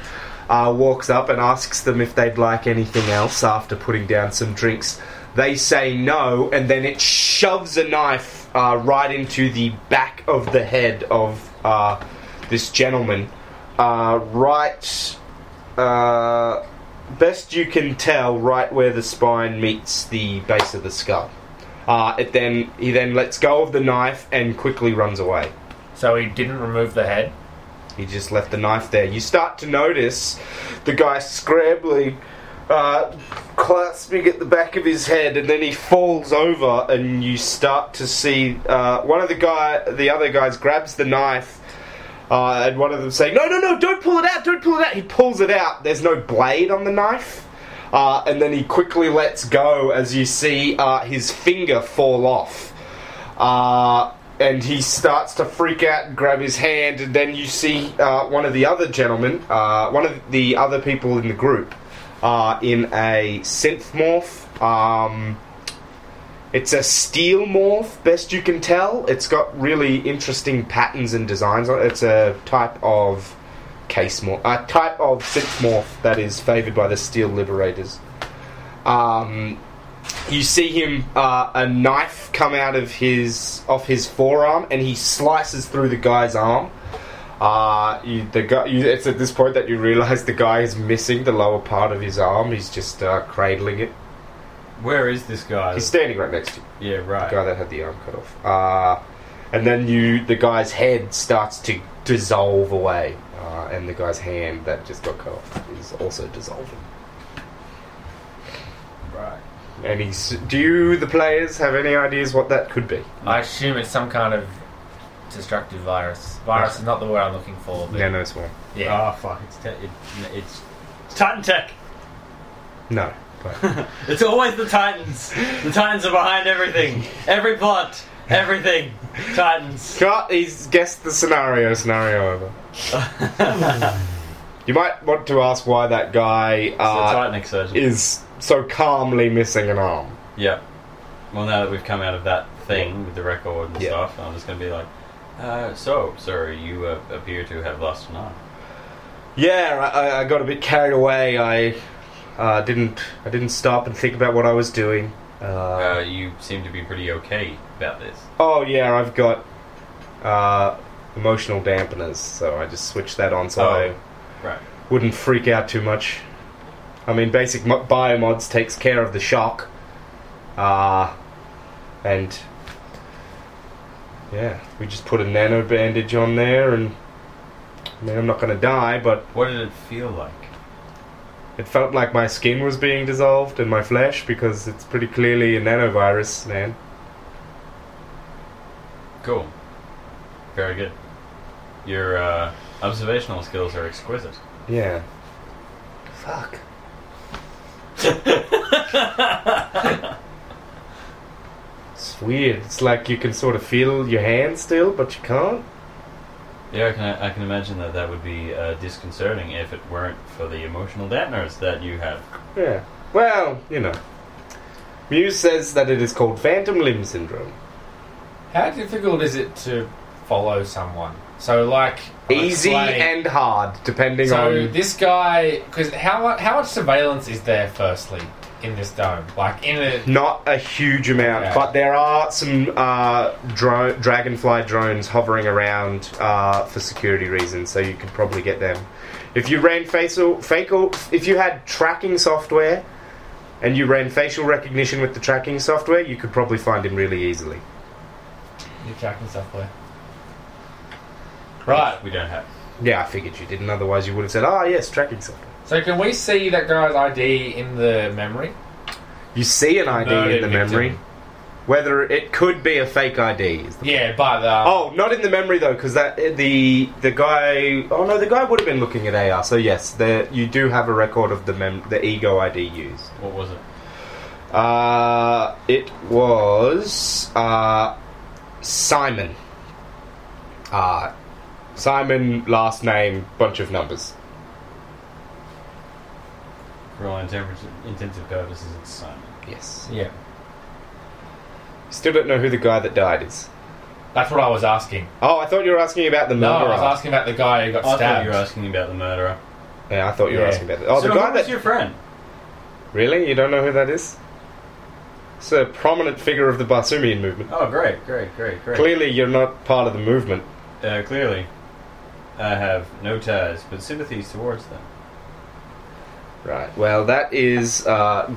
S1: uh, walks up and asks them if they'd like anything else after putting down some drinks. They say no, and then it shoves a knife uh, right into the back of the head of uh, this gentleman. Uh, right, uh, best you can tell, right where the spine meets the base of the skull. Uh, it then he then lets go of the knife and quickly runs away.
S3: So he didn't remove the head.
S1: He just left the knife there. You start to notice the guy scrambling, uh, clasping at the back of his head, and then he falls over, and you start to see uh, one of the guy, the other guys, grabs the knife. Uh, and one of them saying, "No, no, no! Don't pull it out! Don't pull it out!" He pulls it out. There's no blade on the knife, uh, and then he quickly lets go as you see uh, his finger fall off. Uh, and he starts to freak out and grab his hand, and then you see uh, one of the other gentlemen, uh, one of the other people in the group, uh, in a synth morph. Um, it's a steel morph, best you can tell. It's got really interesting patterns and designs on it. It's a type of case morph, a type of synth morph that is favored by the steel liberators. Um, you see him uh, a knife come out of his off his forearm, and he slices through the guy's arm. Uh, you, the guy, you, it's at this point that you realize the guy is missing the lower part of his arm. He's just uh, cradling it.
S2: Where is this guy?
S1: He's standing right next to you.
S2: yeah, right.
S1: The guy that had the arm cut off. Uh, and then you, the guy's head starts to dissolve away, uh, and the guy's hand that just got cut off is also dissolving.
S2: Right.
S1: And he's. Do you, the players, have any ideas what that could be?
S3: I assume it's some kind of destructive virus. Virus is not the word I'm looking for. But
S1: Nano swarm.
S3: Yeah.
S2: Oh fuck! It's te- it, it's it's Titan Tech.
S1: No. But
S2: It's always the Titans. The Titans are behind everything, every plot, everything. Titans.
S1: God, he's guessed the scenario. Scenario over. [LAUGHS] You might want to ask why that guy
S2: it's the
S1: uh,
S2: Titan Exurgent.
S1: is so calmly missing an arm.
S2: Yeah. Well, now that we've come out of that thing with the record and
S1: Yeah.
S2: stuff, I'm just going to be like, uh, so, sir, you uh, appear to have lost an eye.
S1: Yeah, I- I, I got a bit carried away. I uh, didn't. I didn't stop and think about what I was doing. Uh,
S2: Uh, you seem to be pretty okay about this.
S1: oh yeah, I've got uh, emotional dampeners, so I just switched that on so
S2: Oh. Right.
S1: I wouldn't freak out too much. I mean, basic mo- biomods takes care of the shock, uh, and yeah, we just put a nano bandage on there, and I mean, I'm not gonna die, but
S2: What did it feel like?
S1: It felt like my skin was being dissolved and my flesh because it's pretty clearly a nanovirus, man.
S2: Cool. Very good. Your uh, observational skills are exquisite.
S1: Yeah. Fuck. [LAUGHS] It's weird. It's like you can sort of feel your hand still, but you can't.
S2: Yeah, I can, I can imagine that that would be uh, disconcerting if it weren't for the emotional dampeners that you have.
S1: Yeah. Well, you know. Muse says that it is called phantom limb syndrome.
S3: How difficult is it to follow someone? So like I'll
S1: Easy
S3: explain.
S1: and hard, depending
S3: so
S1: on.
S3: this guy because how mu- how much surveillance is there? Firstly, in this dome, like in a
S1: Not a huge amount,
S3: Yeah.
S1: but there are some uh, dro- dragonfly drones hovering around uh, for security reasons, so you could probably get them. If you ran facial, facial, if you had tracking software, and you ran facial recognition with the tracking software, you could probably find him really easily.
S3: you're tracking software. Right.
S2: We don't have.
S1: Yeah, I figured you didn't. Otherwise, you would have said, "Ah, yes, tracking software."
S3: So can we see that guy's ID in the memory?
S1: You see an ID in
S3: Murdered
S1: the memory.
S3: victim.
S1: Whether it could be a fake ID is the
S3: Yeah, by the
S1: Oh, not in the memory though, because that eh, the the guy. Oh no, the guy would have been looking at AR. So yes, there you do have a record of the mem the ego ID used.
S2: What was it?
S1: Uh, it was uh, Simon. Uh, Simon, last name, bunch of numbers.
S2: For all intents intensive purposes, it's Simon.
S1: Yes.
S3: yeah.
S1: Still don't know who the guy that died is.
S3: That's what I was asking.
S1: Oh, I thought you were asking about the
S3: No, I
S1: murderer.
S3: was asking about the guy who got
S2: I thought
S3: stabbed.
S2: you were asking about the murderer.
S1: Yeah, I thought you were
S3: Yeah.
S1: asking about that. Oh,
S2: so
S1: the
S2: who
S1: guy
S2: was
S1: that.
S2: your friend?
S1: Really? You don't know who that is? It's a prominent figure of the Barsoomian movement.
S2: Oh, great, great, great, great.
S1: Clearly, you're not part of the movement.
S2: uh, clearly, I have no ties but sympathies towards them.
S1: Right. Well, that is uh,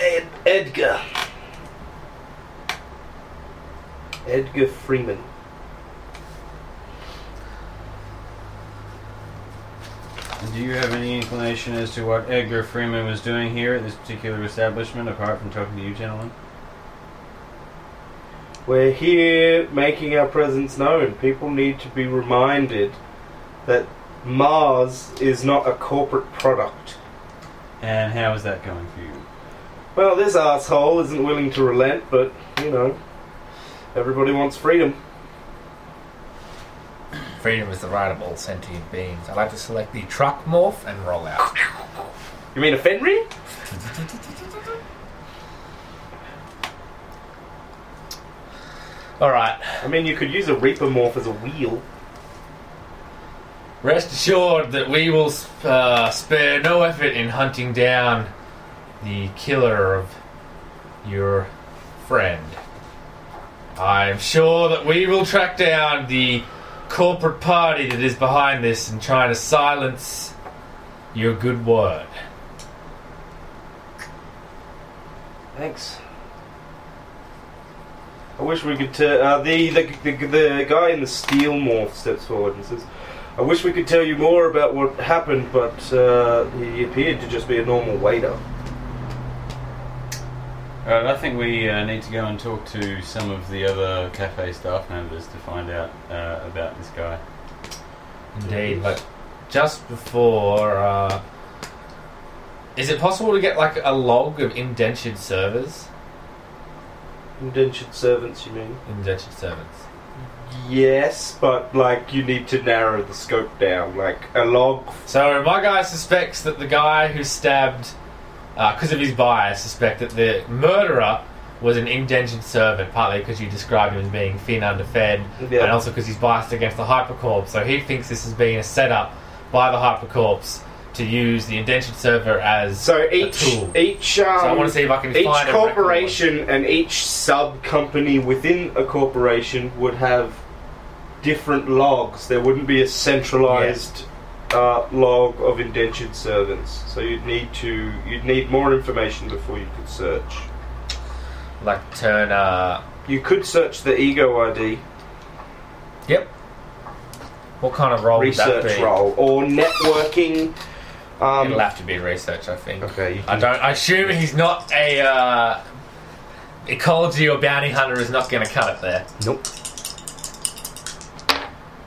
S1: Ed- Edgar. Edgar Freeman.
S2: And do you have any inclination as to what Edgar Freeman was doing here at this particular establishment, apart from talking to you, gentlemen?
S1: We're here making our presence known. People need to be reminded that Mars is not a corporate product.
S2: And how is that going for you?
S1: Well, this asshole isn't willing to relent, but you know, everybody wants freedom.
S3: Freedom is the right of all sentient beings. I like to select the truck morph and roll out.
S1: You mean a Fenrir?
S3: All right.
S1: I mean, you could use a Reaper morph as a wheel.
S3: Rest assured that we will uh, spare no effort in hunting down the killer of your friend. I'm sure that we will track down the corporate party that is behind this and trying to silence your good word.
S1: Thanks. I wish we could. T- uh, the, the the the guy in the steel morph steps forward and says, "I wish we could tell you more about what happened, but uh, he appeared to just be a normal waiter."
S2: Alright, I think we uh, need to go and talk to some of the other cafe staff members to find out uh, about this guy.
S3: Indeed, but just before, uh, is it possible to get like a log of indentured servers?
S1: Indentured servants, you mean?
S3: Indentured servants.
S1: Yes, but like you need to narrow the scope down. Like a log.
S3: So my guy suspects that the guy who stabbed, because of his bias, suspect that the murderer was an indentured servant, partly because you described him as being thin, underfed,
S1: Yeah.
S3: and also because he's biased against the hypercorp. So he thinks this is being a setup by the hypercorps to use the indentured server as
S1: So
S3: a
S1: each
S3: tool.
S1: each um,
S3: so I want to see if I can
S1: each
S3: find a record.
S1: corporation and each sub company within a corporation would have different logs. There wouldn't be a centralized uh, log of indentured servants. So you'd need to you'd need more information before you could search.
S3: like turn. Uh,
S1: You could search the ego ID,
S3: yep. What kind of role would that
S1: research
S3: be?
S1: role, or networking. Um,
S3: It'll have to be research, I think.
S1: okay, you can,
S3: I don't. I assume he's not a uh, ecology or bounty hunter is not going to cut it there.
S1: nope.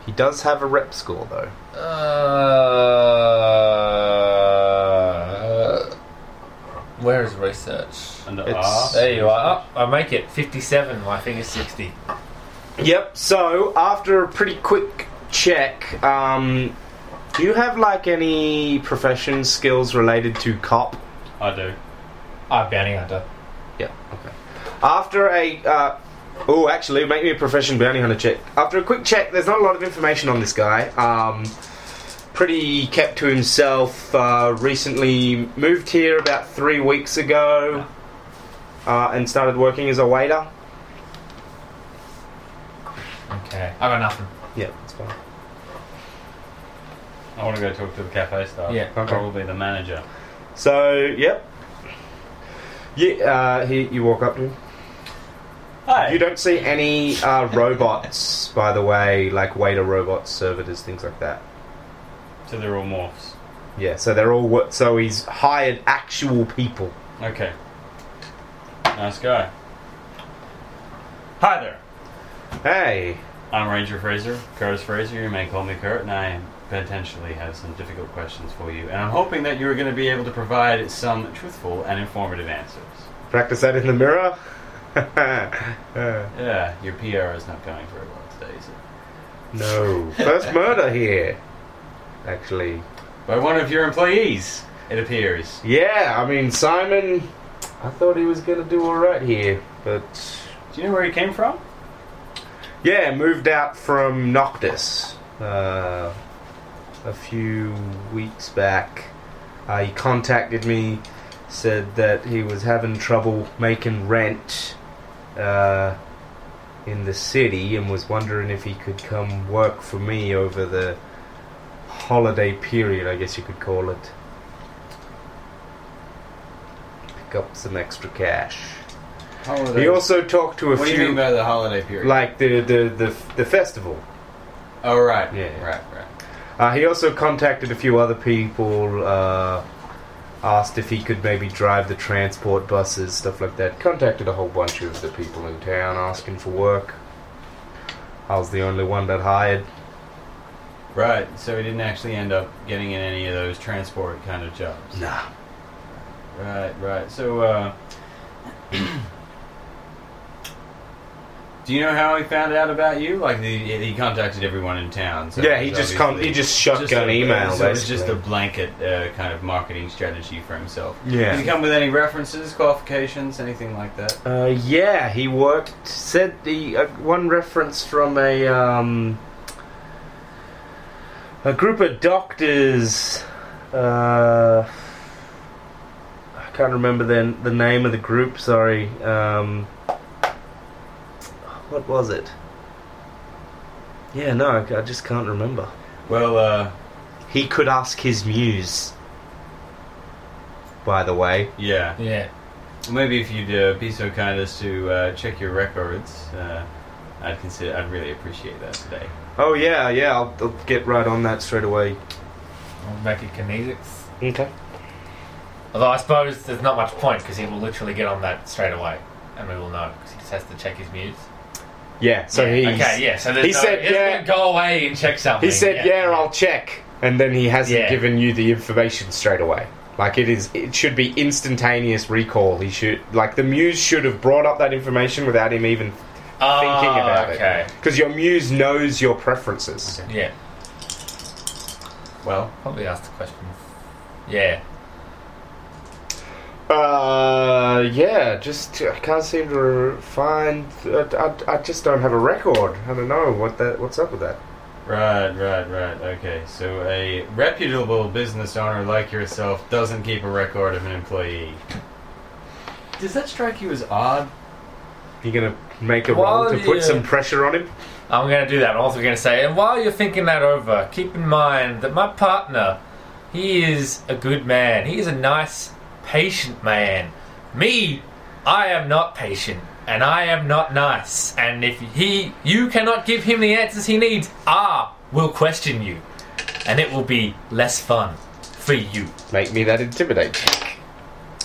S1: He does have a rep score though.
S3: Uh, where is research?
S2: And the
S1: It's-
S2: R?
S3: There you are. Oh, I make it fifty-seven. My finger's sixty.
S1: Yep. So after a pretty quick check, um, do you have like any profession skills related to cop?
S2: I do.
S3: I'm bounty hunter.
S1: Yeah. Okay. After a uh, oh, actually, make me a profession bounty hunter check. After a quick check, there's not a lot of information on this guy. Um, pretty kept to himself. Uh, recently moved here about three weeks ago, uh, and started working as a waiter.
S3: Okay, I got nothing.
S1: Yeah, that's fine.
S2: I want to go talk to the cafe staff.
S3: Yeah.
S1: Okay.
S2: Probably the manager.
S1: So, yep. Yeah, uh, he, you walk up to him.
S2: Hi.
S1: You don't see any uh, robots, by the way, like waiter robots, servitors, things like that.
S2: So they're all morphs.
S1: Yeah, so they're all what. So he's hired actual people.
S2: Okay. Nice guy. Hi there.
S1: Hey,
S2: I'm Ranger Fraser, Curtis Fraser. You may call me Kurt, and I potentially have some difficult questions for you. And I'm hoping that you are going to be able to provide some truthful and informative answers.
S1: practice that in the mirror. [LAUGHS] Uh,
S2: Yeah, your PR is not going very well today, is it?
S1: no, first murder here. Actually,
S2: By one of your employees, it appears.
S1: yeah. I mean, Simon. I thought he was gonna do all right here, but
S2: Do you know where he came from?
S1: Yeah, moved out from Noctis. Uh, a few weeks back. Uh, he contacted me, said that he was having trouble making rent uh, in the city and was wondering if he could come work for me over the holiday period, I guess you could call it. Pick up some extra cash.
S2: Holiday.
S1: He also talked to a
S2: what do
S1: few,
S2: you mean by the holiday period?
S1: like the the the, the festival.
S2: oh, right.
S1: Yeah.
S2: Right, right.
S1: Uh, he also contacted a few other people, uh, asked if he could maybe drive the transport buses, stuff like that. Contacted a whole bunch of the people in town asking for work. I was the only one that hired.
S2: Right. So he didn't actually end up getting in any of those transport kind of jobs.
S1: Nah.
S2: Right, right. So, uh, do you know how he found out about you? Like, he, he contacted everyone in town. So
S1: yeah, he
S2: it was
S1: just con-
S2: obviously
S1: he just shotgun
S2: a-
S1: email.
S2: So it was just a
S1: basically.
S2: blanket uh, kind of marketing strategy for himself. Did he
S1: yeah.
S2: come with any references, qualifications, anything like that?
S1: Uh, yeah, he worked. Said the uh, one reference from a um, a group of doctors. Uh, I can't remember the the name of the group. Sorry. Um, what was it? Yeah, no, I, I just can't remember.
S2: Well, uh,
S1: He could ask his muse. By the way,
S2: yeah.
S3: Yeah.
S2: Well, maybe if you'd uh, be so kind as to uh, check your records, uh, I'd consider. I'd really appreciate that today.
S1: oh yeah, yeah, I'll, I'll get right on that straight away.
S3: I'm back at kinesics.
S1: Okay.
S3: Although I suppose there's not much point because he will literally get on that straight away, and we will know because he just has to check his muse.
S1: Yeah, so
S3: yeah.
S1: he's.
S3: okay. Yeah. So there's
S1: he
S3: no,
S1: said,
S3: he's
S1: yeah.
S3: gonna go away and check something.
S1: He said, yeah, I'll check. And then he hasn't
S3: Yeah.
S1: given you the information straight away. Like, it is. It should be instantaneous recall. He should. Like, the muse should have brought up that information without him even
S3: Oh,
S1: thinking about
S3: okay.
S1: it. Because your muse knows your preferences.
S2: Okay.
S3: Yeah.
S2: Well,
S3: Probably ask the question. Yeah.
S1: Uh, yeah, just. I can't seem to find. I, I, I just don't have a record. I don't know what that. what's up with that.
S2: Right, right, right. Okay, so a reputable business owner like yourself doesn't keep a record of an employee. Does that strike you as odd?
S1: You gonna make a
S3: Well,
S1: roll to put
S3: yeah.
S1: some pressure on him?
S3: I'm going to do that. I'm also going to say, and while you're thinking that over, keep in mind that my partner, he is a good man. He is a nice, patient man. Me, I am not patient, and I am not nice. And if he, you cannot give him the answers he needs, I will question you, and it will be less fun for you.
S1: Make me that intimidate check.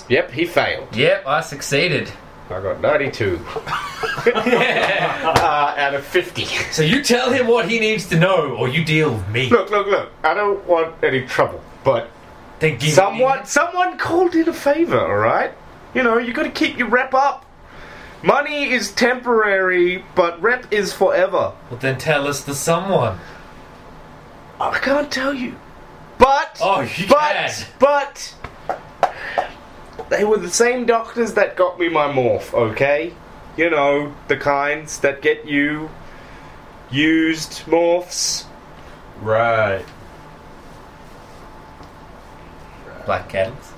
S1: Yep, he failed.
S3: Yep, I succeeded.
S1: I got 92 uh, out of 50.
S3: [LAUGHS] So you tell him what he needs to know, or you deal with me.
S1: Look, look, look. I don't want any trouble, but
S3: Then give me-
S1: someone someone called in a favor, all right? You know, you got to keep your rep up. Money is temporary, but rep is forever.
S3: Well, then tell us the someone.
S1: I can't tell you. But
S3: Oh, you
S1: but but they were the same doctors that got me my morph, okay? You know, the kinds that get you used morphs.
S2: Right.
S3: can. Black Cattles.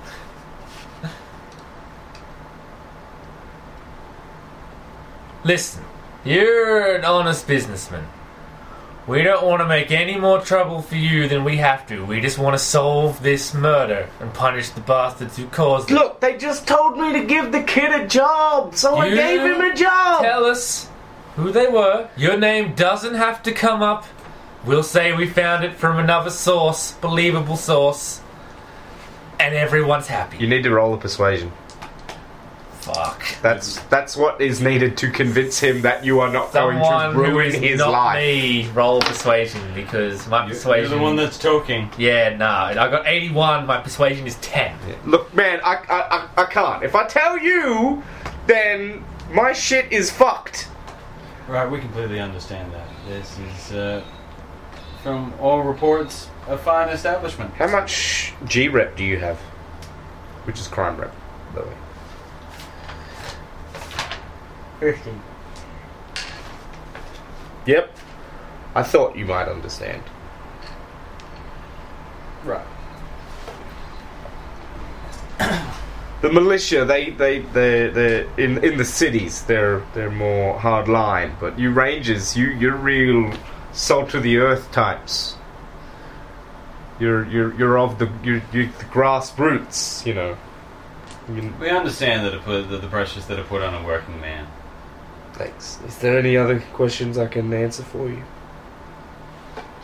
S3: Listen, you're an honest businessman. We don't want to make any more trouble for you than we have to. We just want to solve this murder and punish the bastards who caused it.
S1: Look, they just told me to give the kid a job, so I
S3: You
S1: gave him a job.
S3: Tell us who they were. Your name doesn't have to come up. We'll say we found it from another source, believable source, and everyone's happy.
S1: you need to roll a persuasion.
S3: Fuck.
S1: That's that's what is needed to convince him that you are not
S3: Someone
S1: going to
S3: who
S1: ruin
S3: is
S1: his
S3: not
S1: life.
S3: me roll persuasion because my
S2: You're,
S3: persuasion.
S2: the one that's talking.
S3: yeah, nah. I got eighty-one. My persuasion is ten.
S1: Look, man, I, I, I, I can't. If I tell you, then my shit is fucked.
S2: Right, we completely understand that. This is, uh, from all reports, a fine establishment.
S1: How much G rep do you have? Which is crime rep, by the way.
S2: 15.
S1: Yep. I thought you might understand. Right. the militia, they they they they in in the cities, they're they're more hard line. But you rangers, you you're real salt of the earth types. You're you're you're of the you're, you're the grassroots, you know. You-
S2: We understand that it put, the, the pressures that are put on a working man.
S1: thanks. Is there any other questions I can answer for you?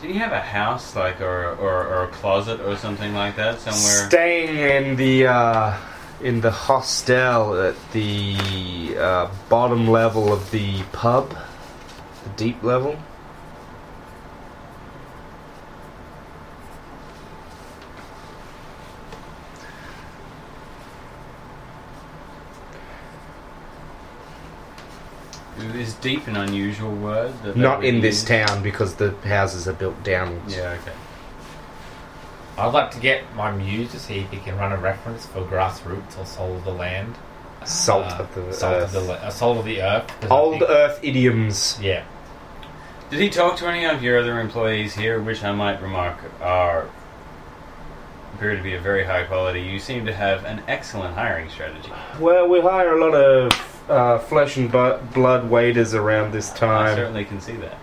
S2: Do you have a house, like, or, or, or a closet or something like that somewhere?
S1: Staying in the uh, in the hostel at the uh, bottom level of the pub, the deep level.
S2: Is deep an unusual word? That they
S1: Not
S2: would
S1: in this
S2: use?
S1: town because the houses are built downwards.
S2: Yeah, okay.
S3: I'd like to get my muse to see if he can run a reference for grassroots or soul of the land.
S1: Salt
S3: Uh,
S1: of the
S3: salt
S1: earth.
S3: Of the, la- uh, soul of the earth. 'cause I
S1: Old
S3: think-
S1: Earth idioms.
S3: Yeah.
S2: Did he talk to any of your other employees here, which I might remark are appear to be of very high quality? You seem to have an excellent hiring strategy.
S1: Well, we hire a lot of uh, flesh and bu- blood waiters around this
S2: I
S1: time.
S2: certainly can see that.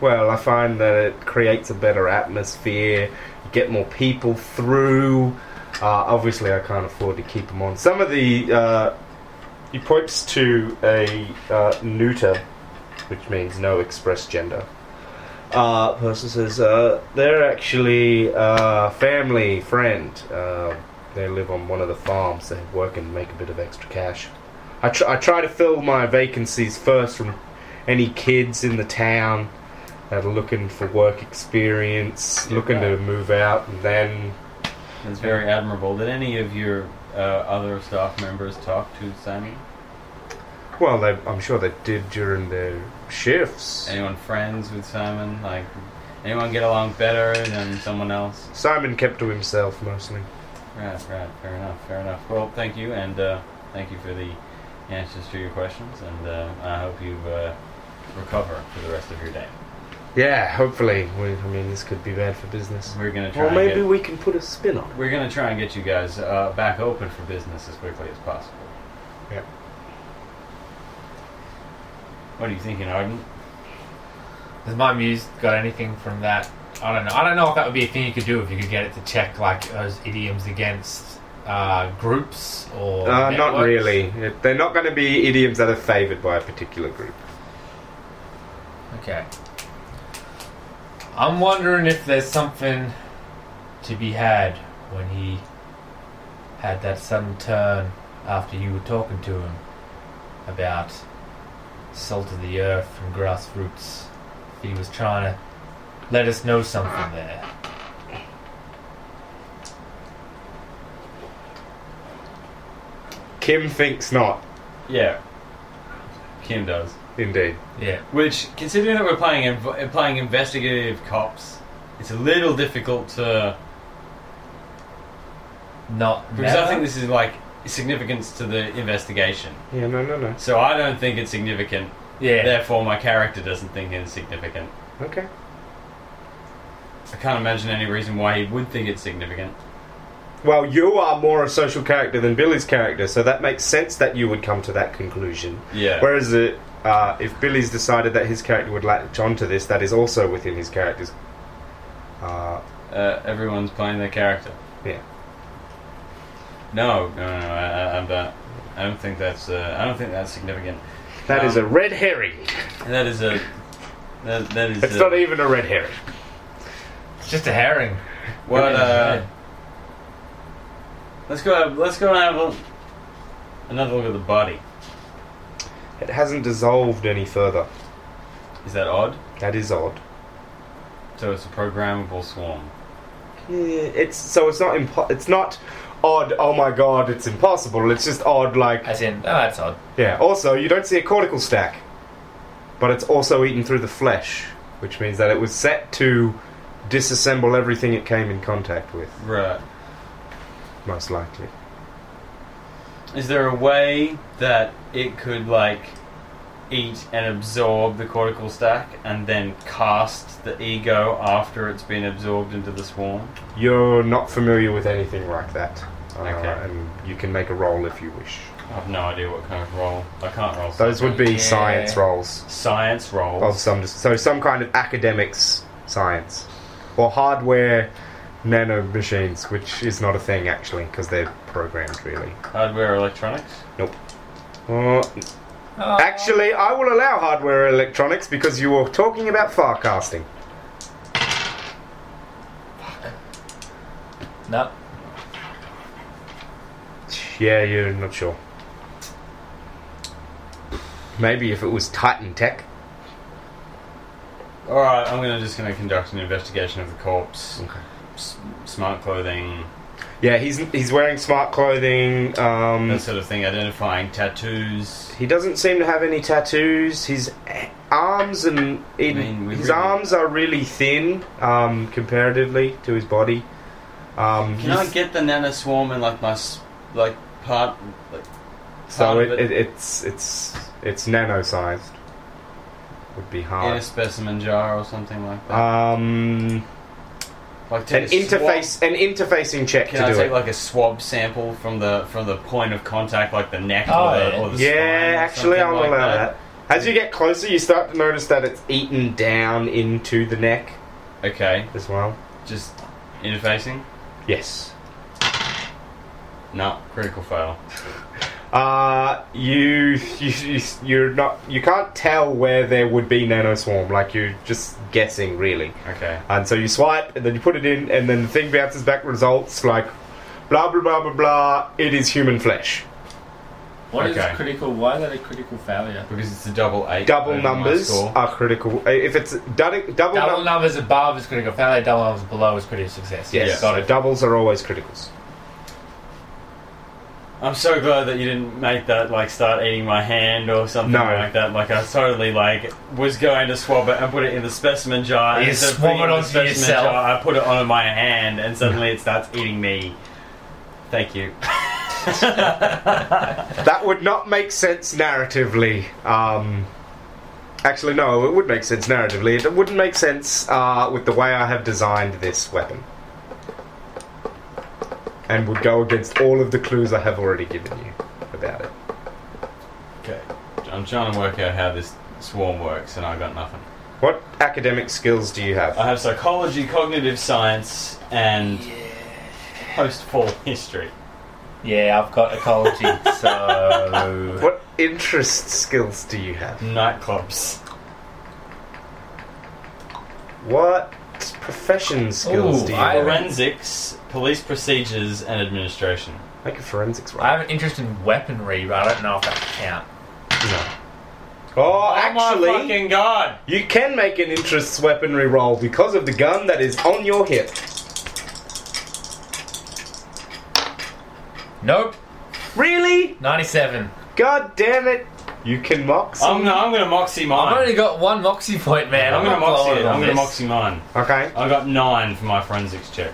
S1: Well, I find that it creates a better atmosphere. You get more people through. Uh, obviously, I can't afford to keep them on. Some of the uh, he points to a uh, neuter, which means no express gender. Uh, person says uh, they're actually uh, family friend. Uh, they live on one of the farms. They work and make a bit of extra cash. I, tr- I try to fill my vacancies first from any kids in the town that are looking for work experience,
S2: Yeah,
S1: looking to
S2: right.
S1: move out, and then
S2: It's very admirable. Did any of your uh, other staff members talk to Simon?
S1: well, they, I'm sure they did during their shifts.
S2: Anyone friends with Simon? Like, anyone get along better than someone else?
S1: Simon kept to himself mostly.
S2: Right, right. Fair enough. Fair enough. Well, thank you, and uh, thank you for the answers to your questions, and uh, I hope you uh, recover for the rest of your day.
S1: Yeah, hopefully. We, I mean, this could be bad for business.
S2: We're gonna try.
S1: Well, maybe
S2: and
S1: we can put a spin on
S2: get, we're gonna try and get you guys uh, back open for business as quickly as possible.
S1: Yeah.
S2: What are you thinking, Arden?
S3: Has my muse got anything from that? I don't know. I don't know if that would be a thing you could do if you could get it to check like those idioms against uh, groups or.
S1: it. Uh, not
S3: networks.
S1: really. It- They're not going to be idioms that are favoured by a particular group.
S3: Okay. I'm wondering if there's something to be had when he had that sudden turn after you were talking to him about salt of the earth and grassroots. He was trying to let us know something there.
S1: Kim thinks not,
S2: Yeah. Kim does.
S1: indeed.
S3: Yeah.
S2: Which, considering that we're playing inv- playing investigative cops, it's a little difficult to
S3: Not
S2: because I
S3: never?
S2: think this is like significance to the investigation.
S1: Yeah, no, no, no.
S2: So I don't think it's significant.
S3: Yeah.
S2: Therefore, my character doesn't think it's significant.
S1: Okay.
S2: I can't imagine any reason why he would think it's significant.
S1: Well, you are more a social character than Billy's character, so that makes sense that you would come to that conclusion.
S2: Yeah.
S1: Whereas it, uh, if Billy's decided that his character would latch onto this, that is also within his character's. Uh,
S2: uh, everyone's playing their character.
S1: Yeah.
S2: No, no, no, no I, I, I'm not. I don't think that's. Uh, I don't think that's significant.
S1: that is
S2: Um,
S1: a red herring.
S2: That is a. That, that is.
S1: It's
S2: a,
S1: not even a red herring.
S3: It's just a herring.
S2: What? Uh, let's go. Have, let's go and have a, another look at the body.
S1: It hasn't dissolved any further.
S2: Is that odd?
S1: That is odd.
S2: So it's a programmable swarm.
S1: Yeah, it's so it's not impo- it's not odd. Oh my god, it's impossible. It's just odd. Like
S3: As in, oh, that's odd.
S1: yeah. Also, you don't see a cortical stack, but it's also eaten through the flesh, which means that it was set to disassemble everything it came in contact with,
S2: Right.
S1: most likely.
S2: Is there a way that it could like eat and absorb the cortical stack and then cast the ego after it's been absorbed into the swarm?
S1: You're not familiar with anything like that. Uh,
S2: Okay.
S1: And you can make a roll if you wish.
S2: I have no idea what kind of roll. I can't roll.
S1: Those would be
S3: Yeah.
S1: science rolls
S2: science rolls.
S1: of some so some kind of academics science or hardware nano machines, which is not a thing actually because they're programmed really.
S2: Hardware electronics.
S1: Nope. Uh, actually, I will allow hardware electronics because you were talking about farcasting.
S3: No.
S1: Yeah, you're not sure. Maybe if it was Titan Tech.
S2: All right, I'm gonna just gonna conduct an investigation of the corpse.
S1: Okay.
S2: S- smart clothing,
S1: Yeah, he's he's wearing smart clothing. Um,
S2: that sort of thing. Identifying tattoos.
S1: he doesn't seem to have any tattoos. His eh, arms and in,
S2: mean, we
S1: his
S2: really-
S1: arms are really thin um, comparatively to his body. Um,
S2: Can I
S1: he's-
S2: get the nano swarm in like my s- like part? Like,
S1: so
S2: part
S1: it,
S2: of
S1: it, it's it's it's nano sized. Would be
S2: in a
S1: hard.
S2: specimen jar or something like that.
S1: Um,
S2: like
S1: an
S2: take a swab-
S1: interface an interfacing check
S2: Can
S1: to
S2: I
S1: do
S2: take
S1: it.
S2: like a swab sample from the from the point of contact, like the neck
S3: Oh,
S2: or, the,
S3: yeah.
S2: or the spine?
S1: Yeah,
S2: or
S1: actually, I'll
S2: something like
S1: allow that. As you get closer, you start to notice that it's eaten down into the neck
S2: Okay,
S1: as well.
S2: just interfacing.
S1: Yes.
S2: No, critical fail.
S1: Uh, you, you, you- you're not, you can't tell where there would be nanoswarm. Like you're just guessing, really.
S2: Okay.
S1: And so you swipe, and then you put it in, and then the thing bounces back results like, blah blah blah blah blah. It is human flesh.
S4: What is
S2: Okay.
S4: critical? Why is that a critical failure?
S2: Because it's a double eight.
S1: Double
S2: over my
S1: numbers
S2: score.
S1: are critical. Uh, If it's double double,
S3: Double
S1: num-
S3: numbers above is critical failure, double numbers below is critical success.
S1: yes,
S2: Yeah.
S1: so doubles are always criticals.
S2: I'm so glad that you didn't make that like start eating my hand or something
S1: No.
S2: like that. Like I totally like was going to swab it and put it in the specimen jar.
S3: You
S2: and instead of
S3: swab
S2: putting
S3: it
S2: in the
S3: onto
S2: specimen
S3: yourself.
S2: Jar, I put it on my hand and suddenly it starts eating me. Thank you.
S1: That would not make sense narratively. Um, actually, no, it would make sense narratively. It wouldn't make sense uh, with the way I have designed this weapon. And would go against all of the clues I have already given you about it.
S2: Okay. I'm trying to work out how this swarm works and I got nothing.
S1: What academic skills do you have?
S2: I have psychology, cognitive science, and post fall history.
S3: Yeah, I've got [LAUGHS] ecology, so.
S1: What interest skills do you have?
S2: Nightclubs.
S1: What profession skills
S3: Ooh,
S1: do you
S3: I
S1: have?
S2: Forensics, police procedures, and administration.
S1: Make a forensics roll.
S3: I have an interest in weaponry, but I don't know if that counts.
S1: No. Oh, actually.
S2: my fucking god!
S1: You can make an interests weaponry roll because of the gun that is on your hip.
S3: Nope,
S1: Really?
S3: 97.
S1: God damn it! You can mock. some-
S2: I'm, no, I'm gonna moxie mine.
S3: I've only got one moxie point, man.
S2: I'm gonna
S3: not
S2: moxie
S3: blowing
S2: it.
S3: on
S2: I'm gonna
S3: this.
S2: moxie mine.
S1: Okay.
S2: I got nine for my forensics check.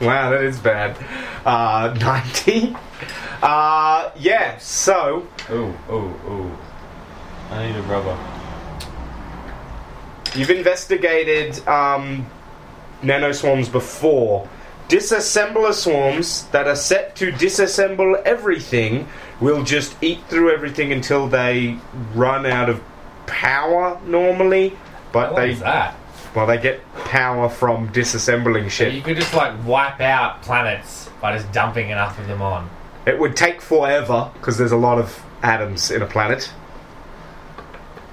S1: Wow, that is bad. Uh, [LAUGHS] ninety. Uh, yeah. So
S2: Ooh, ooh, ooh. I need a rubber.
S1: you've investigated um, nanoswarms before. Disassembler swarms that are set to disassemble everything will just eat through everything until they run out of power normally. But
S3: What
S1: they
S3: was that?
S1: Well, they get power from disassembling
S3: You
S1: shit.
S3: could just like wipe out planets by just dumping enough of them on.
S1: It would take forever because there's a lot of atoms in a planet.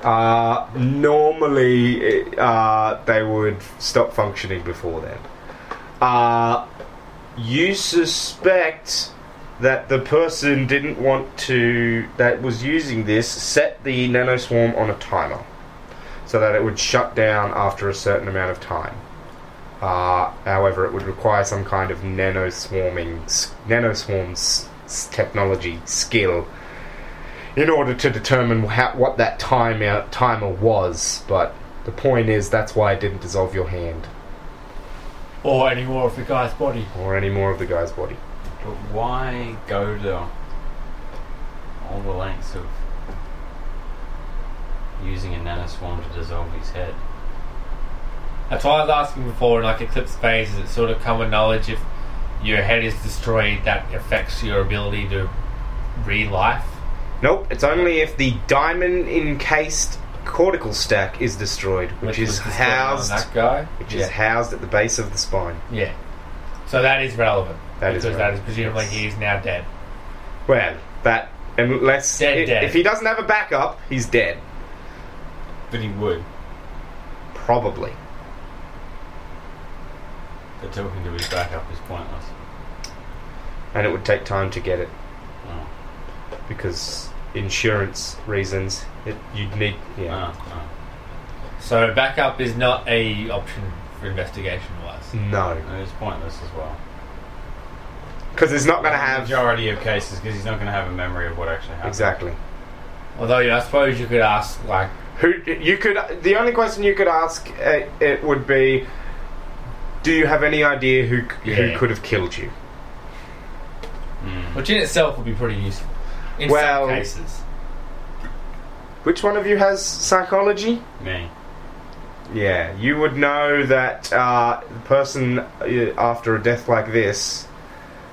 S1: Uh, normally, it- uh, they would stop functioning before then. Uh, you suspect that the person didn't want to, that was using this, set the nanoswarm on a timer so that it would shut down after a certain amount of time. Uh, however, it would require some kind of nano swarming, nano swarms technology skill in order to determine how, what that timer timer was. But the point is, that's why it didn't dissolve your hand
S3: Or any more of the guy's body.
S1: or any more of the guy's body.
S2: But why go to all the lengths of using a nanoswarm to dissolve his head.
S3: That's why I was asking before, in like Eclipse phase, is it sort of common knowledge if your head is destroyed that affects your ability to re life?
S1: Nope, it's only if the diamond encased cortical stack is destroyed, which, is housed
S3: That guy?
S1: which is housed at the base of the spine.
S3: Yeah. So that is relevant.
S1: That is
S3: because that is
S1: relevant,
S3: presumably
S1: yes.
S3: he is now dead.
S1: Well, that unless
S3: Dead,
S1: i-
S3: dead.
S1: if he doesn't have a backup, he's dead.
S2: But he would.
S1: Probably.
S2: But talking to his backup is pointless.
S1: And it would take time to get it
S2: Oh,
S1: because insurance reasons. It, you'd need yeah.
S2: oh,
S3: So backup is not a option for investigation wise.
S1: No.
S2: oh. It's pointless as well.
S1: Cuz it's not going to have
S2: majority of cases because he's not going to have a memory of what actually happened.
S1: Exactly.
S3: Although yeah, I suppose you could ask like
S1: Who you could the only question you could ask uh, it would be do you have any idea who c who
S3: Yeah.
S1: could have killed you?
S2: Mm.
S3: which in itself would be pretty useful. In
S1: Well-
S3: some cases.
S1: Which one of you has psychology?
S2: Me.
S1: Yeah, you would know that uh, the person uh, after a death like this,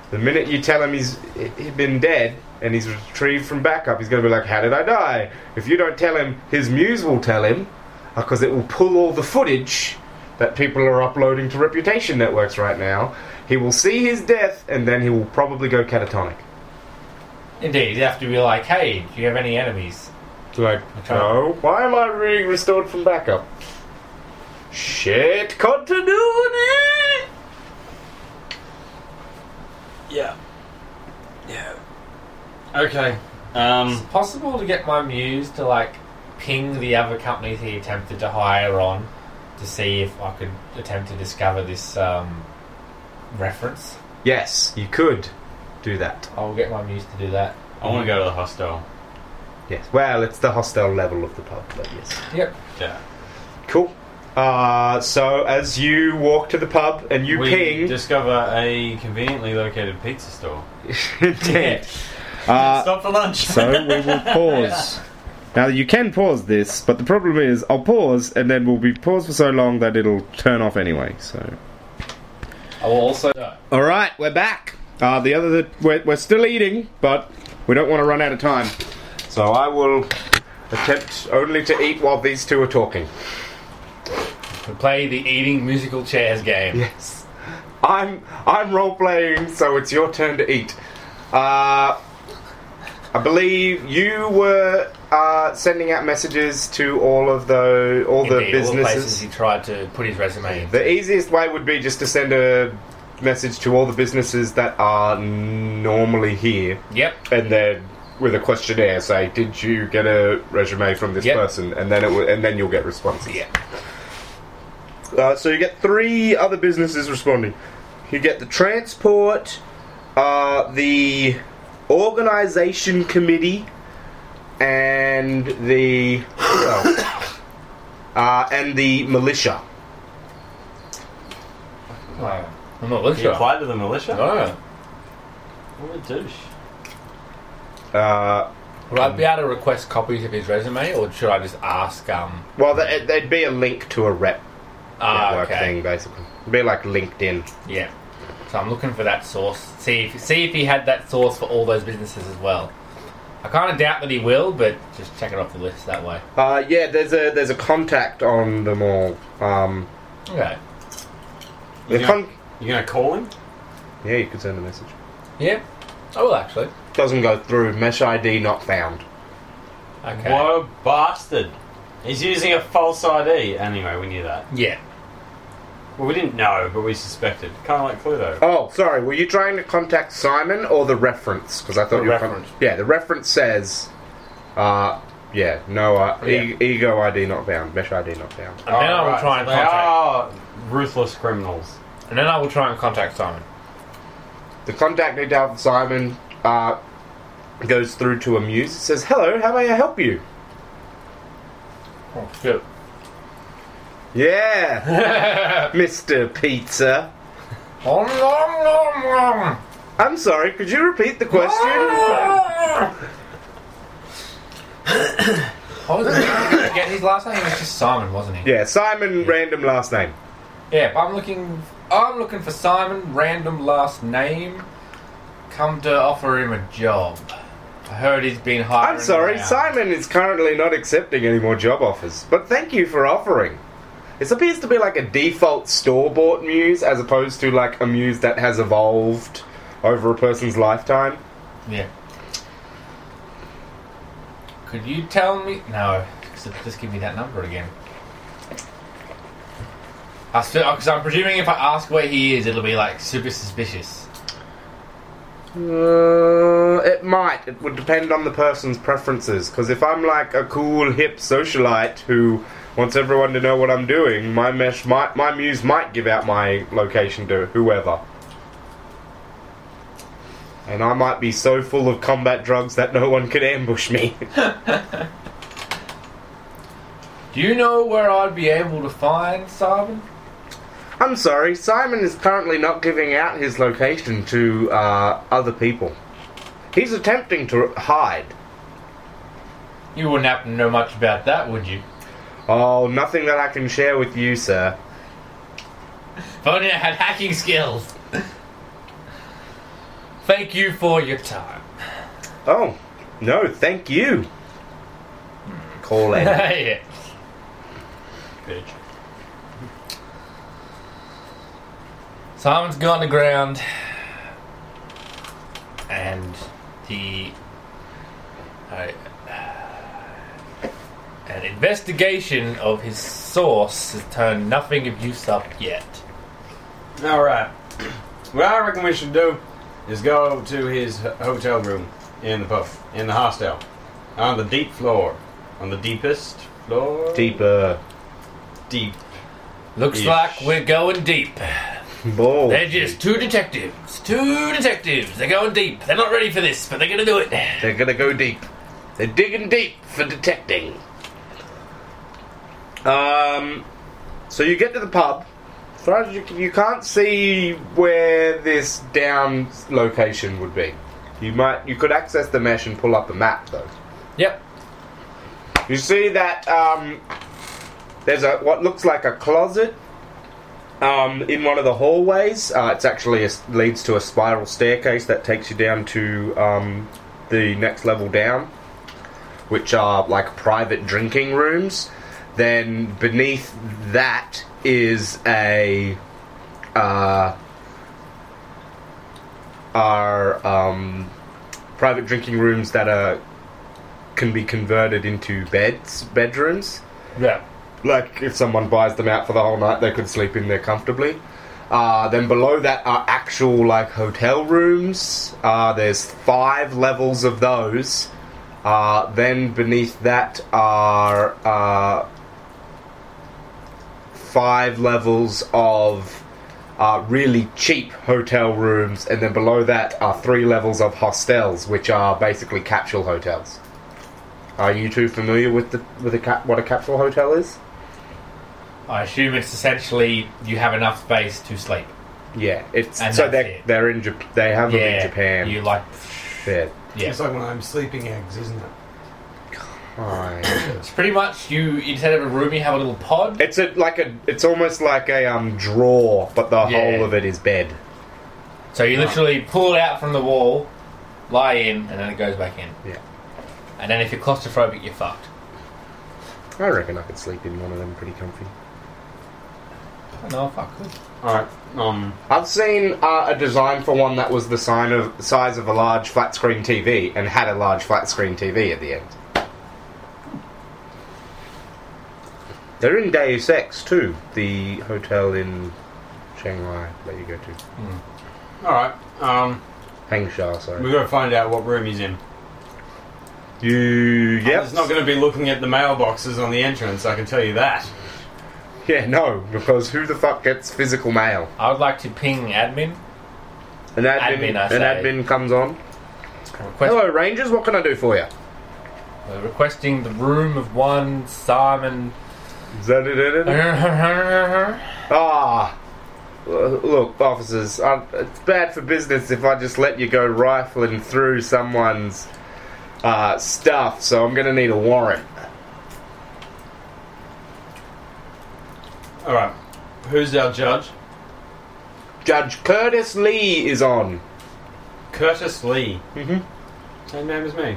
S1: the minute you tell him he's he been dead and he's retrieved from backup, he's going to be like, "How did I die?" If you don't tell him, his muse will tell him, because it will pull all the footage that people are uploading to reputation networks right now. He will see his death, and then he will probably go catatonic.
S3: Indeed, you have to be like, Hey, do you have any enemies?
S1: Like,
S3: Okay.
S1: no, why am I being restored from backup? Shit, continuity.
S2: Yeah. Yeah. Okay. Um.
S3: It's possible to get my muse to like ping the other companies he attempted to hire on to see if I could attempt to discover this um, reference.
S1: Yes, you could do that.
S3: I will get my muse to do that.
S2: I want to go to the hostel.
S1: Yes. Well, it's the hostile level of the pub, but yes.
S3: Yep.
S2: Yeah.
S1: Cool. Uh, so as you walk to the pub and you
S2: we
S1: ping, [LAUGHS]
S2: discover a conveniently located pizza store.
S1: Indeed. Uh,
S2: Stop for lunch.
S1: so we will pause. Now you can pause this, but the problem is I'll pause and then we'll be paused for so long that it'll turn off anyway. So.
S3: I will also
S1: All right, we're back. Uh, the other, we're, we're still eating, but we don't want to run out of time. So I will attempt only to eat while these two are talking.
S3: play the eating musical chairs game.
S1: Yes. I'm I'm role playing, so it's your turn to eat. Uh, I believe you were uh, sending out messages to all of the all the
S3: Indeed, all the places
S1: businesses.
S3: he tried to put his resume in.
S1: the easiest way would be just to send a message to all the businesses that are normally here.
S3: Yep.
S1: and then with a questionnaire say did you get a resume from this
S3: Yep.
S1: person and then it will, and then you'll get responses
S3: Yep.
S1: uh, so you get three other businesses responding you get the transport uh, the organization committee and the [COUGHS] oh, uh, and the militia
S3: Wow. I'm not
S2: You
S3: looking.
S2: apply to the militia?
S3: No.
S2: What a douche.
S1: uh,
S3: Would I be able to request copies of his resume, or should I just ask? Um.
S1: well th- there'd be a link to a rep
S3: Ah,
S1: network
S3: okay.
S1: thing basically it'd be like linkedin
S3: Yeah. So I'm looking for that source. See if see if he had that source for all those businesses as well. I kind of doubt that he will, but just check it off the list that way.
S1: Uh, yeah, there's a there's a contact on them all. Um,
S3: Okay.
S1: the
S2: Yeah.
S1: con-
S2: You gonna call him?
S1: yeah, you could send a message.
S3: Yeah. I will actually.
S1: Doesn't go through. Mesh ID not found.
S3: Okay.
S2: Whoa, bastard. He's using a false ID. Anyway, we knew that.
S3: Yeah.
S2: Well, we didn't know, but we suspected. Kind of like Cluedo.
S1: Oh, sorry. Were you trying to contact Simon or the reference? Because I thought you
S3: The
S1: were
S3: reference.
S1: yeah, the reference says. Uh, yeah, no. Uh, e- ego ID not found. Mesh ID not found.
S3: And then I will
S2: Alright,
S3: try and
S2: so they
S3: contact.
S2: are ruthless criminals.
S3: And then I will try and contact Simon.
S1: The contact detail for Simon uh, goes through to Amuse. It says, "Hello, how may I help you?"
S3: Oh [LAUGHS] shit.
S1: Yeah, Mister Pizza.
S3: Om nom nom nom.
S1: I'm sorry. Could you repeat the
S3: [COUGHS]
S1: question?
S3: I was gonna get And his last name was just Simon, wasn't he?
S1: Yeah, Simon, random last name.
S3: Yeah, but I'm looking. I'm looking for Simon, random last name. Come to offer him a job. I heard he's been hired.
S1: I'm sorry, Simon is currently not accepting any more job offers, but thank you for offering. This appears to be like a default store bought muse as opposed to like a muse that has evolved over a person's lifetime.
S3: Yeah. Could you tell me? No, so just give me that number again. Because I'm presuming if I ask where he is, it'll be like super suspicious.
S1: Uh, it might. It would depend on the person's preferences. Because if I'm like a cool, hip socialite who wants everyone to know what I'm doing, my mesh might, my muse might give out my location to whoever. And I might be so full of combat drugs that no one could ambush me. [LAUGHS]
S3: Do you know where I'd be able to find Simon?
S1: I'm sorry, Simon is currently not giving out his location to uh, other people. He's attempting to hide.
S3: You wouldn't happen to know much about that, would you?
S1: Oh, nothing that I can share with you, sir.
S3: If only I had hacking skills. Thank you for your time. [LAUGHS]
S1: Oh, no, thank you. Call
S3: [LAUGHS]
S1: in.
S3: yeah.
S2: Bitch.
S3: Simon's gone to ground, and the uh, an investigation of his source has turned nothing of use up yet.
S2: Alright. What I reckon we should do is go to his h- hotel room in the puff, in the hostel, on the deep floor. On the deepest floor?
S1: Deeper.
S2: Deep.
S3: Looks
S2: Ish.
S3: like we're going deep.
S1: Ball.
S3: They're just two detectives, two detectives. They're going deep. They're not ready for this, but they're gonna do it.
S1: They're gonna go deep. They're digging deep for detecting. Um, so you get to the pub. As far as you, you can't see where this down location would be. You might you could access the mesh and pull up a map though.
S3: Yep.
S1: You see that um, there's a what looks like a closet um, in one of the hallways. Uh, it's actually a, leads to a spiral staircase that takes you down to um, the next level down, which are like private drinking rooms. Then beneath that is a uh, are um, private drinking rooms that are can be converted into beds bedrooms
S3: Yeah.
S1: like if someone buys them out for the whole night, they could sleep in there comfortably. Uh, then below that are actual like hotel rooms. Uh, there's five levels of those. Uh, then beneath that are uh, five levels of uh, really cheap hotel rooms, and then below that are three levels of hostels, which are basically capsule hotels. Are you two familiar with the with a cap, what a capsule hotel is?
S3: I assume it's essentially you have enough space to sleep.
S1: Yeah, it's
S3: And
S1: so
S3: that's
S1: they're
S3: it.
S1: they're in Jap- they have them in Japan.
S3: You like
S1: They're
S3: Yeah.
S2: like one of them sleeping eggs, isn't it?
S1: fine.
S3: It's pretty much you instead of a room you have a little pod.
S1: it's a like a it's almost like a um drawer, but the
S3: Yeah.
S1: whole of it is bed.
S3: So you literally pull it out from the wall, lie in, and then it goes back in.
S1: Yeah,
S3: And then if you're claustrophobic, you're fucked.
S1: I reckon I could sleep in one of them pretty comfy.
S3: No, fuck. good.
S2: Alright. Um,
S1: I've seen uh, a design for one that was the sign of size of a large flat screen TV and had a large flat screen TV at the end. They're in Deus Ex too, the hotel in Shanghai that you go to.
S2: alright. Um,
S1: Hangsha, sorry.
S2: we gotta find out what room he's in.
S1: You
S2: Yeah,
S3: Oh,
S1: yep.
S2: It's not going to be looking at the mailboxes on the entrance, I can tell you that.
S1: yeah, no, because who the fuck gets physical mail?
S3: I would like to ping admin.
S1: An admin,
S3: Admin, I
S1: an
S3: say.
S1: admin comes on.
S3: Request,
S1: Hello, Rangers. What can I do for you? Oh.
S3: uh, requesting the room of one Simon. [LAUGHS]
S1: Is that it, it?
S3: Uh-huh.
S1: it? Ah, L- look, officers. I, it's bad for business if I just let you go rifling through someone's uh, stuff. So I'm gonna need a warrant.
S2: All right. Who's our judge?
S1: Judge Curtis Lee is on.
S2: Curtis Lee.
S1: Mhm.
S2: Same name as me.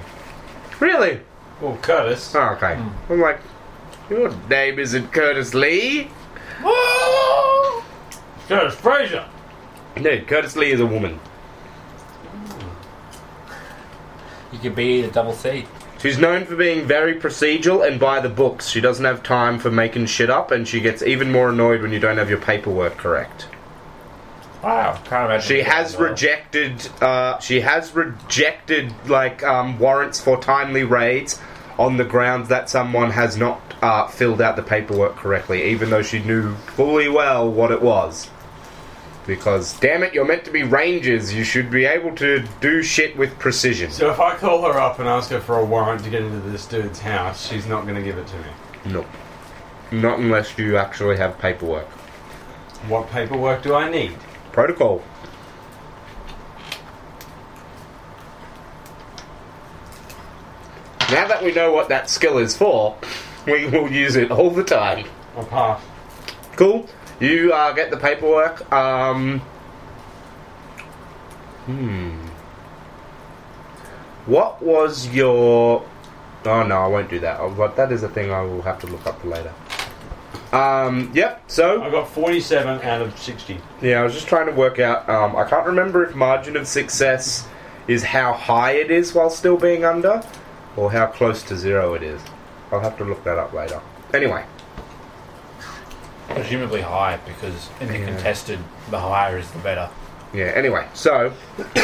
S1: Really?
S2: Well, Curtis.
S1: Oh, okay.
S3: Hmm.
S1: I'm like, your name isn't Curtis Lee.
S2: Curtis Fraser.
S1: No, Curtis Lee is a woman.
S3: You could be the double C.
S1: She's known for being very procedural and by the books. She doesn't have time for making shit up, and she gets even more annoyed when you don't have your paperwork correct.
S3: Wow, can't imagine.
S1: She
S3: doing
S1: has
S3: that well.
S1: rejected. Uh, she has rejected like um, warrants for timely raids on the grounds that someone has not uh, filled out the paperwork correctly, even though she knew fully well what it was. Because damn it, you're meant to be rangers. You should be able to do shit with precision.
S2: So if I call her up and ask her for a warrant to get into this dude's house, she's not going to give it to me.
S1: No, not unless you actually have paperwork.
S2: What paperwork do I need?
S1: Protocol. Now that we know what that skill is for, we will use it all the time.
S2: Or pass?
S1: Cool. You uh, get the paperwork. Um, hmm. What was your? Oh no, I won't do that. I'll- But that is a thing I will have to look up later. Um, yep. So
S2: I got 47 out of 60.
S1: yeah, I was just trying to work out. Um, I can't remember if margin of success is how high it is while still being under, or how close to zero it is. I'll have to look that up later. Anyway,
S3: Presumably high because in the
S1: Yeah.
S3: contested, the higher is the better.
S1: yeah. Anyway, so [COUGHS]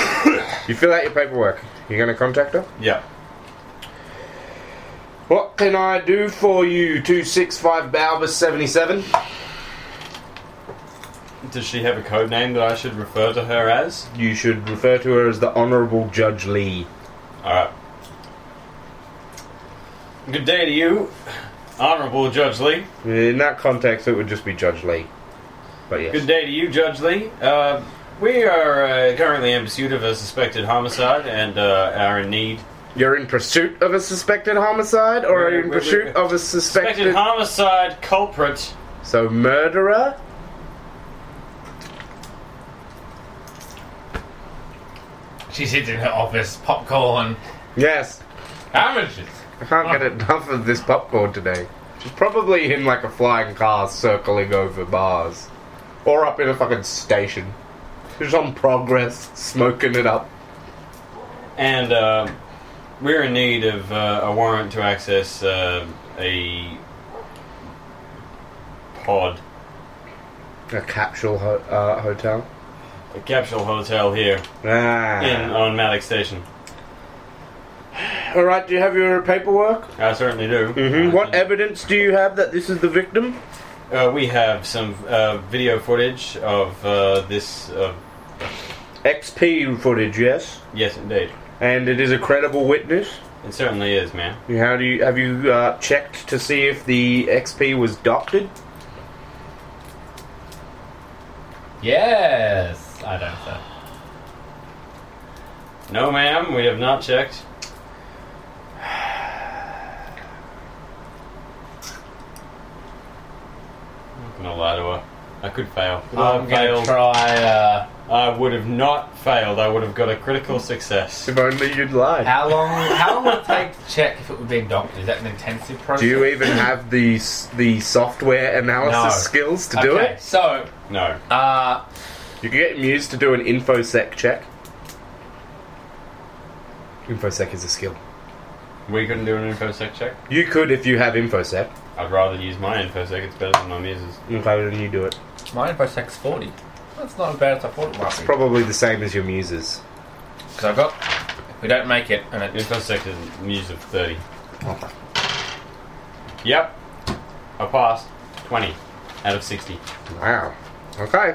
S1: you fill out your paperwork. You're going to contact her.
S2: Yeah.
S1: What can I do for you? Two six five Balbus seventy seven.
S2: Does she have a code name that I should refer to her as?
S1: You should refer to her as the Honourable Judge Lee.
S2: Alright. Good day to you, Honourable Judge Lee.
S1: In that context, it would just be Judge Lee. But yes.
S2: Good day to you, Judge Lee. Uh, we are uh, currently in pursuit of a suspected homicide and uh, are in need.
S1: You're in pursuit of a suspected homicide, or are you in
S2: We're- we're-
S1: pursuit
S2: we're-
S1: of a
S2: Suspected
S1: suspected?
S2: homicide culprit.
S1: so murderer.
S3: She sits in her office, popcorn,
S1: Yes,
S3: sandwiches.
S1: I can't get enough of this popcorn today. She's probably in like a flying car circling over bars, or up in a fucking station. She's on progress, smoking it up.
S2: And uh, we're in need of uh, a warrant to access uh, a pod,
S1: A capsule ho- uh, hotel.
S2: a capsule hotel here
S1: Ah.
S2: in on Maddox Station.
S1: All right. Do you have your paperwork?
S2: I certainly do.
S1: hmm
S2: Uh,
S1: What evidence do you have that this is the victim?
S2: uh, we have some uh, video footage of uh, this. Uh,
S1: XP footage, yes.
S2: yes, indeed.
S1: And it is a credible witness.
S2: It certainly is, man.
S1: How do you have you uh, checked to see if the XP was doctored?
S3: Yes, I don't know.
S2: No, ma'am, we have not checked. I'm not gonna lie to her. I could fail. I
S3: I'm gonna try. Uh,
S2: I would have not failed. I would have got a critical success.
S1: If only you'd lied.
S3: how long? How long will it take to check if it would be a doctor? Is that an intensive process?
S1: Do you even have the s- the software analysis
S3: No.
S1: skills to do
S3: okay,
S1: it?
S3: So,
S2: No.
S3: uh,
S1: You can get Muse to do an infosec check. Infosec is a skill.
S2: We couldn't do an infosec check.
S1: You could if you have infosec.
S2: I'd rather use my infosec. It's better than my muse's.
S1: Okay, then you do it.
S3: my infosec's forty. That's not as bad as I thought it
S1: It's
S3: might be.
S1: probably the same as your Muses.
S3: Because I got. If we don't make it, and it
S2: Infosec is muse of 30. Yep. I passed. 20 out of 60.
S1: Wow. Okay.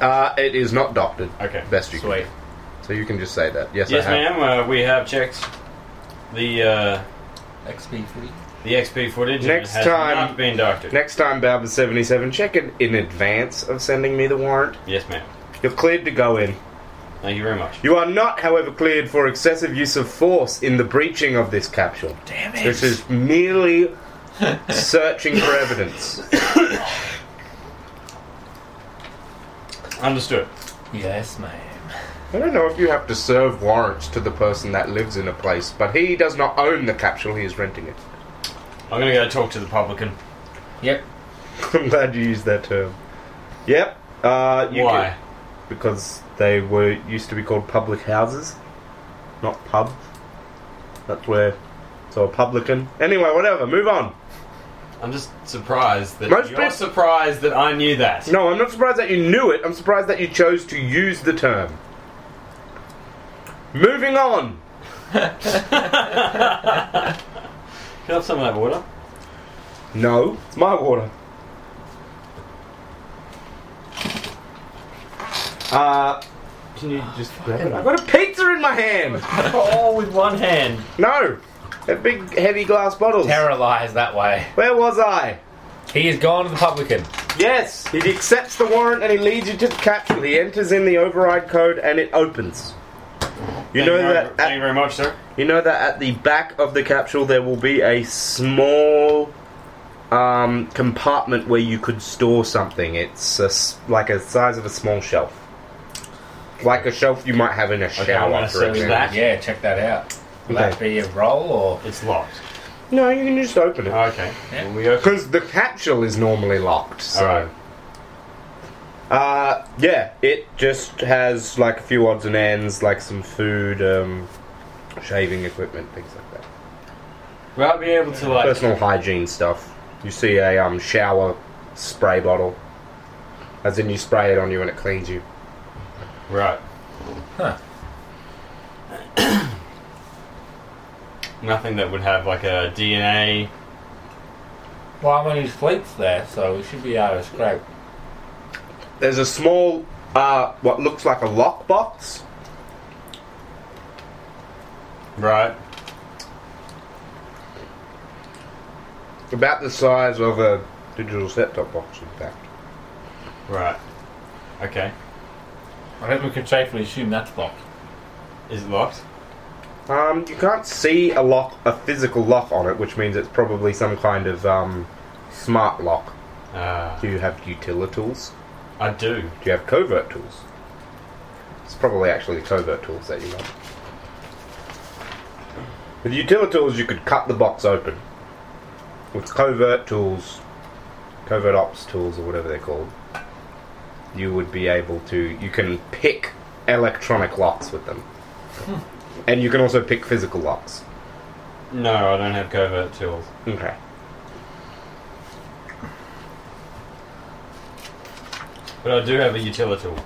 S1: Uh, it is not doctored.
S2: Okay.
S1: Best you
S3: sweet.
S1: can. So you can just say that. Yes,
S2: Yes,
S1: I have.
S2: ma'am. Uh, we have checked the uh,
S3: XP forty.
S2: the XP footage. and
S1: Next
S2: it has
S1: time-
S2: not been doctored.
S1: Next time, Babbitt 77, check it in advance of sending me the warrant.
S2: yes, ma'am.
S1: You're cleared to go in.
S2: Thank you very much.
S1: You are not, however, cleared for excessive use of force in the breaching of this capsule.
S3: Damn it!
S1: This is merely searching for evidence.
S2: Understood.
S3: Yes, ma'am.
S1: I don't know if you have to serve warrants to the person that lives in a place, but he does not own the capsule, he is renting it. [LAUGHS]
S2: I'm gonna go talk to the publican.
S3: Yep.
S1: I'm glad you used that term. Yep. Uh, you
S2: Why?
S1: can- because they were used to be called public houses, not pubs. That's where. So a publican. Anyway, whatever. Move on.
S2: I'm just surprised that
S1: Most
S2: you're
S1: peop-
S2: surprised that I knew that.
S1: No, I'm not surprised that you knew it. I'm surprised that you chose to use the term. Moving on.
S2: Can I have some of that water? [LAUGHS]
S1: No, it's my water. Uh,
S2: Can you just
S1: I've got a pizza in my hand.
S2: all with one hand?
S1: No, they're big, heavy glass bottles.
S3: Terror lies that way.
S1: Where was I?
S3: He is gone to the publican.
S1: Yes, he accepts the warrant and he leads you to the capsule. He enters in the override code and it opens. You
S2: Thank
S1: know
S2: very-
S1: that
S2: Thank
S1: at,
S2: you very much, sir.
S1: you know that at the back of the capsule there will be a small um, compartment where you could store something. It's a s like a size of a small shelf, like a shelf you might have in a
S2: I'm
S1: shower.
S2: gonna
S1: for
S2: search
S1: example.
S2: that.
S3: Yeah, check that out. Will that be a roll or
S2: It's locked.
S1: No, you can just open it
S2: Okay.
S3: Yeah.
S2: Well, we open.
S1: because the capsule is normally locked. So.
S2: All right.
S1: Uh, yeah, it just has like a few odds and ends, like some food, um, shaving equipment, things like that.
S2: Will I be able to like?
S1: Personal hygiene stuff. You see a um, shower spray bottle, as in you spray it on you and it cleans you.
S2: Right.
S3: Huh.
S2: [COUGHS] Nothing that would have like a DNA.
S3: Well, I mean, his fleet's there, so we should be able to scrape.
S1: There's a small, uh, what looks like a lockbox.
S2: Right.
S1: about the size of a digital set-top box, in fact.
S2: Right. Okay.
S3: I think we can safely assume that's locked.
S2: Is it locked?
S1: Um, you can't see a lock, a physical lock on it, which means it's probably some kind of um, smart lock.
S2: Uh,
S1: Do you have utility tools?
S2: I do.
S1: Do you have covert tools? It's probably actually covert tools that you want. With utility tools, you could cut the box open. With covert tools, covert ops tools, or whatever they're called, you would be able to. You can pick electronic locks with them. And you can also pick physical locks.
S2: No, I don't have covert tools.
S1: Okay.
S2: But I do have a utility tool.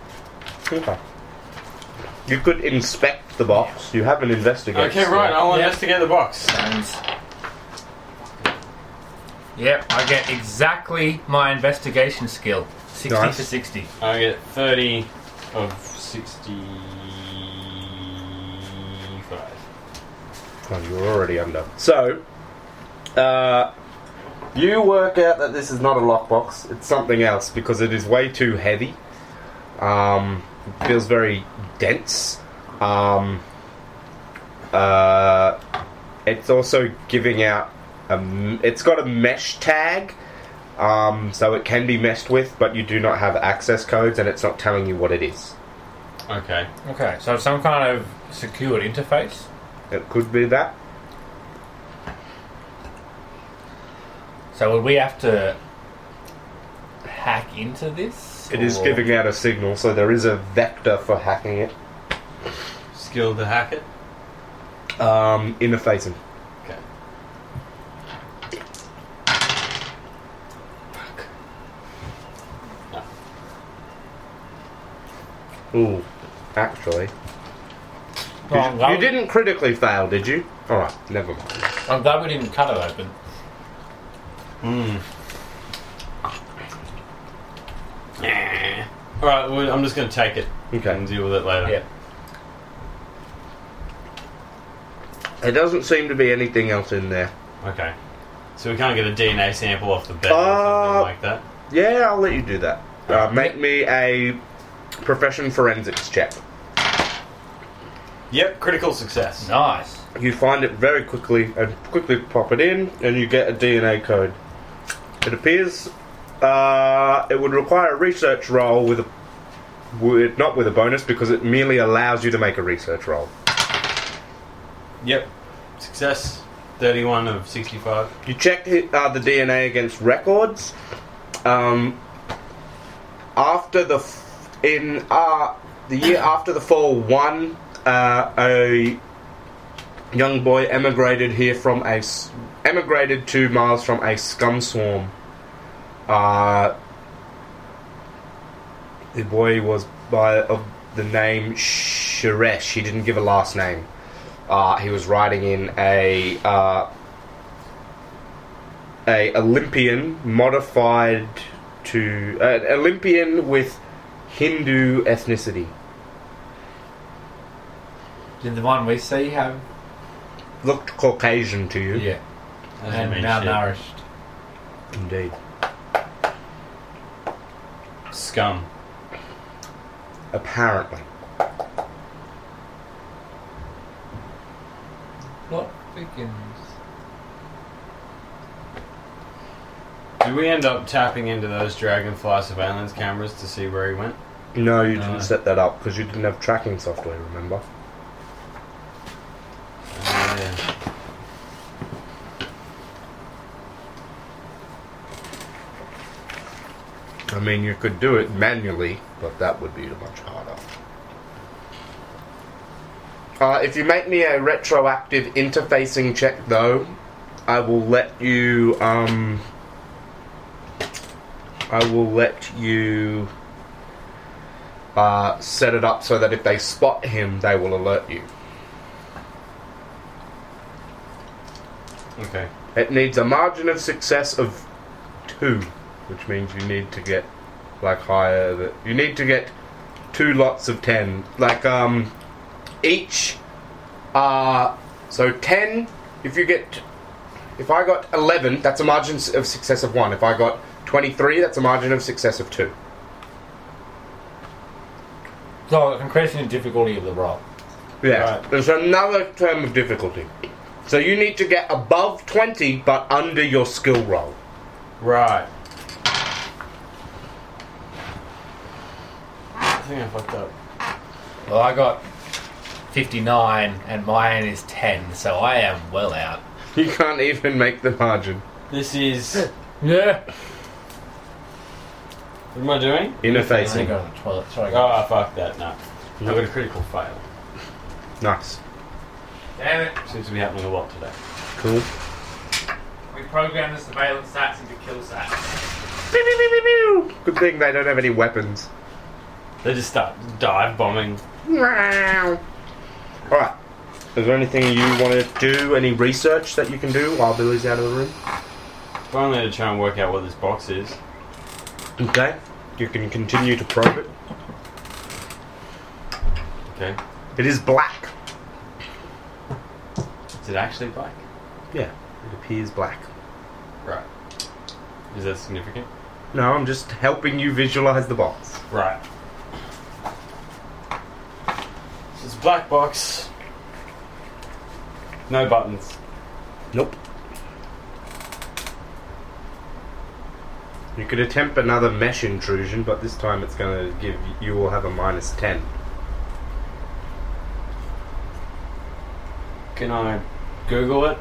S1: Okay. You could inspect the box. You have an investigation.
S2: Okay, right. I'll
S3: Yeah.
S2: investigate the box.
S3: Sounds. Yep, I get exactly my investigation skill. 60
S1: Nice.
S3: to 60.
S2: I get 30 of 65.
S1: Oh, you're already under. So, uh, you work out that this is not a lockbox. It's something else because it is way too heavy. Um, it feels very dense. Um, uh, it's also giving out. A, m- it's got a mesh tag, um, so it can be messed with, but you do not have access codes, and it's not telling you what it is.
S2: Okay.
S3: Okay, so some kind of secured interface.
S1: It could be that.
S3: So would we have to hack into this?
S1: It is
S3: or-
S1: giving out a signal, so there is a vector for hacking it.
S2: Skill to hack it.
S1: Um, interfacing.
S2: Okay.
S1: Ooh, actually,
S3: Well, I'm
S1: you,
S3: glad
S1: you
S3: we-
S1: didn't critically fail, did you? All right, never mind.
S3: I'm glad we didn't cut it open.
S2: Mm. Alright, well, I'm just going to take it and
S1: Okay,
S2: deal with it later.
S3: Yep.
S1: there doesn't seem to be anything else in there.
S2: Okay. So we can't get a DNA sample off the bed or
S1: Uh,
S2: something like that.
S1: Yeah, I'll let you do that. Uh, make me a profession forensics check.
S2: Yep, critical success.
S3: Nice.
S1: You find it very quickly and quickly pop it in, and you get a DNA code. It appears uh, it would require a research role with a would not with a bonus because it merely allows you to make a research roll.
S2: Yep. Success. 31 of 65.
S1: You check uh, the DNA against records. Um, after the f- in uh, the year after the fall one, uh, a young boy emigrated here from a s- emigrated to Mars from a scum swarm. Uh, the boy was by of the name Sharesh. He didn't give a last name. Uh, he was riding in a uh, a Olympian modified to an Olympian with Hindu ethnicity.
S3: Did the one we see have?
S1: Looked Caucasian to you.
S3: Yeah,
S2: Doesn't
S3: and
S2: mean shit.
S3: malnourished.
S1: Indeed.
S2: Scum.
S1: Apparently.
S3: Plot begins.
S2: Did we end up tapping into those Dragonfly surveillance cameras to see where he went?
S1: No, you
S2: No.
S1: didn't set that up because you didn't have tracking software, remember?
S2: Uh, Yeah.
S1: I mean, you could do it manually, but that would be much harder. Uh, if you make me a retroactive interfacing check, though, I will let you. Um, I will let you uh, set it up so that if they spot him, they will alert you.
S2: Okay.
S1: It needs a margin of success of two, which means you need to get like higher. th- You need to get two lots of ten. Like um, each. Uh, so ten. If you get, if I got eleven, that's a margin s- of success of one. If I got twenty-three, that's a margin of success of two.
S3: So increasing the difficulty of the roll.
S1: Yeah.
S2: Right.
S1: There's another term of difficulty. So you need to get above twenty, but under your skill roll.
S2: Right. I think I fucked up.
S3: Well, I got fifty-nine, and mine is ten, so I am well out.
S1: You can't even make the margin.
S2: This is.
S3: Yeah.
S2: What am I doing?
S3: I think I
S1: Interfacing.
S3: go to the toilet. Sorry. guys.
S2: Oh, fuck that. No. I've got a critical fail.
S1: Nice.
S3: Damn it!
S2: Seems to be happening a lot today.
S1: Cool.
S3: We programmed the surveillance sats into kill sats.
S1: Good thing they don't have any weapons.
S2: They just start dive bombing.
S1: Alright. Is there anything you want to do? Any research that you can do while Billy's out of the room?
S2: If only to try and work out what this box is.
S1: Okay. You can continue to probe it.
S2: Okay.
S1: It is black.
S2: Is it actually black?
S1: Yeah. It appears black.
S2: Right. Is that significant?
S1: No, I'm just helping you visualize the box.
S2: Right. So it's a black box. No buttons.
S1: Nope. You could attempt another mesh intrusion, but this time it's going to give you will have a minus 10.
S2: Can I Google it?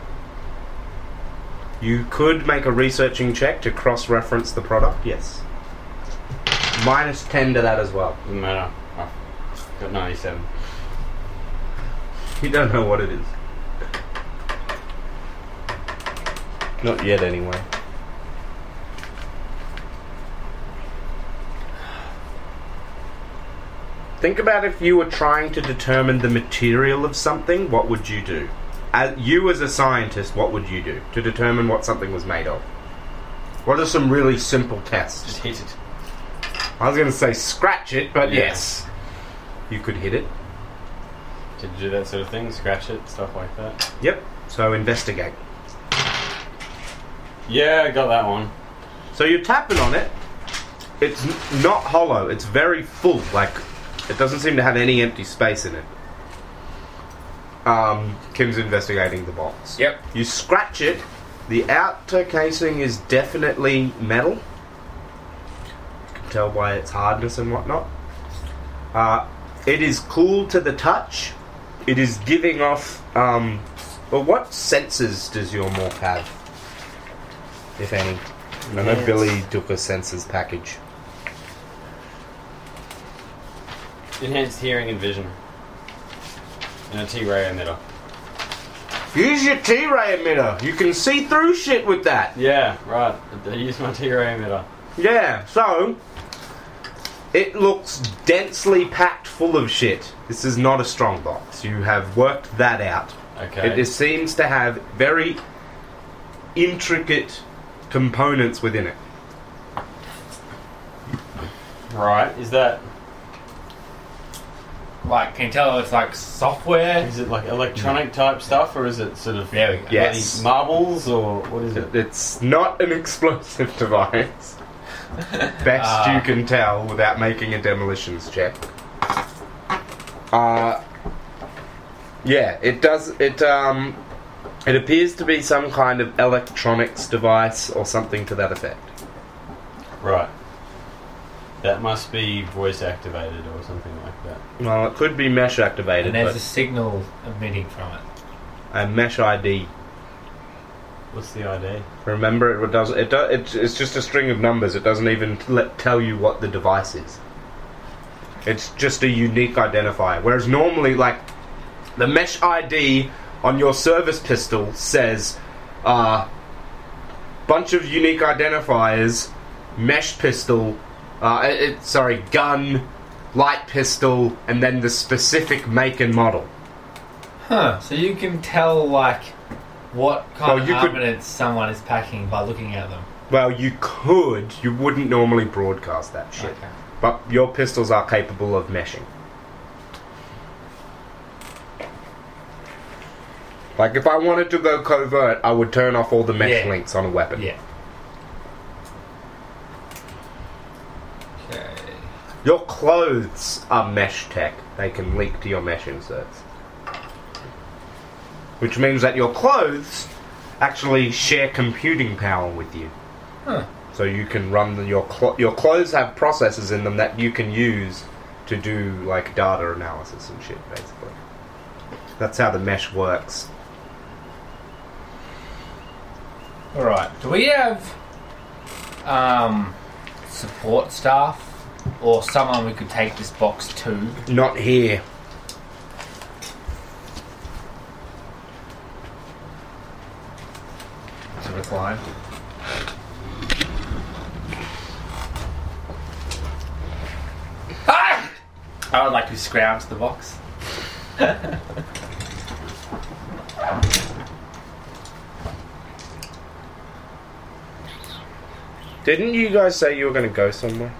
S1: You could make a researching check to cross reference the product, yes. Minus 10 to that as well.
S2: Doesn't matter. I've got 97.
S1: You don't know what it is. Not yet, anyway. Think about if you were trying to determine the material of something, what would you do? As you, as a scientist, what would you do to determine what something was made of? What are some really simple tests?
S2: Just hit it.
S1: I was going to say scratch it, but
S2: Yeah.
S1: yes. You could hit it.
S2: Did you do that sort of thing? Scratch it? Stuff like that?
S1: Yep. So investigate.
S2: Yeah, I got that one.
S1: So you're tapping on it. It's n- not hollow. It's very full. Like it doesn't seem to have any empty space in it. Um, Kim's investigating the box.
S3: Yep.
S1: You scratch it. The outer casing is definitely metal. You can tell by its hardness and whatnot. Uh, it is cool to the touch. It is giving off. Um, well, what senses does your morph have, if any? I know
S2: Yes.
S1: Billy took a senses package.
S2: Enhanced hearing and vision. And a T-ray emitter.
S1: Use your T-ray emitter. You can see through shit with that.
S2: Yeah, right. I used my T-ray emitter.
S1: Yeah, so it looks densely packed full of shit. This is not a strong box. You have worked that out.
S2: Okay.
S1: It is- seems to have very intricate components within it.
S2: right. Is that?
S3: Like, can you tell it's like software?
S2: Is it like electronic type stuff, or is it sort of
S3: There we go.
S1: Yes.
S2: bloody marbles, or what is it?
S1: It's not an explosive [LAUGHS] device. Best
S3: Ah.
S1: you can tell without making a demolitions check. Uh, yeah, it does. It um, it appears to be some kind of electronics device or something to that effect.
S2: Right. That must be voice activated or something like that.
S1: Well, it could be mesh activated,
S3: And there's a
S1: but
S3: signal emitting from it.
S1: a mesh ID.
S2: What's the ID?
S1: Remember, it does. It does. It's, it's just a string of numbers. It doesn't even let, tell you what the device is. It's just a unique identifier. Whereas normally, like the mesh ID on your service pistol says, uh, bunch of unique identifiers, mesh pistol, uh, it, it- sorry, gun, light pistol, and then the specific make and model.
S3: Huh. So you can tell, like, what kind
S1: Well,
S3: of
S1: you could-
S3: armaments someone is packing by looking at them.
S1: Well, you could. You wouldn't normally broadcast that shit.
S3: Okay.
S1: But your pistols are capable of meshing. Like if I wanted to go covert, I would turn off all the mesh
S3: Yeah.
S1: links on a weapon.
S3: Yeah. Okay.
S1: Your clothes are mesh tech. They can leak to your mesh inserts. Which means that your clothes actually share computing power with you.
S3: Huh.
S1: So you can run the, your clo- your clothes have processors in them that you can use to do like data analysis and shit basically. That's how the mesh works.
S3: All right. Do we have um, support staff or someone we could take this box to?
S1: Not here.
S3: To recline. Ah! I would like to scrounge the box.
S1: Didn't you guys say you were going to go somewhere?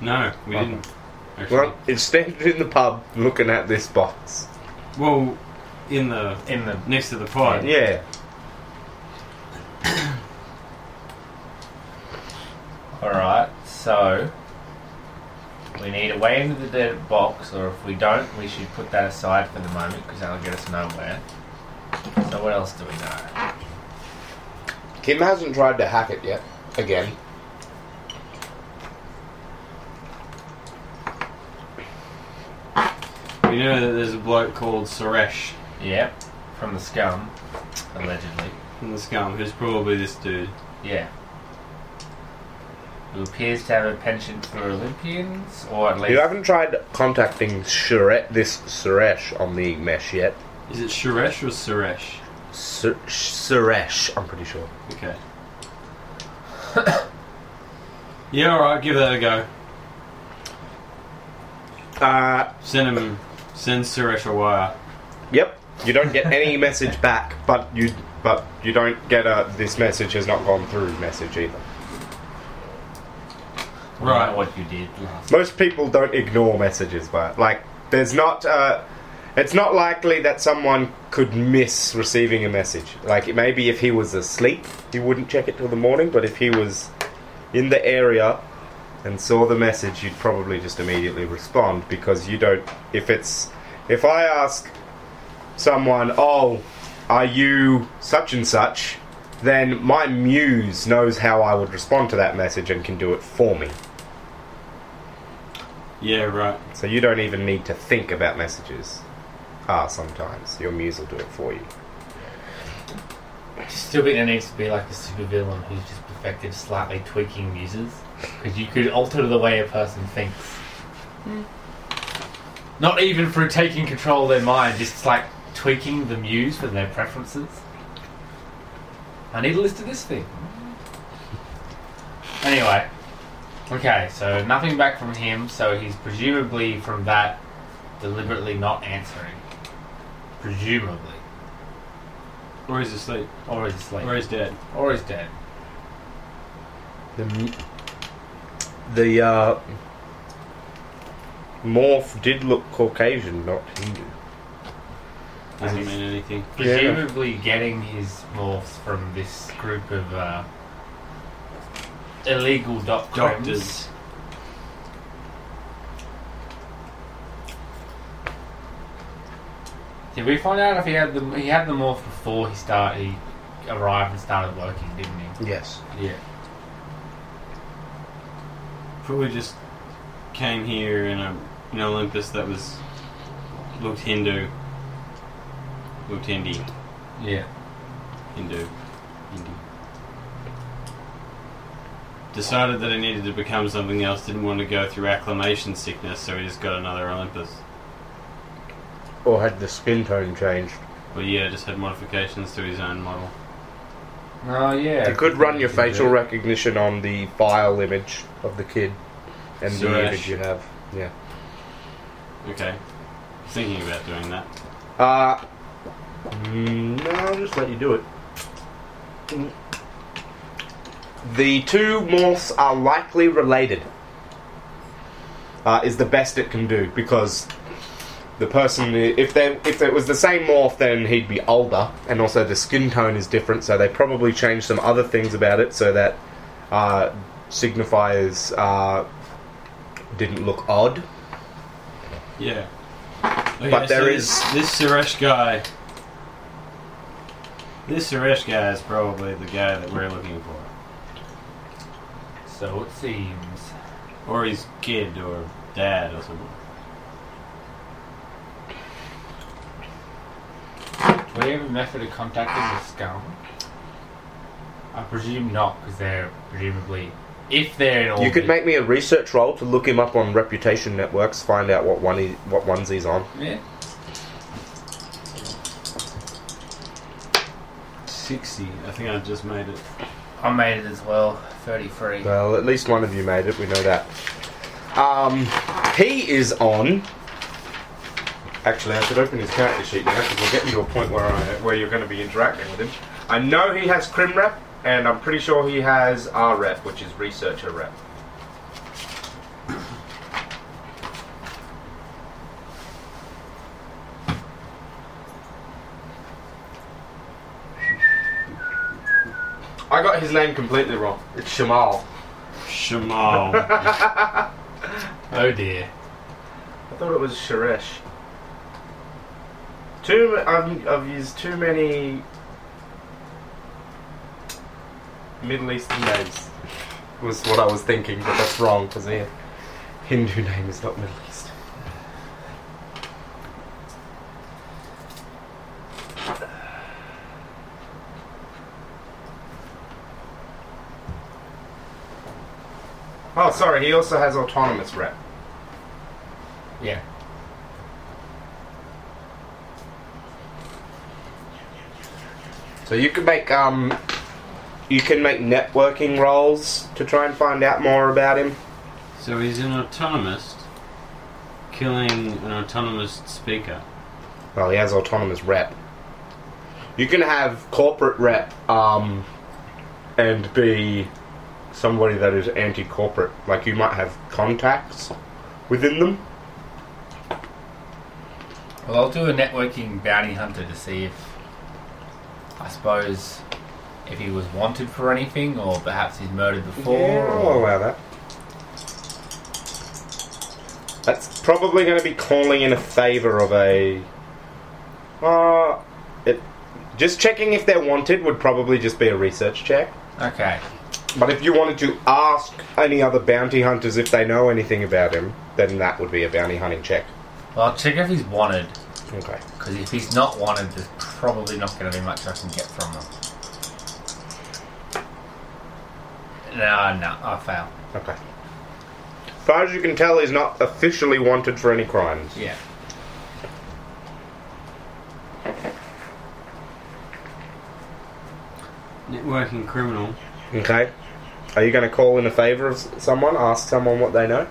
S2: No, we
S1: Okay.
S2: didn't. Actually.
S1: Well, it's standing in the pub looking at this box.
S2: well, in the
S3: In the
S2: next to the pod.
S1: Yeah.
S3: All right. So we need a way into the dead box, or if we don't, we should put that aside for the moment because that'll get us nowhere. So what else do we know?
S1: Kim hasn't tried to hack it yet. Again.
S2: We know that there's a bloke called Suresh
S3: Yep, from the scum, allegedly.
S2: in the scum, who's probably this dude.
S3: Yeah. Who appears to have a penchant for Olympians, or at least
S1: You haven't tried contacting Shure this Suresh on the mesh yet.
S2: Is it Suresh or Suresh?
S1: Sur- Suresh, I'm pretty sure.
S2: Okay. [COUGHS] yeah, alright, give that a go.
S1: Uh,
S2: Send him, send Suresh a wire.
S1: yep. You don't get any message back, but you but you don't get a this message has not gone through message either.
S3: we know
S2: Right.
S3: what you did last.
S1: Most people don't ignore messages, but like there's not. Uh, it's not likely that someone could miss receiving a message. Like maybe if he was asleep, he wouldn't check it till the morning. But if he was in the area and saw the message, you'd probably just immediately respond because you don't. If it's if I ask someone, "Oh, are you such and such?" then my muse knows how I would respond to that message and can do it for me.
S2: Yeah, right.
S1: So you don't even need to think about messages. Ah, sometimes. Your muse will do it for you.
S3: Still think there needs to be like a supervillain who's just perfected slightly tweaking muses. Because you could alter the way a person thinks. Not even through taking control of their mind, just like tweaking the muse for their preferences. I need a list of this thing. Anyway. Okay, so nothing back from him, so he's presumably from that deliberately not answering. Presumably.
S2: Or he's asleep.
S3: Or is asleep.
S2: Or he's dead.
S3: Or is dead.
S1: The m- the uh, morph did look Caucasian, not Hindu.
S2: Doesn't mean anything.
S1: Yeah.
S3: Presumably getting his morphs from this group of uh, illegal doc-
S2: Doctors.
S3: Did we find out if he had the he had the morph before he start he arrived and started working, didn't
S1: Yes.
S3: he? Yeah.
S2: Probably just came here in a in Olympus that was looked Hindu. Looked Hindi.
S3: Yeah.
S2: Hindu. Hindi. Decided that he needed to become something else, didn't want to go through acclimation sickness, so he just got another Olympus.
S1: Or had the skin tone changed.
S2: But yeah, just had modifications to his own model.
S3: Oh yeah.
S1: You could run your
S3: He did.
S1: facial recognition on the file image of the kid and the
S2: Suresh.
S1: image you have. Yeah.
S2: Okay. Thinking about doing that.
S1: Uh, mm, no, I'll just let you do it. The two morphs are likely related. Uh, is the best it can do because the person, if they if it was the same morph, then he'd be older, and also the skin tone is different, so they probably changed some other things about it so that uh, signifiers uh, didn't look odd.
S2: Yeah. Okay,
S1: But there
S2: this, this Suresh guy. This Suresh guy is probably the guy that we're looking for,
S3: So it seems.
S2: or his kid, or dad, or something.
S3: Do we have a method of contacting the scum? I presume not, because they're presumably if they're in orbit.
S1: You could make me a research roll to look him up on reputation networks, find out what one he, what ones he's on.
S3: yeah.
S2: Sixty. I think I just made it.
S3: I made it as well. Thirty-three.
S1: Well, at least one of you made it. We know that. Um, he is on. Actually, I should open his character sheet now because we're getting to a point where I, where you're going to be interacting with him. I know he has crim rep, and I'm pretty sure he has R rep, which is researcher rep. I got his name completely wrong. It's Shamal. [LAUGHS]
S2: Shamal.
S3: Oh dear.
S1: I thought it was Suresh. Too, I've, I've used too many Middle Eastern names. Was what I was thinking, but that's wrong because the Hindu name is not Middle Eastern. Oh, sorry. He also has autonomous rep.
S3: Yeah.
S1: So you can make um, you can make networking roles to try and find out more about him.
S2: so he's an autonomist, killing an autonomous speaker.
S1: Well, he has autonomous rep. You can have corporate rep um, and be somebody that is anti-corporate. Like you might have contacts within them.
S3: Well, I'll do a networking bounty hunter to see if, I suppose, if he was wanted for anything, or perhaps he's murdered before.
S1: I'll
S3: or-
S1: allow that. That's probably going to be calling in a favor of a. Uh, it, just checking if they're wanted would probably just be a research check.
S3: Okay.
S1: But if you wanted to ask any other bounty hunters if they know anything about him, then that would be a bounty hunting check.
S5: Well, check if he's wanted,
S1: Okay.
S5: because if he's not wanted, there's probably not going to be much I can get from him. No, no, I fail.
S1: Okay. As far as you can tell, he's not officially wanted for any crimes.
S5: Yeah.
S2: Networking criminal.
S1: Okay. Are you going to call in a favor of s- someone? Ask someone what they know?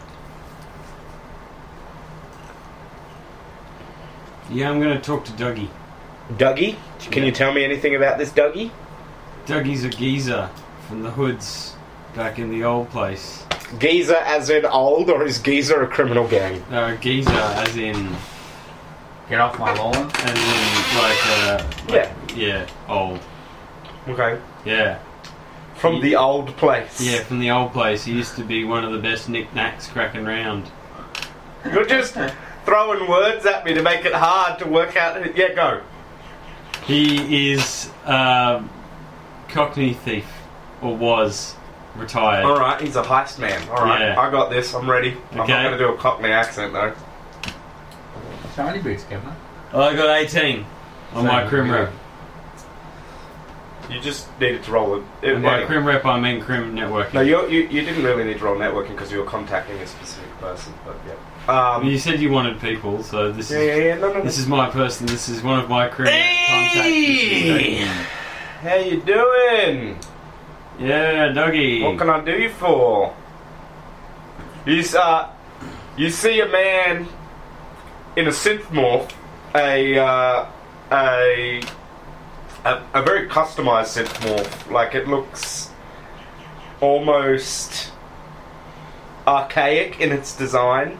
S2: Yeah, I'm gonna talk to Dougie.
S1: Dougie? Can you tell me anything about this Dougie?
S2: Dougie's a geezer from the hoods back in the old place.
S1: Geezer as in old, or is Geezer a criminal gang?
S2: No, a Uh, geezer as in
S5: Get off my lawn.
S2: as in like uh like, yeah yeah old
S1: Okay.
S2: yeah
S1: From the old place.
S2: yeah from the old place. He used to be one of the best knickknacks cracking round.
S1: You're just throwing words at me to make it hard to work out. who- Yeah, go.
S2: He is um, Cockney thief, or was retired.
S1: All right, he's a heist man. All right,
S2: Yeah.
S1: I got this. I'm ready. I'm not
S2: Okay.
S1: going to do a Cockney accent though.
S5: Shiny boots, Kevin.
S1: Uh,
S2: Well, I got 18 on my
S5: Same,
S2: crim
S5: yeah.
S2: rep.
S1: You just needed to roll it. it
S2: And by
S1: anyway.
S2: crim rep, I mean crim networking.
S1: No, you, you you didn't really need to roll networking because you were contacting a specific person. But yeah. Um,
S2: You said you wanted people, so this
S1: yeah,
S2: is
S1: yeah, yeah. No, no, no.
S2: this is my person. This is one of my crim rep
S1: Hey!
S2: contacts.
S1: How you doing?
S2: Yeah, doggy.
S1: What can I do you for? You s- uh, you see a man in a synth morph, a uh, a, a a very customized synth morph. Like it looks almost archaic in its design.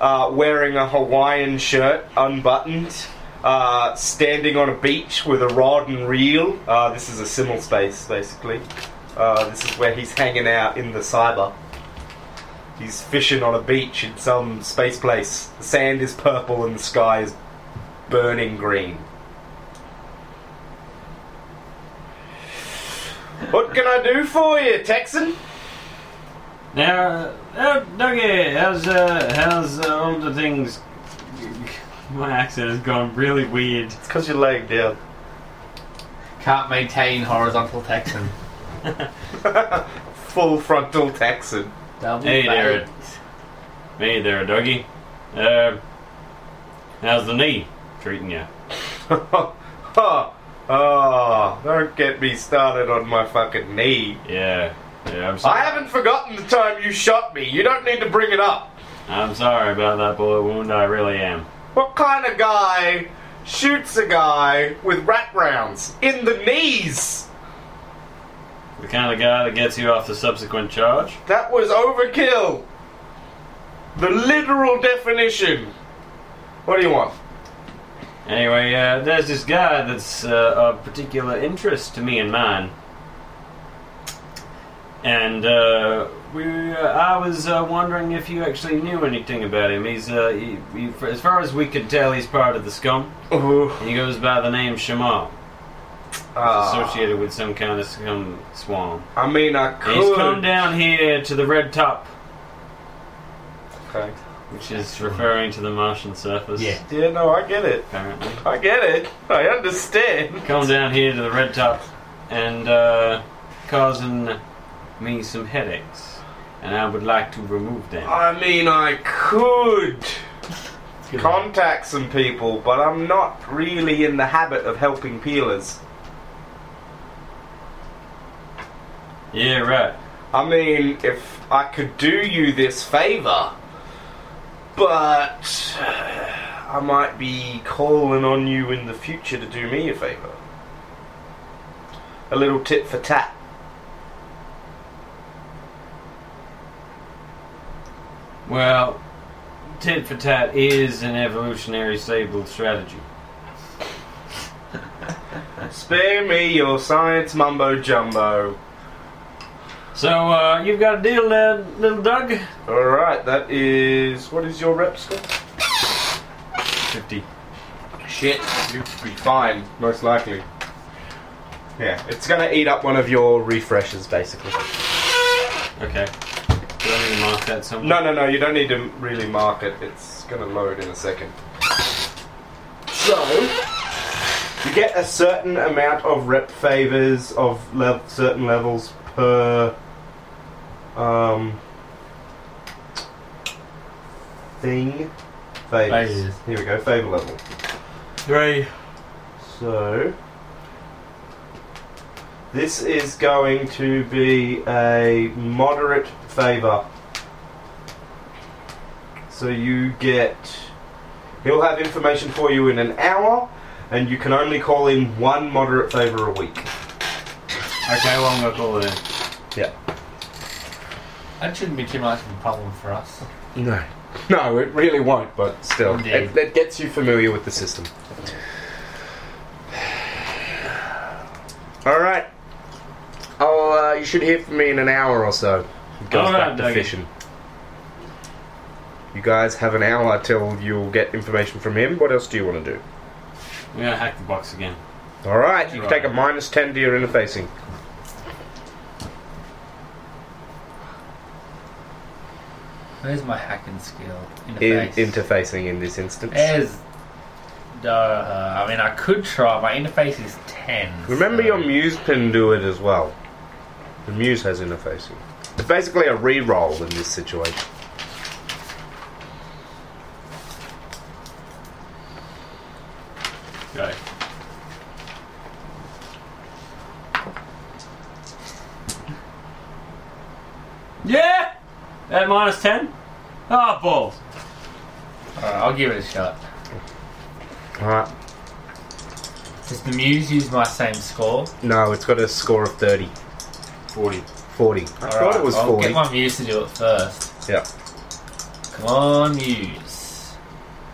S1: Uh, wearing a Hawaiian shirt, unbuttoned. Uh, standing on a beach with a rod and reel. Uh, this is a simul space, basically. Uh, this is where he's hanging out in the cyber. He's fishing on a beach in some space place. The sand is purple and the sky is burning green. What can I do for you, Texan?
S2: Now, uh, Dougie, how's uh, how's uh, all the things? My accent has gone really weird.
S1: It's because you're laying down.
S5: Can't maintain horizontal Texan.
S1: Full frontal Texan. [LAUGHS]
S5: Double
S2: Hey there.
S5: bass.
S2: Hey there, Dougie. Uh, how's the knee treating you?
S1: oh, oh, don't get me started on my fucking knee.
S2: Yeah, yeah. I'm
S1: I
S2: sorry.
S1: haven't forgotten the time you shot me. You don't need to bring it up.
S2: I'm sorry about that bullet wound. I really am.
S1: What kind of guy shoots a guy with rat rounds in the knees?
S2: The kind of guy that gets you off the subsequent charge.
S1: That was overkill. The literal definition. What do you want?
S2: Anyway, uh, there's this guy that's uh, of particular interest to me and mine. And uh, we, uh, I was uh, wondering if you actually knew anything about him. He's, uh, he, he, for- as far as we could tell, he's part of the scum.
S1: Ooh.
S2: He goes by the name Shamal.
S5: Ah.
S1: Uh,
S2: associated with some kind of scum swarm.
S1: I mean, I
S2: He's come
S1: could.
S2: down here to the red top,
S1: Okay.
S2: which is referring to the Martian surface.
S5: Yeah.
S1: Yeah, no, I get it.
S2: Apparently.
S1: I get it. I understand.
S2: Come down here to the red top and uh, causing me some headaches, and I would like to remove them.
S1: I mean, I could contact some people, but I'm not really in the habit of helping peelers.
S2: Yeah, right.
S1: I mean, if I could do you this favor, but I might be calling on you in the future to do me a favor. A little tit for tat.
S2: Well, tit for tat is an evolutionary sable strategy.
S1: Spare me your science mumbo jumbo.
S2: So uh, you've got a deal, uh, little Doug.
S1: Alright, that is. What is your rep score?
S2: Fifty.
S1: Shit, you would be fine, most likely. Yeah, it's gonna eat up one of your refreshes, basically.
S2: Okay. Do I need to mark that somewhere?
S1: No, no, no, you don't need to really mark it. It's gonna load in a second. So, you get a certain amount of rep favors of lev- certain levels per Uh, um, thing. Favors.
S5: Favors.
S1: Here we go, favor level.
S2: Three.
S1: So, this is going to be a moderate favor. So, you get. He'll have information for you in an hour, and you can only call in one moderate favor a week.
S2: Okay, well, I'm gonna call it in.
S3: That shouldn't be too much of a problem for us.
S1: No. No, it really won't, but still. It,
S3: Indeed.
S1: it gets you familiar with the system. Alright. I'll, uh, you should hear from me in an hour or so. It goes
S5: All right,
S1: back to
S5: Dougie.
S1: fishing. You guys have an hour till you'll get information from him. What else do you want to do?
S2: We're gonna hack the box again.
S1: Alright, you can
S2: Right.
S1: take a minus 10 to your interfacing.
S3: Where's my hacking skill?
S1: In-
S3: Interface.
S1: interfacing in this instance.
S3: There's. Uh, I mean, I could try. My interface is 10.
S1: Remember
S3: so-
S1: your muse can do it as well. The muse has interfacing. It's basically a re-roll in this situation.
S2: Go. Yeah! At minus 10? Ah, balls.
S3: Alright, I'll give it a shot.
S1: Alright.
S3: Does the Muse use my same score?
S1: No, it's got a score of 30.
S2: 40.
S1: 40. I thought it was
S3: I'll
S1: 40.
S3: get my Muse to do it first.
S1: Yeah.
S3: Come on, Muse.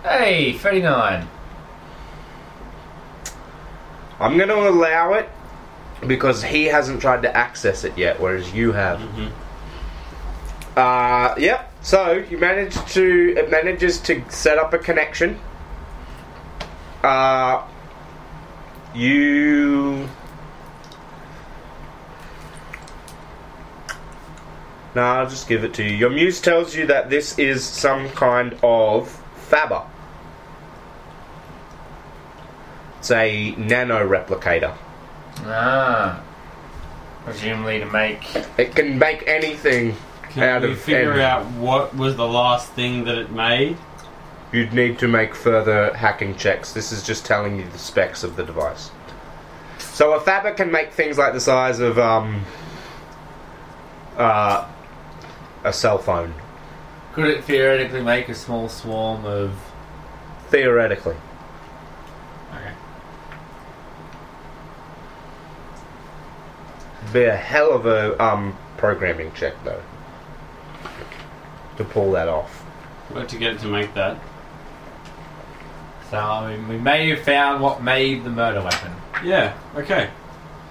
S3: Hey, 39.
S1: I'm going to allow it because he hasn't tried to access it yet, whereas you have.
S2: Mhm.
S1: Uh, yep. So you manage to it manages to set up a connection. Uh, you. No, I'll just give it to you. Your muse tells you that this is some kind of fabber. It's a nano replicator.
S3: Ah. Presumably to make.
S1: It can make anything
S2: Can
S1: out
S2: we
S1: of
S2: figure
S1: anything.
S2: out what was the last thing that it made?
S1: You'd need to make further hacking checks. This is just telling you the specs of the device. So a Fabric can make things like the size of um, uh, a cell phone,
S3: Could it theoretically make a small swarm of.
S1: theoretically.
S3: Okay.
S1: Be a hell of a um, programming check though to pull that off.
S2: What to get it to make that?
S3: So, I mean, we may have found what made the murder weapon.
S2: Yeah, okay.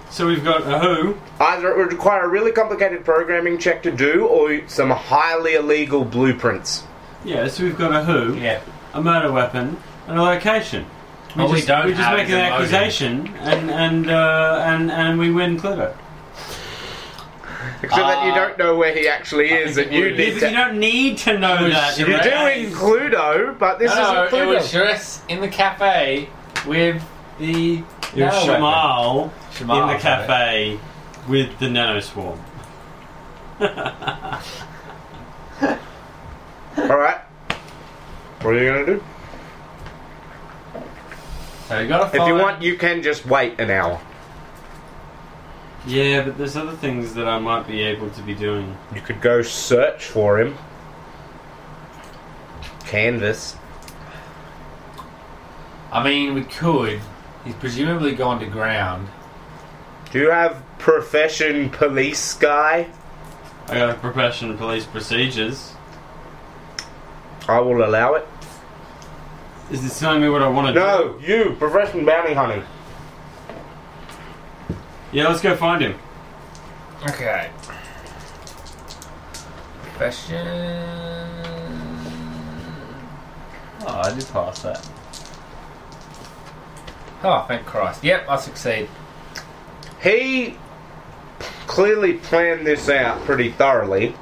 S2: So we've got a who.
S1: Either it would require a really complicated programming check to do, or some highly illegal blueprints.
S2: Yeah, so we've got a who,
S3: Yeah.
S2: a murder weapon, and a location.
S3: What we don't
S2: we just
S3: have
S2: make
S3: is
S2: an
S3: a motive.
S2: accusation and and, uh, and and we win Clipper.
S1: Except that you
S3: Uh,
S1: don't know where he actually is, and you need to
S2: You don't need to know that.
S3: shit.
S1: You do in
S3: Right.
S1: Cluedo, but this
S3: No,
S1: isn't
S3: it
S1: Cluedo.
S3: was just in the cafe with the.
S2: You're
S3: nano weapon.
S2: Shamal
S3: Shamal,
S2: in the
S3: right.
S2: cafe with the nano swarm.
S1: All right. What are you gonna do?
S3: So we gotta
S1: If
S3: find-
S1: you want, you can just wait an hour.
S2: Yeah, but there's other things that I might be able to be doing.
S1: You could go search for him. Canvas.
S3: I mean, we could. He's presumably gone to ground.
S1: Do you have profession police guy?
S2: I got a profession police procedures.
S1: I will allow it.
S2: Is this telling me what I want to
S1: No, you profession bounty hunting.
S2: do? Yeah, let's go find him.
S3: Okay. Question.
S2: Oh, I did pass that.
S3: Oh, thank Christ. Yep, I succeed.
S1: He clearly planned this out pretty thoroughly.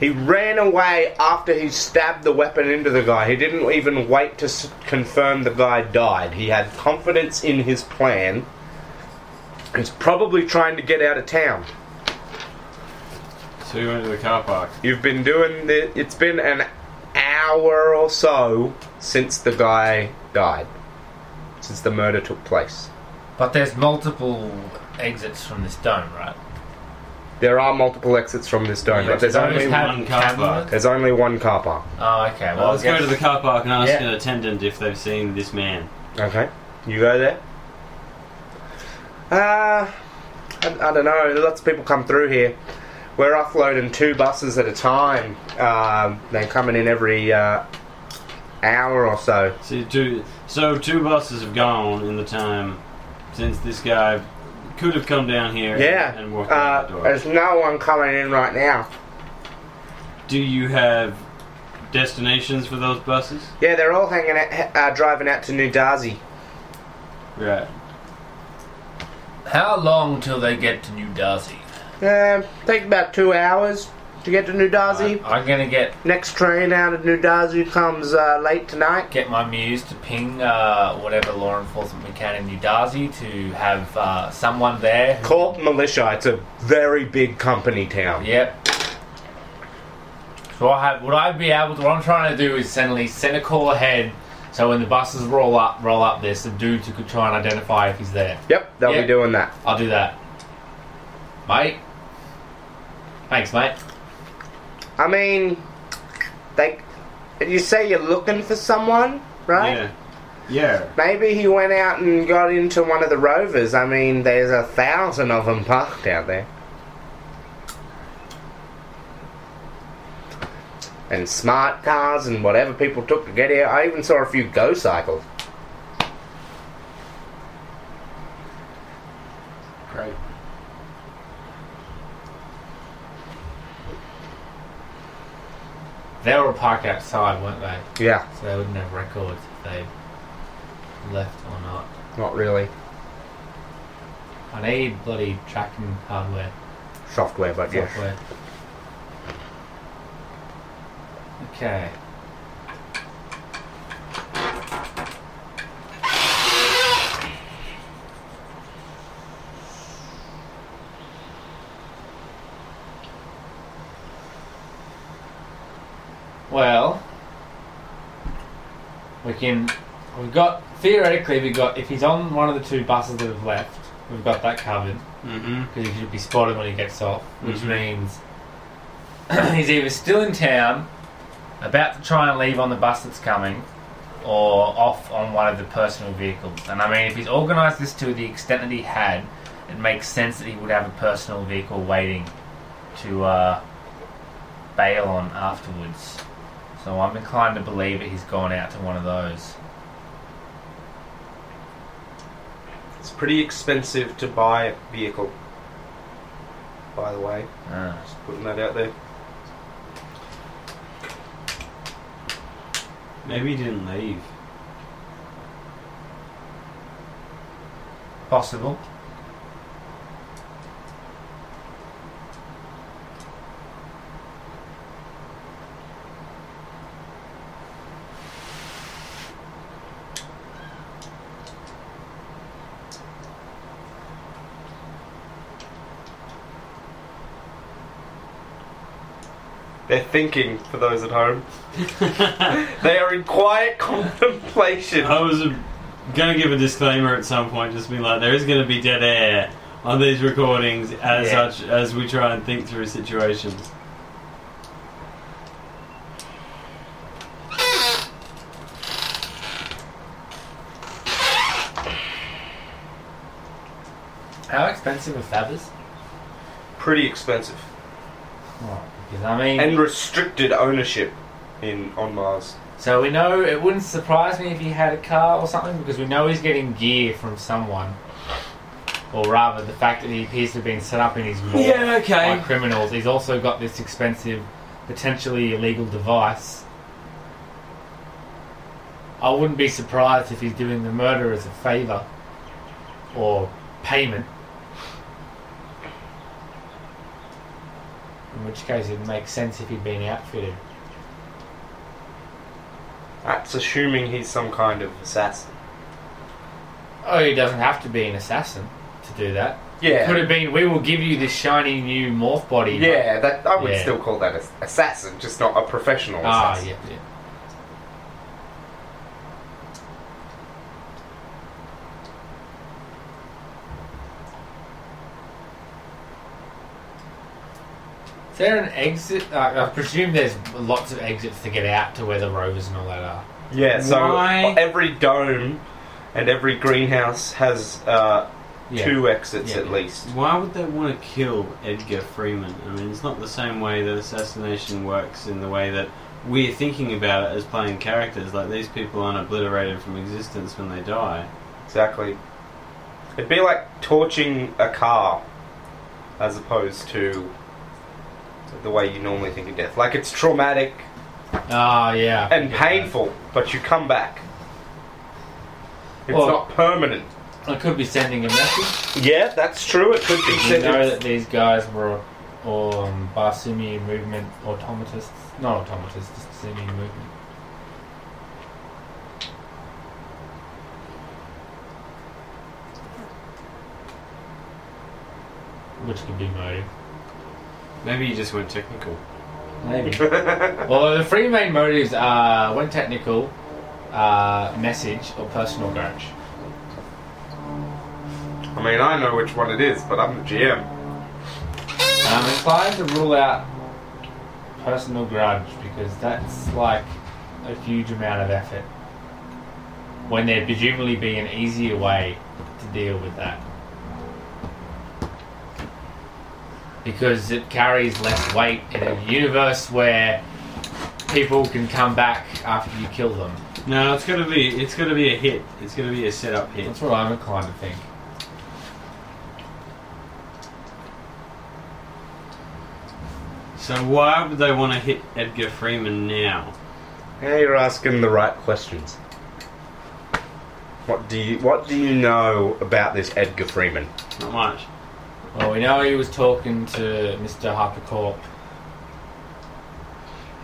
S1: He ran away after he stabbed the weapon into the guy. He didn't even wait to s- confirm the guy died. He had confidence in his plan. He's probably trying to get out of town.
S2: So you went to the car park.
S1: You've been doing the. It's been an hour or so since the guy died, since the murder took place.
S3: But there's multiple exits from this dome, right?
S1: There are multiple exits from this dome,
S2: Yeah,
S1: but there's
S2: so
S1: only
S2: it's had- One car
S3: Cabinet?
S2: park.
S1: there's only one car park.
S3: Oh, okay. Well,
S2: Well, let's go to the car park and ask
S3: Yeah.
S2: an attendant if they've seen this man.
S1: Okay, you go there. Uh, I, I don't know. Lots of people come through here. We're offloading two buses at a time. Um, they're coming in every uh, hour or so.
S2: See, two, so two buses have gone in the time since this guy could have come down here
S1: Yeah.
S2: and, and walked out the
S1: Uh,
S2: door.
S1: there's no one coming in right now.
S2: Do you have destinations for those buses?
S1: Yeah, they're all hanging out, uh, driving out to New Darcy.
S2: Right.
S3: how long till they get to New Darcy?
S1: Um, take about two hours to get to New Darcy.
S2: Uh,
S3: I, am gonna get
S1: Next train out of New Darcy comes uh, late tonight.
S3: get my muse to ping uh, whatever law enforcement we can in New Darcy to have uh, someone there. who-
S1: Corp Militia. It's a very big company town.
S3: Yep. So I have, would I be able to? What I'm trying to do is send at least send a call ahead, so when the buses roll up, roll up, there's some dudes who could try and identify if he's there.
S1: Yep, they'll
S3: Yeah.
S1: be doing that.
S3: I'll do that, mate. Thanks, mate.
S1: I mean, they. You say you're looking for someone, right?
S2: Yeah. Yeah.
S1: Maybe he went out and got into one of the rovers. I mean, there's a thousand of them parked out there. And smart cars and whatever people took to get here. I even saw a few go cycles.
S2: Great.
S3: They were parked outside, weren't they?
S1: Yeah,
S3: So they wouldn't have records if they left or not.
S1: not really.
S3: I need bloody tracking hardware,
S1: Software, but yeah.
S3: software. Okay. Well, we can. We've got theoretically we've got if he's on one of the two buses that have left, we've got that covered
S2: Mm-hmm.
S3: because he should be spotted when he gets off, which
S2: Mhm.
S3: means [CLEARS THROAT] he's either still in town, about to try and leave on the bus that's coming, or off on one of the personal vehicles. And I mean, if he's organised this to the extent that he had, it makes sense that he would have a personal vehicle waiting to uh, bail on afterwards. So I'm inclined to believe that he's gone out to one of those.
S1: It's pretty expensive to buy a vehicle. By the way,
S3: Uh,
S1: just putting that out there.
S2: Maybe he didn't leave.
S3: possible.
S1: They're thinking, for those at home. they are in quiet [LAUGHS] contemplation.
S2: I was uh, gonna give a disclaimer at some point, just be like, there is gonna be dead air on these recordings as
S3: Yeah.
S2: such as we try and think through situations.
S3: How expensive are Fabbers?
S1: Pretty expensive.
S3: Oh, because I mean,
S1: and restricted ownership in on Mars.
S3: So we know it wouldn't surprise me if he had a car or something because we know he's getting gear from someone. Or rather, the fact that he appears to have been set up in his morgue
S2: Yeah, okay.
S3: by criminals. He's also got this expensive, potentially illegal device. I wouldn't be surprised if he's doing the murder as a favour. Or payment. In which case, it makes sense if he'd been outfitted.
S1: That's assuming he's some kind of assassin.
S3: Oh, he doesn't have to be an assassin to do that.
S1: Yeah.
S3: Could have been, we will give you this shiny new morph body.
S1: Yeah, that I would
S3: Yeah.
S1: still call that an assassin, just not a professional
S3: Ah,
S1: assassin.
S3: yeah, yeah. Is there an exit? Uh, I presume there's lots of exits to get out to where the rovers and all that are.
S1: Yeah, so
S2: Why-
S1: every dome and every greenhouse has uh,
S3: Yeah.
S1: two exits
S3: Yeah,
S1: at
S3: yeah.
S1: least.
S2: Why would they want to kill Edgar Freeman? I mean, it's not the same way that assassination works in the way that we're thinking about it as playing characters. Like, these people aren't obliterated from existence when they die.
S1: Exactly. It'd be like torching a car as opposed to the way you normally think of death. Like it's traumatic
S3: Ah, yeah. I
S1: and
S3: forget that.
S1: painful, but you come back. It's
S3: Well-
S1: not permanent.
S3: I could be sending a message.
S1: Yeah, that's true. It could be
S3: You know that these guys were um, Barsumi movement automatists. Not automatists, just Basumi movement. Which could be motive.
S2: Maybe you just went technical.
S3: [LAUGHS] Maybe. well, the three main motives are one technical, uh, message, or personal grudge.
S1: I mean, I know which one it is, but I'm the GM.
S3: I'm inclined to rule out personal grudge because that's like a huge amount of effort. When there'd presumably be an easier way to deal with that. Because it carries less weight in a universe where people can come back after you kill them.
S2: No, it's gonna be it's gonna be a hit. It's gonna be a setup hit.
S3: That's what I'm inclined to think.
S2: So why would they want to hit Edgar Freeman now?
S1: Yeah, you're asking the right questions. What do you What do you know about this Edgar Freeman?
S2: Not much.
S3: Well, we know he was talking to Mr. Hypercorp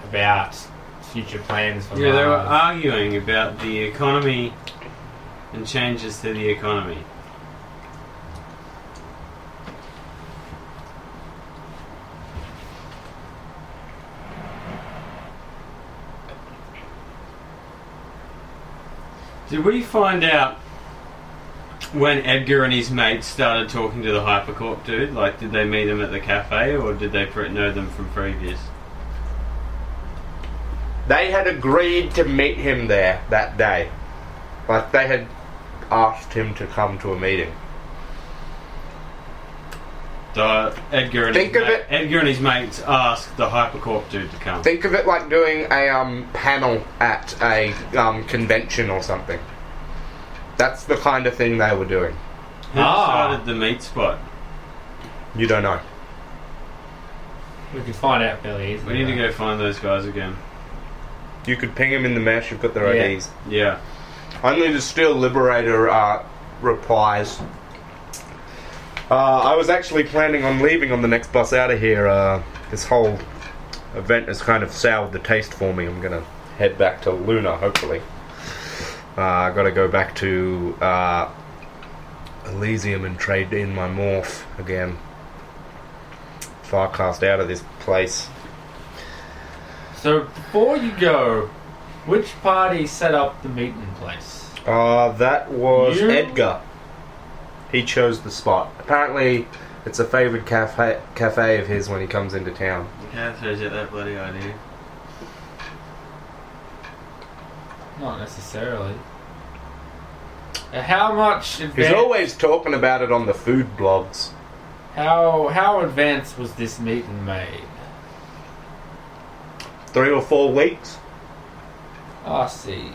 S3: about future plans for
S2: Yeah, they were
S3: Mars.
S2: arguing about the economy and changes to the economy. Did we find out when Edgar and his mates started talking to the Hypercorp dude? Like, did they meet him at the cafe or did they pre- know them from previous?
S1: They had agreed to meet him there that day. Like they had asked him to come to a meeting.
S2: The Edgar and
S1: Think
S2: his
S1: of
S2: ma-
S1: it-
S2: Edgar and his mates ask the Hypercorp dude to come.
S1: Think of it like doing a um, panel at a um, convention or something. That's the kind of thing they were doing.
S2: Who
S3: Ah.
S2: decided the meat spot?
S1: You don't know.
S3: we could find out fairly easily.
S2: uh, We need to go find those guys again.
S1: You could ping him in the mesh. You've got their
S3: Yeah.
S1: IDs.
S2: Yeah.
S1: Only to steal Liberator uh, replies. Uh, I was actually planning on leaving on the next bus out of here. Uh, this whole event has kind of soured the taste for me. I'm gonna head back to Luna, hopefully. Uh, I gotta go back to uh, Elysium and trade in my morph again. Farcast out of this place.
S3: So before you go, which party set up the meeting place?
S1: Uh, that was
S3: You-
S1: Edgar. He chose the spot. Apparently, it's a favoured cafe cafe of his when he comes into town.
S2: How throws out that bloody idea.
S3: Not necessarily. Uh, How much
S1: He's
S3: advanced?
S1: always talking about it on the food blogs.
S3: how how advanced was this meeting made?
S1: Three or four weeks.
S3: Ah, I see.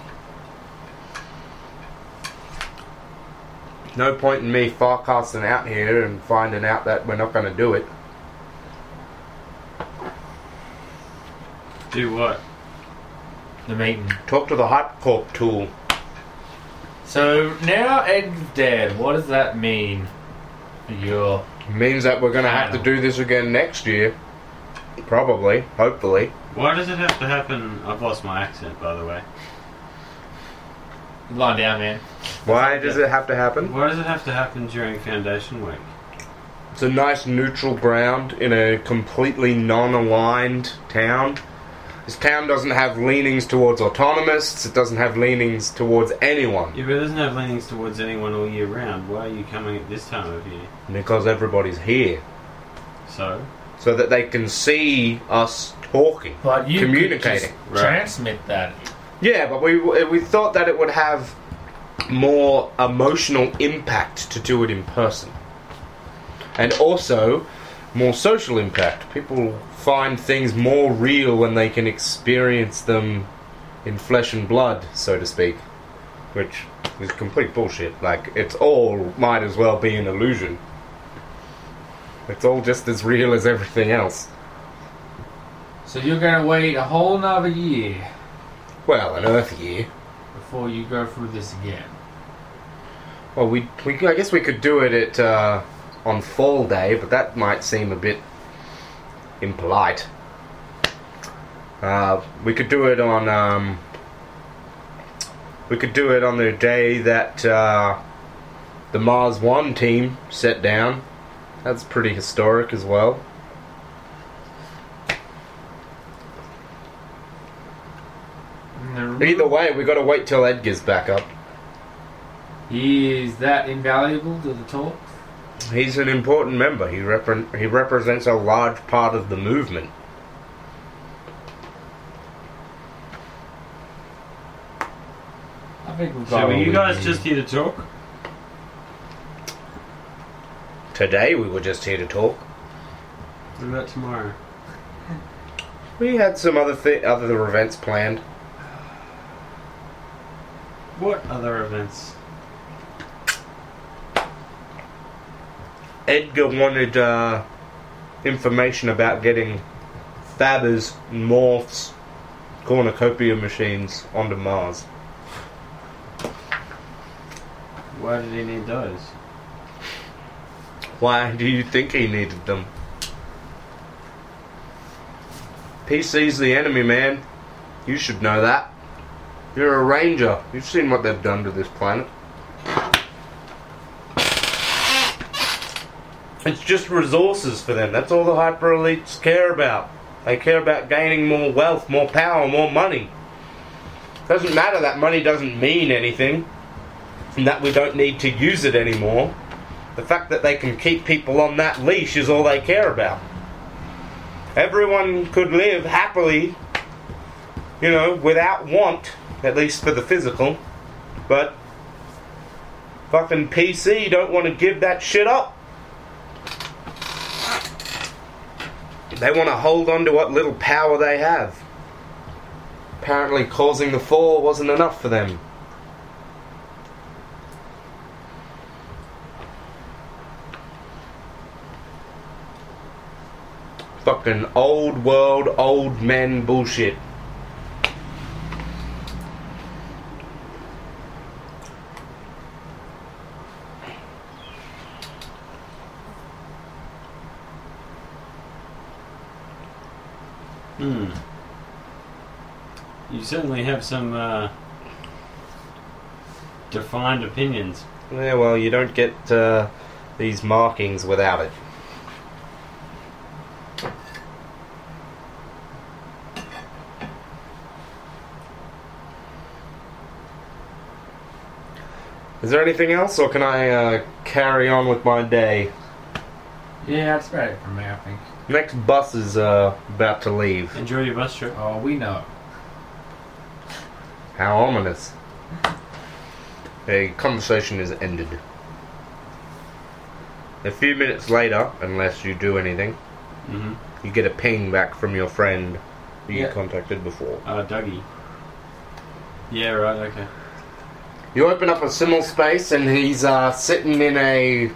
S1: No point in me forecasting out here and finding out that we're not going to do it.
S2: Do what?
S3: The meeting.
S1: Talk to the Hypercorp tool.
S3: So now Ed's dead. What does that mean?
S5: You're
S1: Means that we're gonna have to do this again next year. Probably, hopefully.
S2: Why does it have to happen? I've lost my accent, by the way.
S5: lying down, man.
S1: Why does it have to happen?
S2: Why does it have to happen during Foundation Week?
S1: It's a nice neutral ground in a completely non aligned town. This town doesn't have leanings towards autonomists, it doesn't have leanings towards anyone.
S2: Yeah, but it doesn't have leanings towards anyone all year round. Why are you coming at this time of year?
S1: Because everybody's here.
S2: So,
S1: So that they can see us talking.
S5: But you
S1: Communicating.
S5: Could
S2: Right.
S5: just transmit that.
S1: Yeah, but we we thought that it would have more emotional impact to do it in person, and also more social impact. People find things more real when they can experience them in flesh and blood, so to speak, which is complete bullshit. Like it's all might as well be an illusion. It's all just as real as everything else.
S5: So you're gonna wait a whole nother year
S1: Well, an Earth year.
S5: before you go through this again.
S1: Well, we, we I guess we could do it at uh, on fall day, but that might seem a bit impolite. Uh, we could do it on um, we could do it on the day that uh, the Mars One team set down. That's pretty historic as well. Either way, we got to wait till Edgar's back up.
S5: Is that invaluable to the talk?
S1: He's an important member. He repre- he represents a large part of the movement.
S5: I think we've
S2: so
S5: got.
S2: were you
S1: Probably.
S2: guys just here to talk?
S1: Today we were just here to talk.
S2: What about tomorrow?
S1: We had some other th- other events planned.
S2: What other events?
S1: Edgar wanted uh, information about getting Faber's morphs cornucopia machines onto Mars.
S2: Why did he need those?
S1: Why do you think he needed them? PC's the enemy, man. You should know that. You're a ranger. You've seen what they've done to this planet. It's just resources for them. That's all the hyper elites care about. They care about gaining more wealth, more power, more money. Doesn't matter that money doesn't mean anything, and that we don't need to use it anymore. The fact that they can keep people on that leash is all they care about. Everyone could live happily, you know, without want, at least for the physical, but fucking PC don't want to give that shit up. They want to hold on to what little power they have. Apparently, causing the fall wasn't enough for them. Fucking old world, old men bullshit.
S2: Hmm. You certainly have some uh, defined opinions.
S1: Yeah, well, you don't get uh, these markings without it. Is there anything else, or can I uh, carry on with my day?
S5: Yeah, that's about it for me. I think.
S1: Next bus is uh, about to leave.
S2: Enjoy your bus trip.
S5: Oh, we know.
S1: How ominous. The conversation is ended. A few minutes later, unless you do anything,
S2: Mm-hmm.
S1: you get a ping back from your friend who you
S2: Yeah.
S1: contacted before.
S2: Uh, Dougie. Yeah, right, okay.
S1: You open up a simul space and he's uh, sitting in a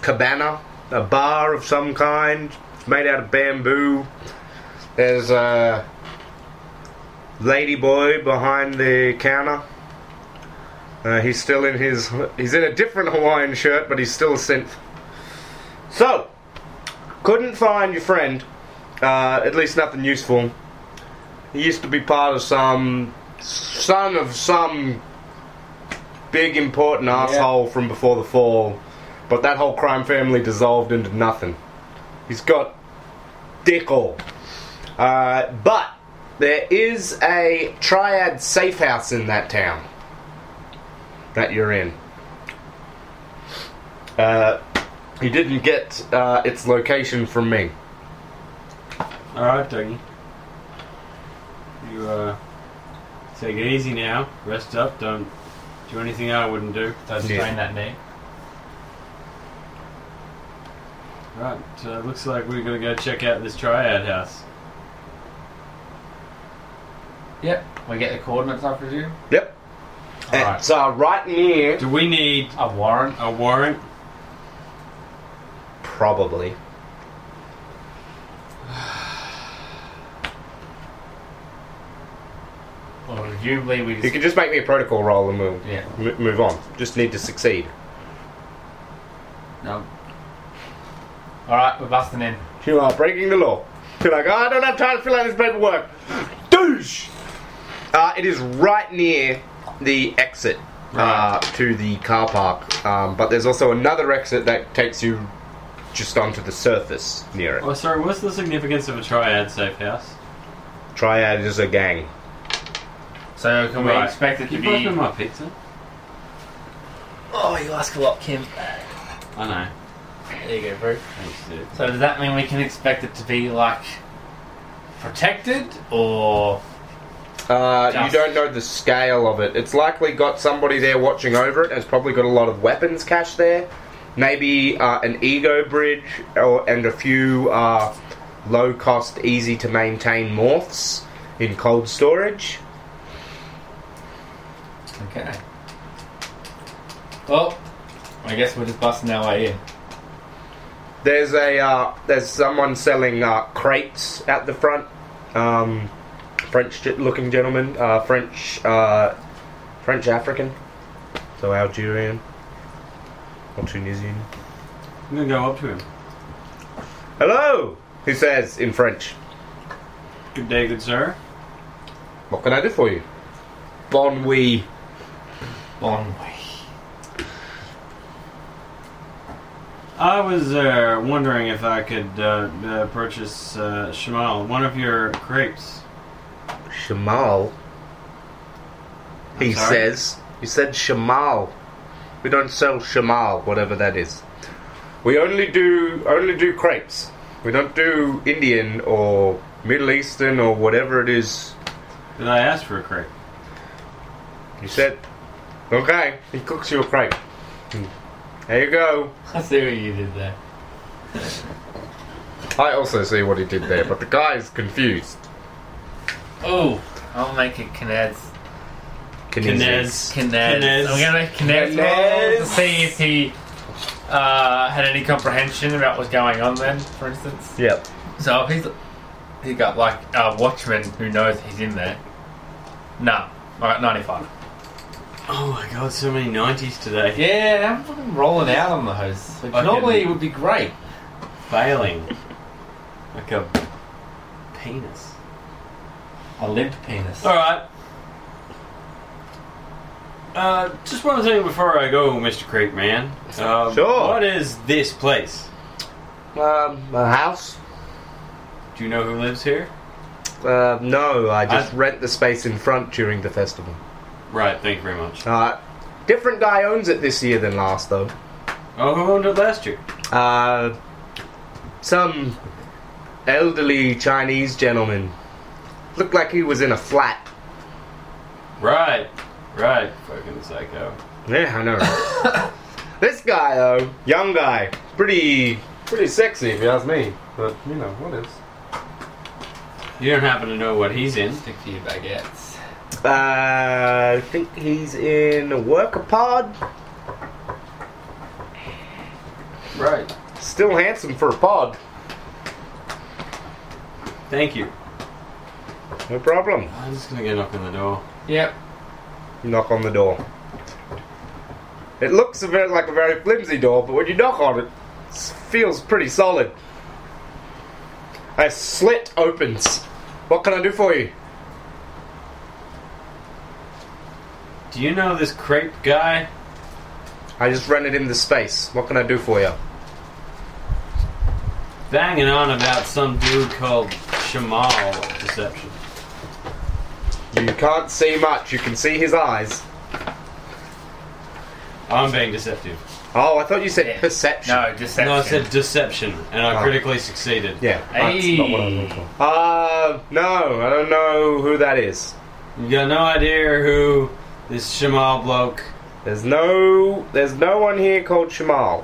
S1: cabana, a bar of some kind. It's made out of bamboo. There's a ladyboy behind the counter. Uh, he's still in his. He's in a different Hawaiian shirt, but he's still a synth. So, couldn't find your friend. Uh, at least nothing useful. He used to be part of some son of some big important asshole from before the fall, but that whole crime family dissolved into nothing. He's got dickle. Uh, but there is a triad safe house in that town that you're in. Uh, you didn't get uh, its location from me.
S2: Alright, Dougie. You, uh, take it easy now. Rest up. Don't do anything I wouldn't do.
S3: Don't
S1: Yeah.
S3: strain that knee.
S2: Right, so it looks like we're gonna go check out this triad house.
S3: Yep. We get the coordinates after you.
S1: Yep.
S3: Alright.
S1: It's uh, right near.
S2: Do we need
S3: A warrant.
S2: a warrant?
S1: Probably.
S3: Well, presumably we
S1: You
S3: just.
S1: can just make me a protocol roll and we'll
S3: Yeah.
S1: m- move on. Just need to succeed.
S3: No. Alright, we're busting in.
S1: You are breaking the law. You're like, oh, I don't have time to fill out this paperwork. Douche! Uh, it is right near the exit uh, to the car park, um, but there's also another exit that takes you just onto the surface near it.
S2: Oh, sorry, what's the significance of a triad safe house?
S1: Triad is a gang.
S3: So can we
S2: Right.
S3: expect it
S2: Can
S3: to
S2: you pass me
S3: be?
S2: my pizza?
S3: Oh, you ask a lot, Kim.
S2: I know.
S3: There you go, bro.
S2: Thanks, dude.
S3: So does that mean we can expect it to be like protected or?
S1: Uh, you
S3: Just-
S1: don't know the scale of it. It's likely got somebody there watching over it. and It's probably got a lot of weapons cached there. Maybe uh, an ego bridge or, and a few uh, low cost, easy to maintain morphs in cold storage.
S3: Okay. Well, I guess we're just busting our way in.
S1: There's a uh, there's someone selling uh, crates at the front. Um, French ge- looking gentleman, uh, French uh, French African, so Algerian or Tunisian.
S2: I'm gonna go up to him.
S1: Hello, he says in French.
S2: Good day, good sir.
S1: What can I do for you? Bon oui.
S3: Long way.
S2: I was uh, wondering if I could uh, uh, purchase uh, Shamal, one of your crepes.
S1: Shamal. He
S2: sorry?
S1: says. You said Shamal. We don't sell Shamal, whatever that is. We only do only do crepes. We don't do Indian or Middle Eastern or whatever it is.
S2: Did I ask for a crepe?
S1: You said Okay, he cooks you a crepe. Hmm. There you go.
S3: I see what you did there.
S1: I also see what he did there, but the guy is confused.
S3: Oh, I'll make it Kinez. Kinez.
S2: Kinez.
S3: I'm gonna make Kinez roll to see if he uh, had any comprehension about what's going on then, for instance.
S1: Yep.
S3: So if he's he got like a watchman who knows he's in there. No. I got 95.
S2: Oh my god, so many 90s today.
S3: Yeah, I'm fucking rolling out on the host. Which
S2: Fucking-
S3: normally would be great.
S2: Failing. Like a penis.
S3: A limp penis.
S2: Alright. Uh, just one thing before I go, Mr. Creep Man. Um,
S1: Sure.
S2: What is this place?
S1: Um, a house?
S2: Do you know who lives here?
S1: Uh, no, I just
S2: I-
S1: rent the space in front during the festival.
S2: Right, thank you very much.
S1: Uh, different guy owns it this year than last, though.
S2: Oh, who owned it last year?
S1: Uh, some elderly Chinese gentleman. Looked like he was in a flat.
S2: Right, right, fucking psycho.
S1: Yeah, I know. this guy, though, young guy, pretty, pretty sexy, if you ask me. But, you know, what is?
S2: You don't happen to know what he's in.
S3: Stick to your baguettes.
S1: Uh, I think he's in a worker pod.
S2: Right.
S1: Still handsome for a pod.
S2: Thank you.
S1: No problem.
S2: I'm just gonna go knock on the door.
S3: Yep.
S1: knock on the door. It looks a very, like a very flimsy door, but when you knock on it, S- Feels pretty solid. A slit opens. What can I do for you?
S2: Do you know this crepe guy?
S1: I just ran it into space. What can I do for you?
S2: Banging on about some dude called Shamal Deception.
S1: You can't see much. You can see his eyes.
S2: I'm being deceptive.
S1: Oh, I thought you said
S3: Yeah.
S1: perception.
S3: No, deception.
S2: No, I said deception, and I
S1: Oh.
S2: critically succeeded.
S1: Yeah, that's not what I was
S3: Hey.
S1: looking for. Uh, no, I don't know who that is.
S2: You got no idea who this Shamal bloke.
S1: There's no, there's no one here called Shamal.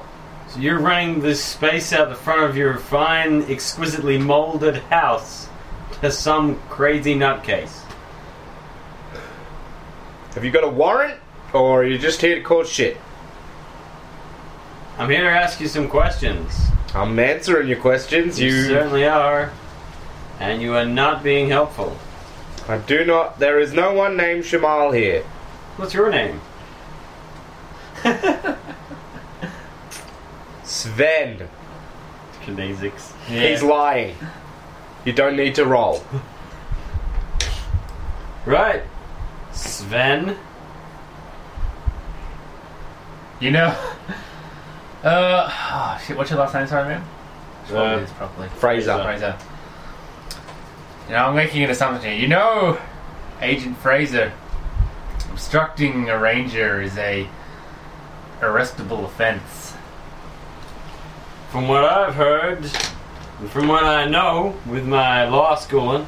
S2: So you're running this space out the front of your fine, exquisitely molded house to some crazy nutcase.
S1: Have you got a warrant, or are you just here to cause shit?
S2: I'm here to ask you some questions.
S1: I'm answering your questions.
S2: You,
S1: You,
S2: certainly are, and you are not being helpful.
S1: I do not. There is no one named Shamal here.
S2: What's your name?
S1: Sven.
S2: Kinesics.
S1: He's lying. You don't need to roll.
S2: Right. Sven.
S3: You know. [LAUGHS] Uh, oh, shit, what's your last name, sorry, man? Should
S2: Uh,
S3: do this properly.
S1: Fraser.
S3: Fraser. You know, I'm making an assumption here. You know, Agent Fraser, obstructing a ranger is a arrestable offense.
S2: From what I've heard, and from what I know with my law schooling,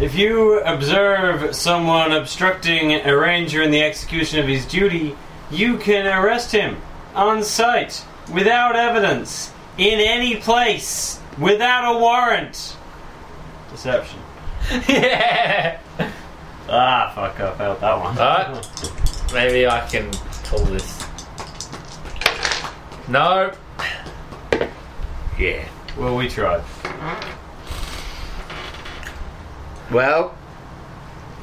S2: if you observe someone obstructing a ranger in the execution of his duty, you can arrest him on sight, without evidence, in any place, without a warrant. Deception.
S3: [LAUGHS] yeah.
S2: Ah, fuck up, out that one.
S3: But maybe I can pull this. No.
S1: Yeah.
S2: Well, we tried.
S1: Well,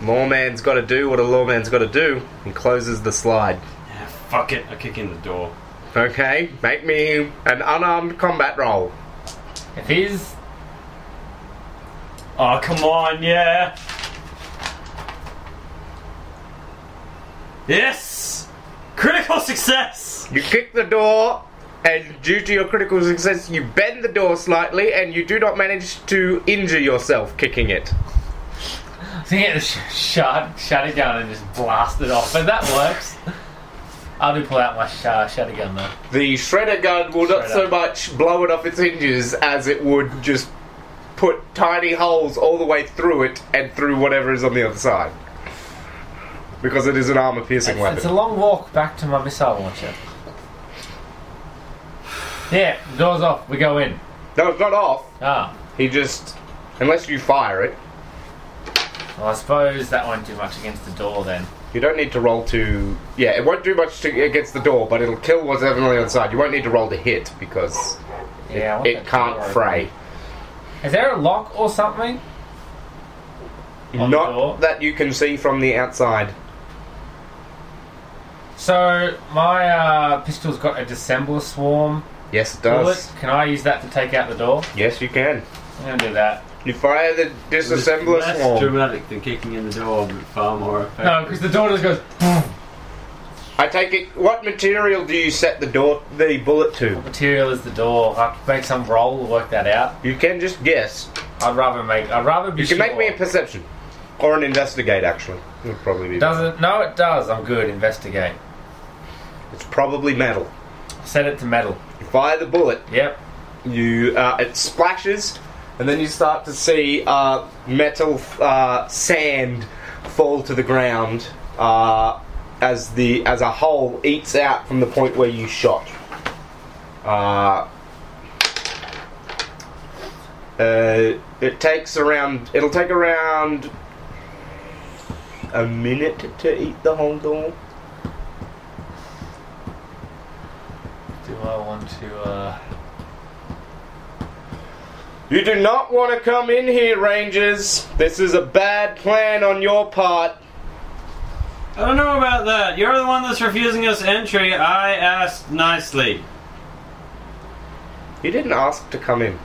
S1: lawman's got to do what a lawman's got to do, and closes the slide.
S2: Ah, fuck it, I kick in the door.
S1: Okay, make me an unarmed combat roll.
S3: If he's [LAUGHS]
S2: Oh, come on, yeah. Yes! Critical success!
S1: You kick the door, and due to your critical success, you bend the door slightly, and you do not manage to injure yourself kicking it.
S3: So yeah, just shut, shut it down and just blast it off. But that works. I'll do pull out my sh- uh, shatter gun though.
S1: The shredder gun will not
S3: Shredder.
S1: so much blow it off its hinges as it would just put tiny holes all the way through it and through whatever is on the other side. Because it is an armor piercing
S3: It's,
S1: weapon.
S3: it's a long walk back to my missile launcher. Yeah, the door's off. We go in.
S1: no, it's not off.
S3: Ah,
S1: He just. Unless you fire it,
S3: well, I suppose that won't do much against the door then.
S1: you don't need to roll to. Yeah, it won't do much to, against the door, but it'll kill what's definitely inside. You won't need to roll to hit because
S3: Yeah, I want
S1: it
S3: that
S1: can't
S3: door open.
S1: fray.
S3: Is there a lock or something? On the door?
S1: Not that you can see from the outside.
S3: So my uh, pistol's got a dissembler swarm
S1: Yes, it
S3: bullet.
S1: does.
S3: Can I use that to take out the door?
S1: Yes, you can.
S3: I'm gonna do that.
S1: You fire the disassembler
S2: Less
S1: swarm.
S2: dramatic than kicking in the door, but far more effective.
S3: No, because the door just goes.
S1: I take it. What material do you set the door, the bullet to?
S3: material is the door. I have to make some roll to work that out.
S1: You can just guess.
S3: I'd rather make. I'd rather be.
S1: You can make me a
S3: sure.
S1: perception or an investigate. Actually, it'll probably be.
S3: Doesn't. No, it does. I'm good. Investigate.
S1: It's probably metal.
S3: Set it to metal.
S1: You fire the bullet.
S3: Yep.
S1: You uh, it splashes, and then you start to see uh, metal uh, sand fall to the ground uh, as the as a hole eats out from the point where you shot. Uh, uh, it takes around. It'll take around a minute to eat the whole door.
S3: Do I want to? uh...
S1: You do not want to come in here, Rangers. This is a bad plan on your part.
S2: I don't know about that. You're the one that's refusing us entry. I asked nicely.
S1: You didn't ask to come in.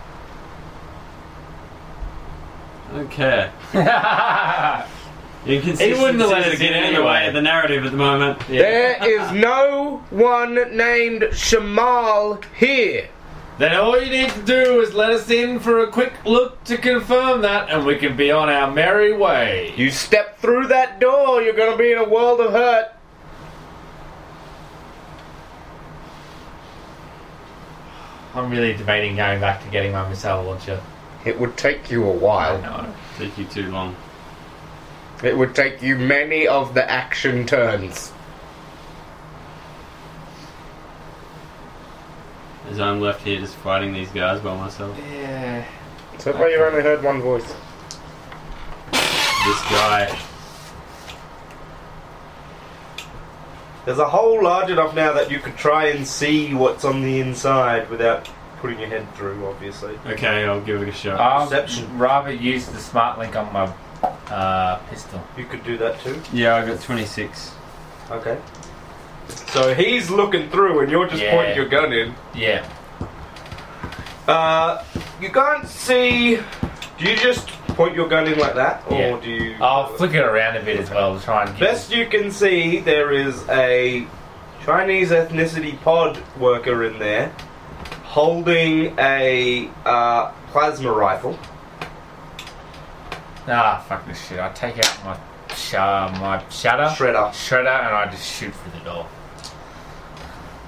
S2: Okay.
S3: uh- [LAUGHS]
S2: He wouldn't have let it get anyway. The narrative at the moment.
S1: There is no one named Shamal here.
S3: Then all you need to do is let us in for a quick look to confirm that, and we can be on our merry way.
S1: You step through that door, you're gonna be in a world of hurt.
S3: I'm really debating going back to getting my missile launcher.
S1: It would take you a
S3: I
S1: while.
S3: know.
S2: Take you too long.
S1: It would take you many of the action turns.
S2: As I'm left here just fighting these guys by myself.
S3: Yeah.
S1: So far, you've only heard one voice.
S2: This guy.
S1: There's a hole large enough now that you could try and see what's on the inside without putting your head through, obviously.
S2: Okay, I'll give it a shot.
S3: I'd
S1: Perception.
S3: rather use the smart link on my uh, pistol.
S1: You could do that too.
S2: Yeah, I got 26.
S1: Okay. So he's looking through, and you're just
S3: Yeah.
S1: pointing your gun in.
S3: Yeah.
S1: Uh, you can't see. Do you just point your gun in like that, or
S3: Yeah.
S1: do you?
S3: I'll flick it around a bit as well to try and get.
S1: Best you can see, there is a Chinese ethnicity pod worker in there holding a uh, plasma rifle.
S3: Ah, fuck this shit. I take out my sh- uh, my shutter,
S1: Shredder.
S3: shredder, and I just shoot through the door.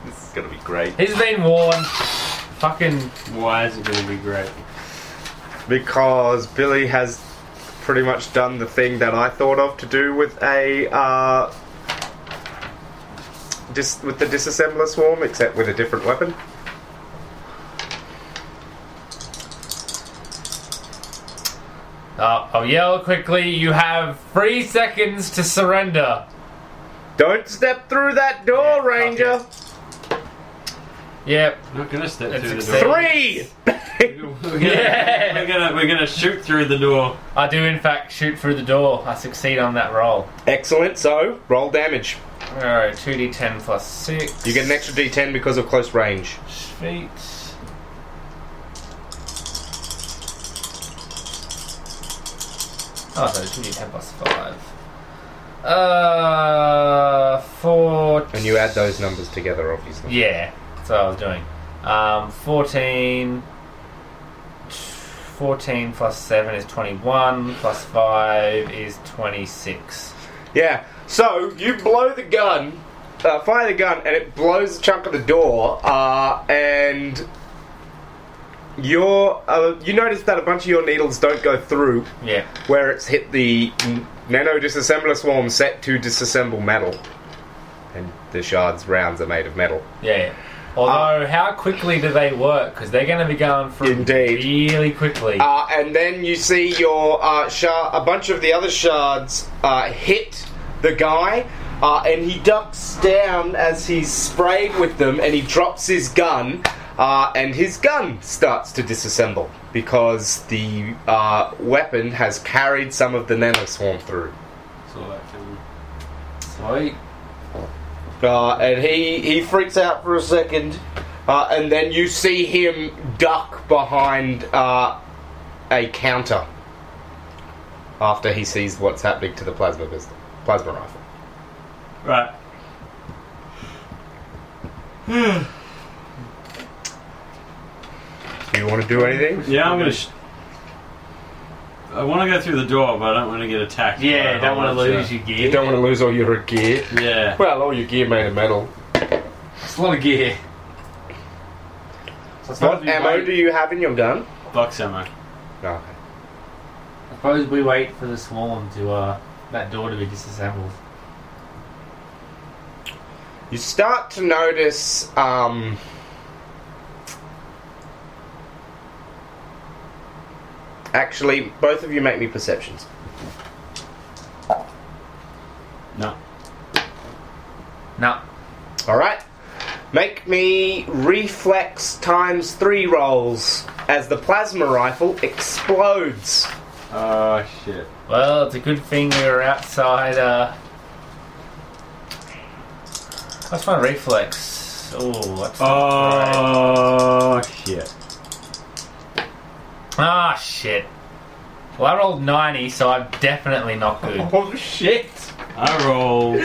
S1: This is gonna be great.
S3: He's been warned. Fucking
S2: Why is it going to be great?
S1: Because Billy has pretty much done the thing that I thought of to do with a uh, dis- with the disassembler swarm, except with a different weapon.
S3: Uh, I'll yell quickly. You have three seconds to surrender.
S1: Don't step through that door,
S3: Yeah, fuck
S1: Ranger.
S3: Yep.
S2: I'm not going to step
S3: That's
S2: through the
S3: exciting.
S2: door.
S1: Three.
S2: We're gonna,
S3: Yeah.
S2: we're gonna we're gonna shoot through the door.
S3: [LAUGHS] I do, in fact, shoot through the door. I succeed on that roll.
S1: Excellent. So roll damage.
S3: Alright, 2d10 plus 6.
S1: You get an extra D10 because of close range.
S3: Sweet. Oh, so 2d10 plus 5. Uh, 4.
S1: And you add those numbers together, obviously.
S3: Yeah, that's what I was doing. Um, 14. 14 plus 7 is 21, plus 5 is 26.
S1: Yeah. So you blow the gun, uh, fire the gun, and it blows a chunk of the door. Uh, and your uh, you notice that a bunch of your needles don't go through
S3: Yeah.
S1: where it's hit the n- nano disassembler swarm set to disassemble metal, and the shards rounds are made of metal.
S3: Yeah. yeah.
S1: Uh,
S3: Although, how quickly do they work? Because they're going to be going through
S1: Indeed.
S3: really quickly.
S1: Uh, and then you see your uh, shard, a bunch of the other shards uh, hit the guy, uh, and he ducks down as he's sprayed with them, and he drops his gun, uh, and his gun starts to disassemble because the uh, weapon has carried some of the nanoswarm through.
S2: Saw that coming.
S3: Sweet.
S1: Uh, and he, he freaks out for a second, uh, and then you see him duck behind uh, a counter after he sees what's happening to the plasma pistol, plasma rifle.
S2: Right.
S1: Do you want to do anything?
S2: Yeah, I'm gonna. Sh- I want to go through the door, but I don't want to get attacked.
S3: Yeah,
S2: I
S3: don't want to lose
S2: you.
S3: your gear.
S1: You don't want to lose all your gear.
S2: Yeah.
S1: Well, all your gear made of metal.
S3: It's a lot of gear.
S6: So I suppose
S1: What
S6: we
S1: ammo
S6: wait-
S1: do you have in your gun?
S2: Box ammo.
S1: No.
S3: I suppose we wait for the swarm to, uh, that door to be disassembled.
S1: You start to notice um, Actually, both of you make me perceptions.
S2: No.
S3: No.
S1: All right. Make me reflex times three rolls as the plasma rifle explodes.
S2: Oh shit.
S3: Well, it's a good thing we were outside, uh... What's my reflex?
S5: What's oh what's
S1: Uh.
S2: Oh
S5: that?
S2: shit!
S5: Ah shit. Well, I rolled 90, so I'm definitely not good.
S1: Oh shit!
S2: I rolled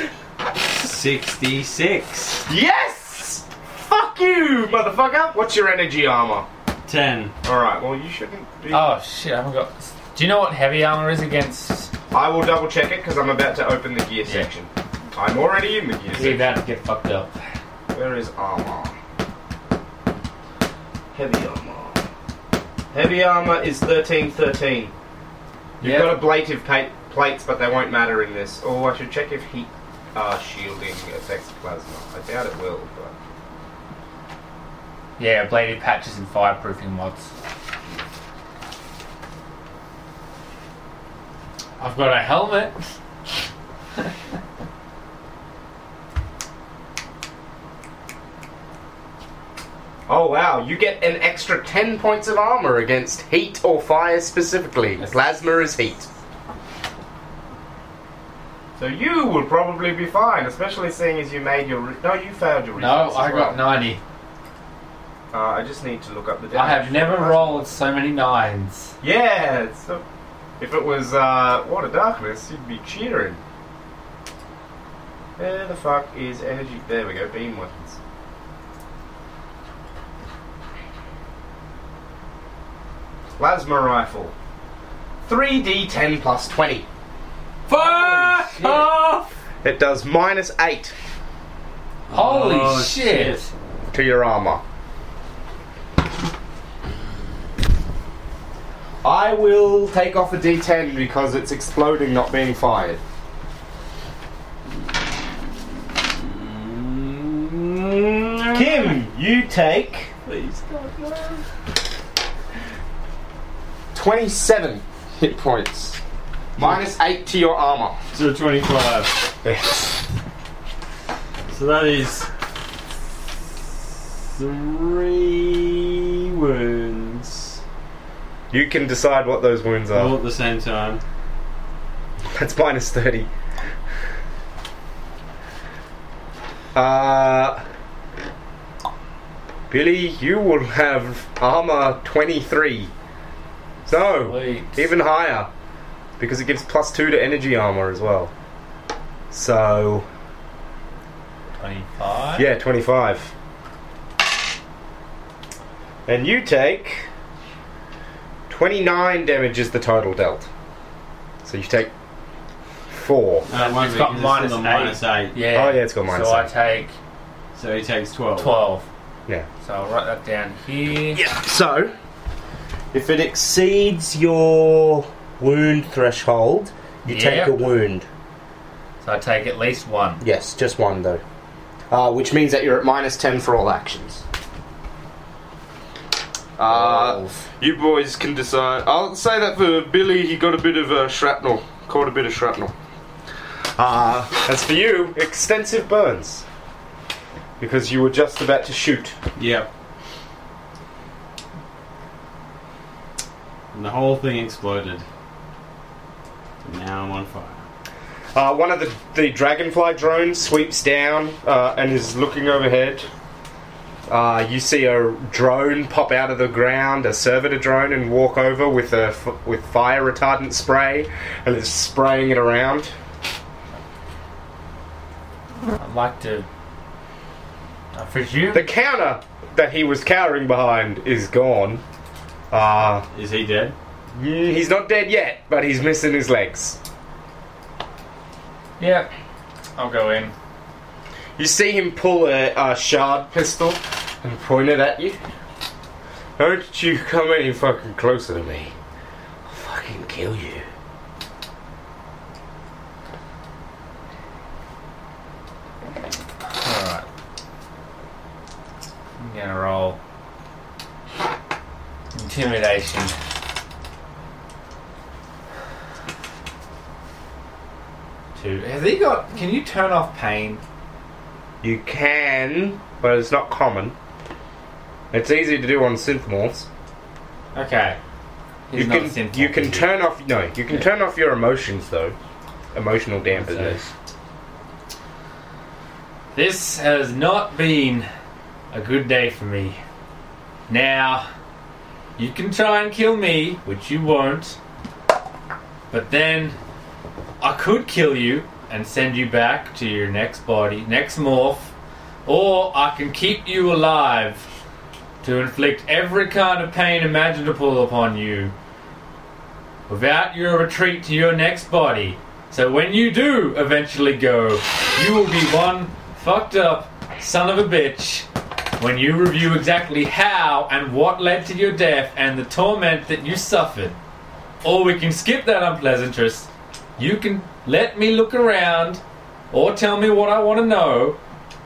S2: sixty-six.
S1: Yes! Fuck you, motherfucker! What's your energy armor?
S2: Ten.
S1: Alright, well, you shouldn't be.
S5: Oh shit, I haven't got. Do you know what heavy armor is against?
S1: I will double check it because I'm about to open the gear section. I'm already in the gear
S5: You're
S1: section.
S5: about to get fucked up.
S1: Where is armor? Heavy armor. Heavy armor is 1313. You've
S5: Yeah.
S1: got ablative pa- plates, but they won't matter in this. Oh, I should check if heat uh, shielding affects plasma. I doubt it will, but.
S5: Yeah, bladed patches and fireproofing mods.
S3: I've got a helmet.
S1: Oh wow, you get an extra 10 points of armor against heat or fire specifically. Plasma is heat. So you will probably be fine, especially seeing as you made your. Re- no, you failed your.
S3: No,
S1: reflex as
S3: I got
S1: well.
S3: 90.
S1: Uh, I just need to look up the damage.
S3: I have never rolled so many nines.
S1: Yeah, it's a- if it was uh, Water Darkness, you'd be cheering. Where the fuck is energy? There we go, beam weapons. Plasma rifle. 3d10 plus 20.
S2: Fuck off!
S1: It does minus 8
S3: Holy
S2: Oh,
S3: shit.
S1: to your armor. I will take off a d10 because it's exploding, not being fired. Kim, you take
S2: Please don't.
S1: 27 [LAUGHS] hit points. Minus 8 to your armor.
S2: So twenty-five. So that is three wounds.
S1: [LAUGHS] You can decide what those wounds
S2: All
S1: are.
S2: at the same time.
S1: That's minus 30. Uh, Billy, you will have armor 23. So,
S3: Sweet.
S1: even higher. Because it gives plus 2 to energy armor as well. So,
S5: 25.
S1: Yeah, 25. And you take 29 damage is the total dealt. So you take 4.
S2: Uh, one
S5: It's got minus eight.
S2: minus eight.
S5: Yeah.
S1: Oh, yeah, it's got minus
S5: So I
S1: eight.
S5: take
S2: So he takes twelve.
S5: 12.
S1: Yeah.
S5: So I'll write that down here.
S1: Yeah. So if it exceeds your wound threshold, you
S5: Yeah.
S1: take a wound.
S5: So I take at least one.
S1: Yes, just one though. Uh, which means that you're at minus 10 for all actions.
S5: Rolls.
S1: You Uh, boys can decide. I'll say that for Billy, he got a bit of uh, shrapnel. Caught a bit of shrapnel. Ah. as for you, extensive burns. Because you were just about to shoot.
S2: Yep. And the whole thing exploded. So now I'm on fire.
S1: Uh, one of the, the dragonfly drones sweeps down uh, and is looking overhead. Uh, you see a drone pop out of the ground, a servitor drone, and walk over with a f- with fire retardant spray, and is spraying it around.
S5: I'd like to. I presume.
S1: The counter that he was cowering behind is gone. Uh,
S2: Is he dead? [LAUGHS]
S1: mm, he's not dead yet, but he's missing his legs.
S5: Yeah. I'll go in.
S1: You see him pull a, a shard pistol and point it at you. Don't you come any fucking closer to me. I'll fucking kill you.
S5: Alright. I'm gonna roll. Intimidation. Two. Has he got. Can you turn off pain?
S1: You can, but it's not common. It's easy to do on synthmorphs.
S5: Okay. He's
S1: you
S5: not
S1: can
S5: simple.
S1: you can turn off no, you can turn off your emotions though. Emotional dampers.
S5: This has not been
S3: a good day for me. Now, you can try and kill me, which you won't, but then I could kill you and send you back to your next body, next morph, or I can keep you alive to inflict every kind of pain imaginable upon you without your retreat to your next body. So when you do eventually go, you will be one fucked up son of a bitch when you review exactly how and what led to your death and the torment that you suffered. Or we can skip that unpleasantness. You can let me look around or tell me what I want to know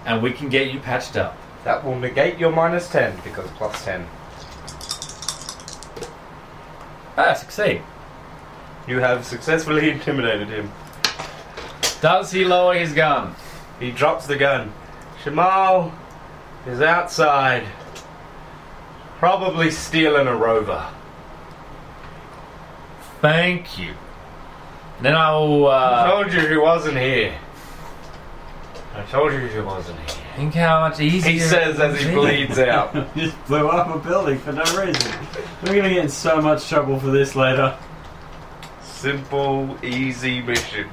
S3: and we can get you patched up.
S5: That will negate your minus 10 because plus 10.
S3: Ah, succeed.
S5: You have successfully [LAUGHS] intimidated him.
S3: Does he lower his gun?
S5: He drops the gun. Shamal is outside, probably stealing a rover.
S3: Thank you. Then I will. Uh,
S5: I told you she wasn't here. I told you she wasn't here.
S3: think how much easier.
S5: He says as he bleeds out.
S2: Just blew up a building for no reason. We're gonna get in so much trouble for this later.
S5: Simple, easy mission.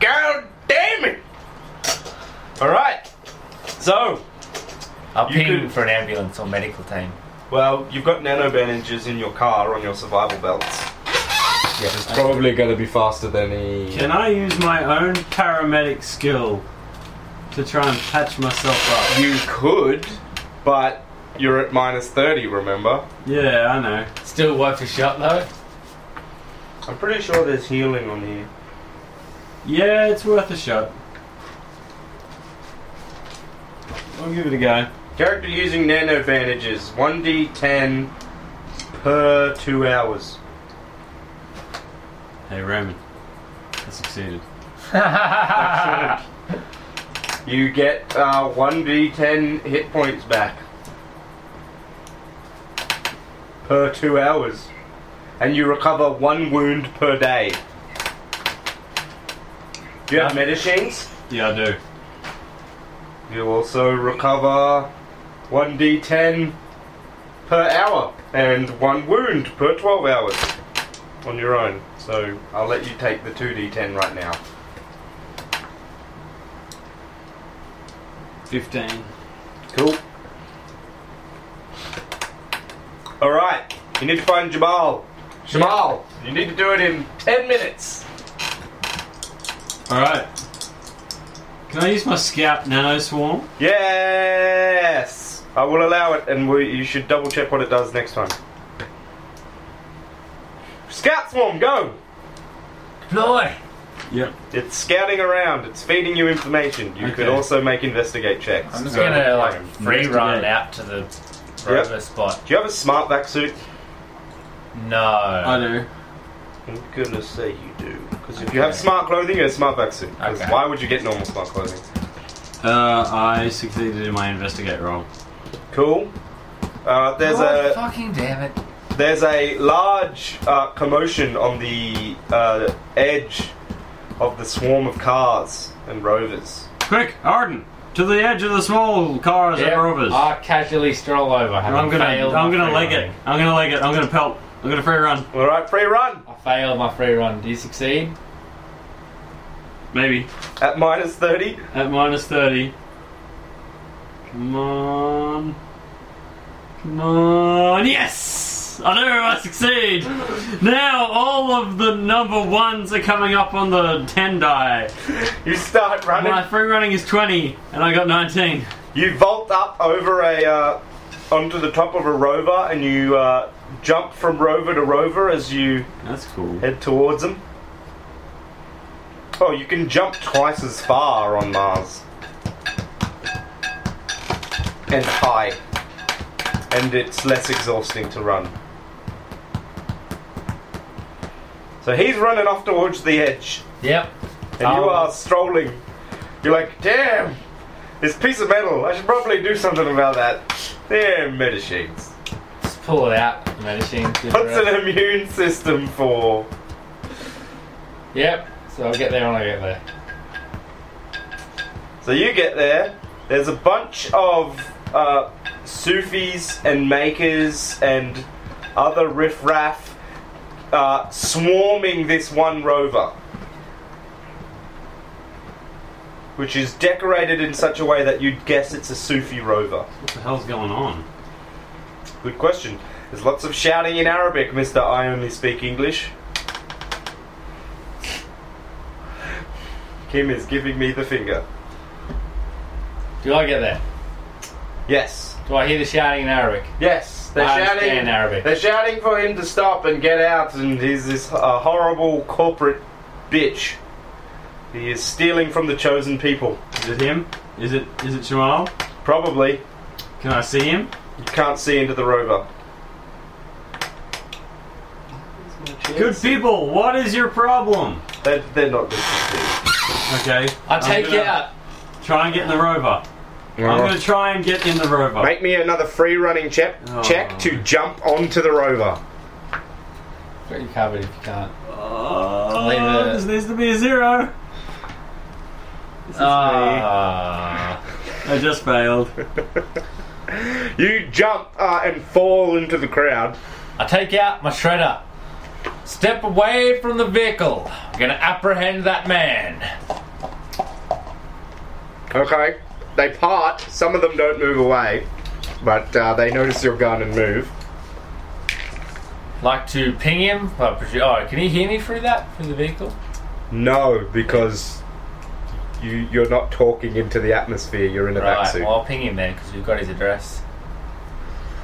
S5: God damn it! Alright, so
S3: I'll
S5: You
S3: ping
S5: could-
S3: for an ambulance or medical team.
S5: Well, you've got nano bandages in your car on your survival belts. Yeah, it's probably going to be faster than he.
S2: Can I use my own paramedic skill to try and patch myself up?
S5: You could, but you're at minus 30, remember?
S2: Yeah, I know.
S3: Still worth a shot though.
S5: I'm pretty sure there's healing on here.
S2: Yeah, it's worth a shot. I'll give it a go.
S5: Character using nano bandages 1d10 per two hours.
S2: Hey, Roman. I succeeded.
S5: You get uh, 1d10 hit points back per two hours. And you recover one wound per day. Do you have medicines?
S2: Yeah, I do.
S5: You also recover 1d10 per hour and one wound per 12 hours on your own. So I'll let you take the 2d10 right now.
S2: 15.
S5: Cool. Alright, you need to find Jamal. Jamal, you need to do it in 10 minutes.
S2: Alright. Can I use my scout nano swarm?
S5: Yes! I will allow it, and we, you should double check what it does next time. Scout Swarm, go!
S3: Lord,
S2: Yep.
S5: It's scouting around, it's feeding you information. You could
S2: Okay.
S5: also make investigate checks.
S3: I'm just
S5: So-
S3: gonna like free run
S2: Investigate.
S3: out to the rover spot.
S5: Do you have a smart back suit?
S3: No.
S2: I do.
S5: I'm gonna say you do. Because if you have smart clothing, you have smart back suit. 'Cause
S3: Okay.
S5: Why would you get normal smart clothing?
S2: Uh, I succeeded in my investigate roll.
S5: Cool. Uh, there's
S3: Lord,
S5: a
S3: fucking damn it.
S5: there's a large uh, commotion on the uh, edge of the swarm of cars and rovers.
S2: Quick, Arden! To the edge of the small cars and
S3: Yep,
S2: rovers.
S3: I casually stroll over. having
S2: I'm gonna,
S3: failed
S2: I'm
S3: my
S2: gonna
S3: free
S2: leg
S3: run.
S2: it. I'm gonna leg it. I'm gonna pelt. I'm gonna free run.
S5: All right, free run
S3: I failed my free run. Do you succeed?
S2: Maybe
S5: at minus thirty. [LAUGHS]
S2: at minus thirty. Come on, come on! Yes, I do. I succeed. Now all of the number ones are coming up on the ten die.
S5: You start running.
S2: My free running is twenty, and I got nineteen.
S5: You vault up over a uh, onto the top of a rover, and you uh, jump from rover to rover as you
S2: That's cool.
S5: head towards them. Oh, you can jump twice as far on Mars. And high. And it's less exhausting to run. So he's running off towards the edge,
S3: Yep.
S5: and you
S3: Oh.
S5: are strolling. You're like, damn, this piece of metal, I should probably do something about that. Damn, medicines.
S3: Just pull it out. The medicine. give it a
S1: [LAUGHS]
S5: What's
S3: rest.
S5: an immune system for?
S3: Yep. So I'll get there when I get there.
S5: So you get there. There's a bunch of
S1: uh, Sufis and makers and other riffraff uh, swarming this one rover, which is decorated in such a way that you'd guess it's a Sufi rover.
S2: What the hell's going on?
S1: Good question. There's lots of shouting in Arabic, Mister. I only speak English. Kim is giving me the finger.
S3: Do I get there?
S1: Yes.
S3: Do I hear the shouting in Arabic?
S1: Yes, they're
S3: I
S1: shouting.
S3: understand Arabic.
S1: They're shouting for him to stop and get out, and he's this uh, horrible corporate bitch. He is stealing from the chosen people.
S2: Is it him? Is it is it Shamal?
S1: Probably.
S2: Can I see him?
S1: You can't see into the rover.
S2: Good people, what is your problem?
S1: They're, they're not good to see.
S2: Okay.
S3: I take
S2: gonna
S3: it out.
S2: Try and get in the rover. I'm gonna try and get in the rover.
S1: Make me another free running check, check
S2: Oh.
S1: to jump onto the rover.
S3: Got you covered if you can't.
S2: Oh,
S3: Leave it.
S2: this needs to be a zero. This is
S3: Ah.
S2: me. I
S1: [LAUGHS]
S2: just failed.
S1: You jump uh, and fall into the crowd.
S3: I take out my shredder. Step away from the vehicle. I'm gonna apprehend that man.
S1: Okay. They part. Some of them don't move away, but uh, they notice your gun and move.
S3: Like to ping him. Oh, presu- oh, can he hear me through that? Through the vehicle?
S1: No, because you you're not talking into the atmosphere. You're in a
S3: Right,
S1: backseat.
S3: well, I'll ping him then because we've got his address.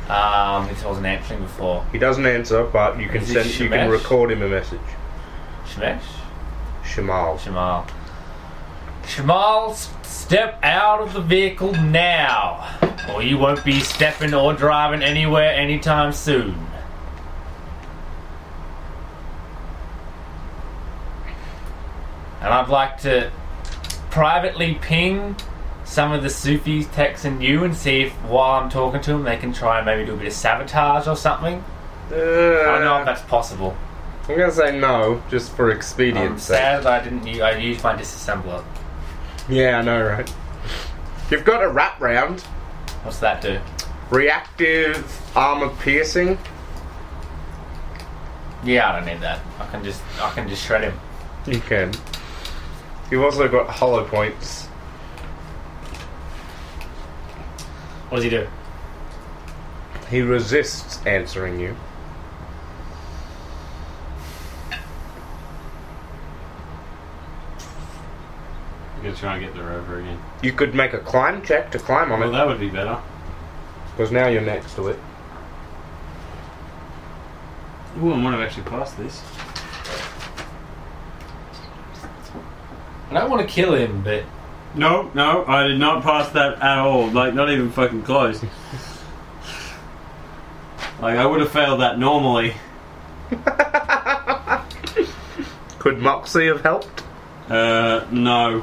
S3: Um, he wasn't answering before.
S1: He doesn't answer, but you can
S3: Is it
S1: send. You can
S3: Shemesh?
S1: record him a message.
S3: Shemesh?
S1: Shamal.
S3: Shamal. Shamal, s- step out of the vehicle now, or you won't be stepping or driving anywhere anytime soon. And I'd like to privately ping some of the Sufis texting you and see if while I'm talking to them they can try and maybe do a bit of sabotage or something.
S1: Uh,
S3: I don't know if
S1: I'm
S3: that's possible.
S1: gonna say no, just for
S3: I'm
S1: expedience. sake.
S3: sad that I didn't. u- I used my disassembler.
S1: Yeah, I know, right? You've got a wrap round,
S3: What's that do?
S1: reactive armor piercing.
S3: Yeah, I don't need that. I can just I can just shred him.
S1: You can. You've also got hollow points.
S3: What does he do?
S1: He resists answering you.
S2: I'm gonna try and get the rover again.
S1: You could make a climb check to climb on
S2: Well,
S1: it,
S2: that would be better.
S1: because now you're next to it.
S2: Ooh, I might have actually passed this.
S3: I don't want to kill him, but
S2: No, no, I did not pass that at all. Like, not even
S1: [LAUGHS]
S2: fucking close. like, I would have failed that normally.
S1: Could Moxie have helped?
S2: Uh, no.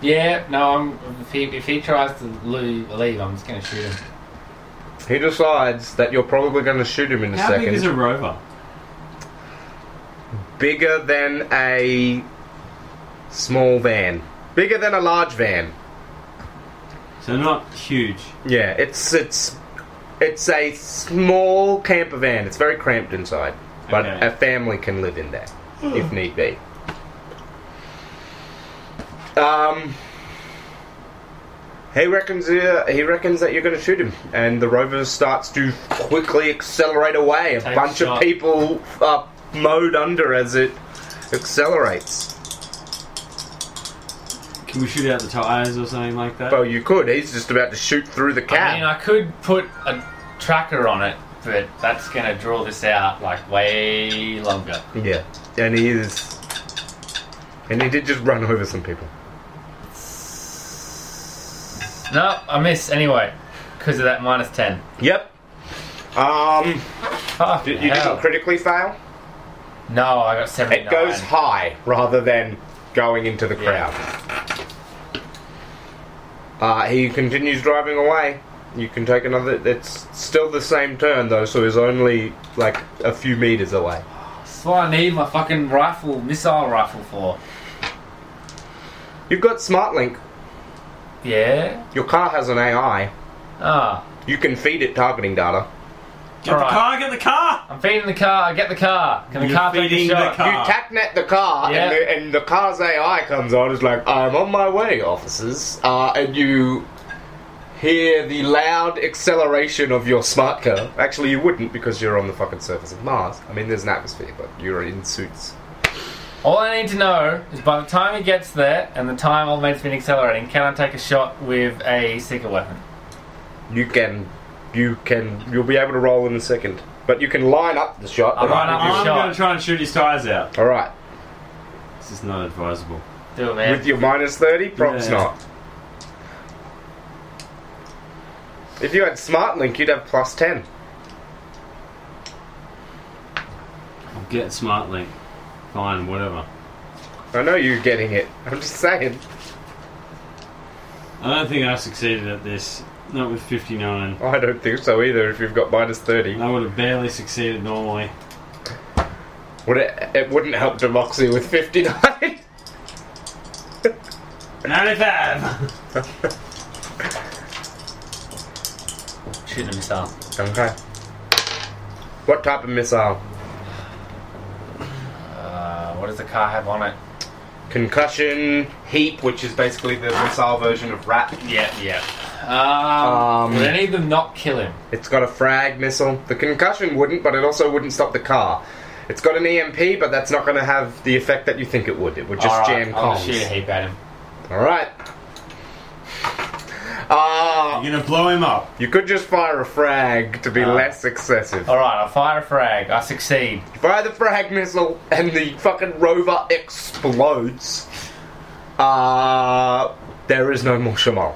S3: yeah, no. I'm if he if he tries to leave, leave I'm just gonna shoot him.
S1: He decides that you're probably going to shoot him in a
S2: How
S1: second.
S2: big is a rover?
S1: Bigger than a small van. Bigger than a large van.
S2: So not huge.
S1: Yeah, it's it's it's a small camper van. It's very cramped inside, but
S2: Okay.
S1: a family can live in there if need be. Um, he reckons uh, he reckons that you're going to shoot him, and the rover starts to quickly accelerate away. A
S3: Take a
S1: bunch of
S3: shot.
S1: people uh, mowed under as it accelerates.
S2: Can we shoot out the tires or something like that?
S1: Well, you could. He's just about to shoot through the
S3: I
S1: cab.
S3: mean, I could put a tracker on it, but that's gonna draw this out like way longer.
S1: Yeah, and he is, and he did just run over some people.
S3: No, I miss anyway because of that minus ten.
S1: Yep. Um,
S3: Fuck
S1: d- you didn't critically fail.
S3: No, I got seventy
S1: It
S3: nine.
S1: goes high rather than going into the
S3: Yeah.
S1: crowd. Uh, he continues driving away. You can take another. It's still the same turn though, so he's only like a few meters away.
S3: That's what I need my fucking rifle, missile rifle for.
S1: You've got SmartLink.
S3: Yeah?
S1: Your car has an AI.
S3: Ah.
S1: You can feed it targeting data.
S2: Get the
S3: Alright.
S2: car, get the car!
S3: I'm feeding the car, get the car. Can the
S2: You're
S3: car take a
S2: feeding the
S3: shot?
S2: car. Ah.
S1: You tacnet the car,
S3: Yeah.
S1: and, the, and the car's AI comes on. It's like, I'm on my way, officers. Uh, and you hear the loud acceleration of your smart car. Actually, you wouldn't because you're on the fucking surface of Mars. I mean, there's an atmosphere, but you're in suits.
S3: All I need to know is by the time he gets there and the time old mate's been accelerating, can I take a shot with a seeker weapon?
S1: You can, you can, you'll be able to roll in a second. But you can line up the shot.
S2: Oh.
S3: I'll line up.
S2: I'm
S3: shot.
S2: gonna try and shoot his tires out.
S1: All right.
S2: This is not advisable.
S3: Do it, man.
S1: With your minus 30? Props
S2: Yeah.
S1: not. If you had Smart Link, you'd have plus 10.
S2: I'll get smartly. Fine, whatever.
S1: I know you're getting it. I'm just saying.
S2: I don't think I succeeded at this. Not with 59.
S1: I don't think so either if you've got minus 30.
S2: I would have barely succeeded normally.
S1: Would it, it wouldn't help democracy with 59.
S2: 95!
S3: Shoot the missile.
S1: [LAUGHS] okay. What type of missile?
S3: Uh, what does the car have on it?
S1: Concussion, heap, which is basically the missile version of rat.
S3: Yeah, yeah. Um,
S1: Um,
S3: would any of them not kill him?
S1: It's got a frag missile. The concussion wouldn't, but it also wouldn't stop the car. It's got an EMP, but that's not going to have the effect that you think it would. It would just
S3: All right, Oh,
S1: jam
S3: I'll
S1: comms.
S3: shoot a heap at him.
S1: All right. Ah,
S2: You're gonna blow him up.
S1: you could just fire a frag to be
S3: Ah.
S1: less excessive.
S3: All right, I fire a frag. I succeed.
S1: Fire the frag missile, and the fucking rover explodes. Uh, there is no more Shamal.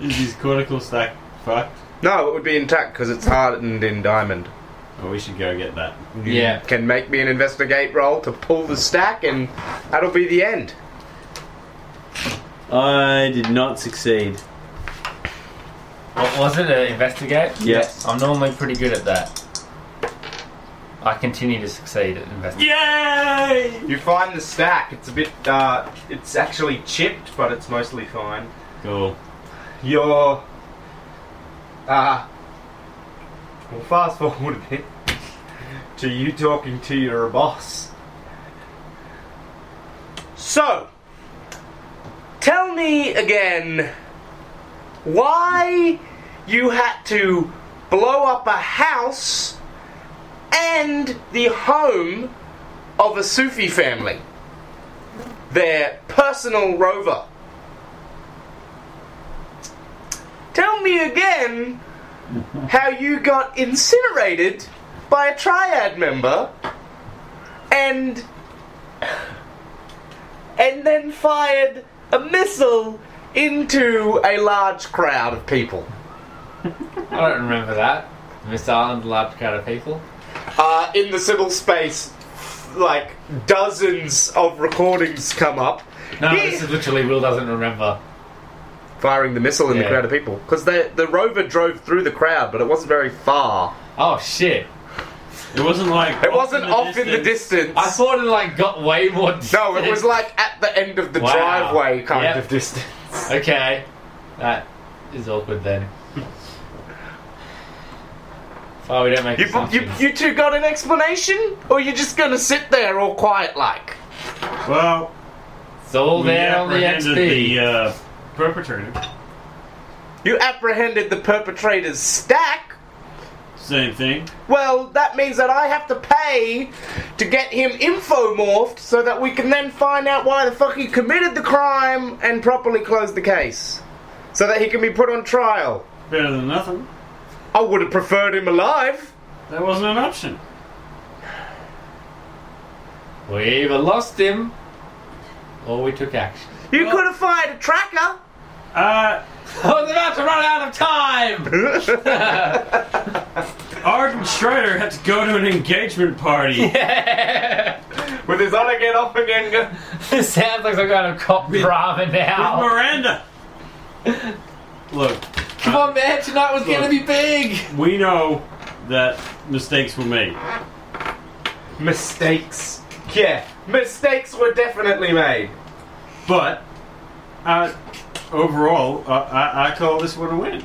S2: Is his cortical stack fucked?
S1: No, it would be intact because it's hardened in diamond.
S2: Oh, we should go get that.
S1: You
S3: Yeah.
S1: can make me an investigate roll to pull the stack, and that'll be the end.
S2: I did not succeed.
S3: What was it? Uh, investigate.
S2: Yes.
S3: I'm normally pretty good at that. I continue to succeed at investigate.
S2: Yay!
S1: You find the stack. It's a bit. Uh, it's actually chipped, but it's mostly fine.
S2: Cool.
S1: Your. Uh, we'll fast forward a bit to you talking to your boss. So, tell me again why you had to blow up a house and the home of a Sufi family, their personal rover. Tell me again how you got incinerated by a triad member and and then fired a missile into a large crowd of people.
S3: I don't remember that. Miss Island, large crowd of people.
S1: Uh, in the civil space, like dozens of recordings come up.
S3: No, this is literally Will doesn't remember.
S1: Firing the missile in the
S3: Yeah.
S1: crowd of people because the the rover drove through the crowd, but it wasn't very far.
S3: Oh shit!
S2: It wasn't like.
S1: It wasn't off in the distance.
S3: I thought it like got way more.
S1: No, it
S3: distant.
S1: was like at the end of the
S3: Wow.
S1: driveway kind
S3: Yep.
S1: of distance.
S3: Okay, that is awkward then. Oh, we don't make
S1: You, you,
S3: assumptions.
S1: you two got an explanation? Or you just gonna sit there all quiet like?
S2: Well,
S3: it's all
S2: we
S3: there on the
S2: apprehended the
S3: XP.
S2: uh, perpetrator.
S1: You apprehended the perpetrator's stack?
S2: Same thing.
S1: Well, that means that I have to pay to get him infomorphed so that we can then find out why the fuck he committed the crime and properly close the case. So that he can be put on trial.
S2: Better than nothing.
S1: I would have preferred him alive.
S2: That wasn't an option.
S3: We either lost him, or we took action. [LAUGHS]
S1: You could have fired a tracker.
S2: Uh,
S3: I was about to run out of time. [LAUGHS]
S2: Arden Schroeder had to go to an engagement
S3: [LAUGHS]
S2: party.
S1: With his on again, off again. go-
S3: This sounds like some kind of cop drama now.
S2: Miranda! Look,
S3: Come on, man! Tonight was gonna be big.
S2: we know that mistakes were made.
S1: mistakes. Yeah, mistakes were definitely made.
S2: But uh, overall, uh, I, I call this one a win.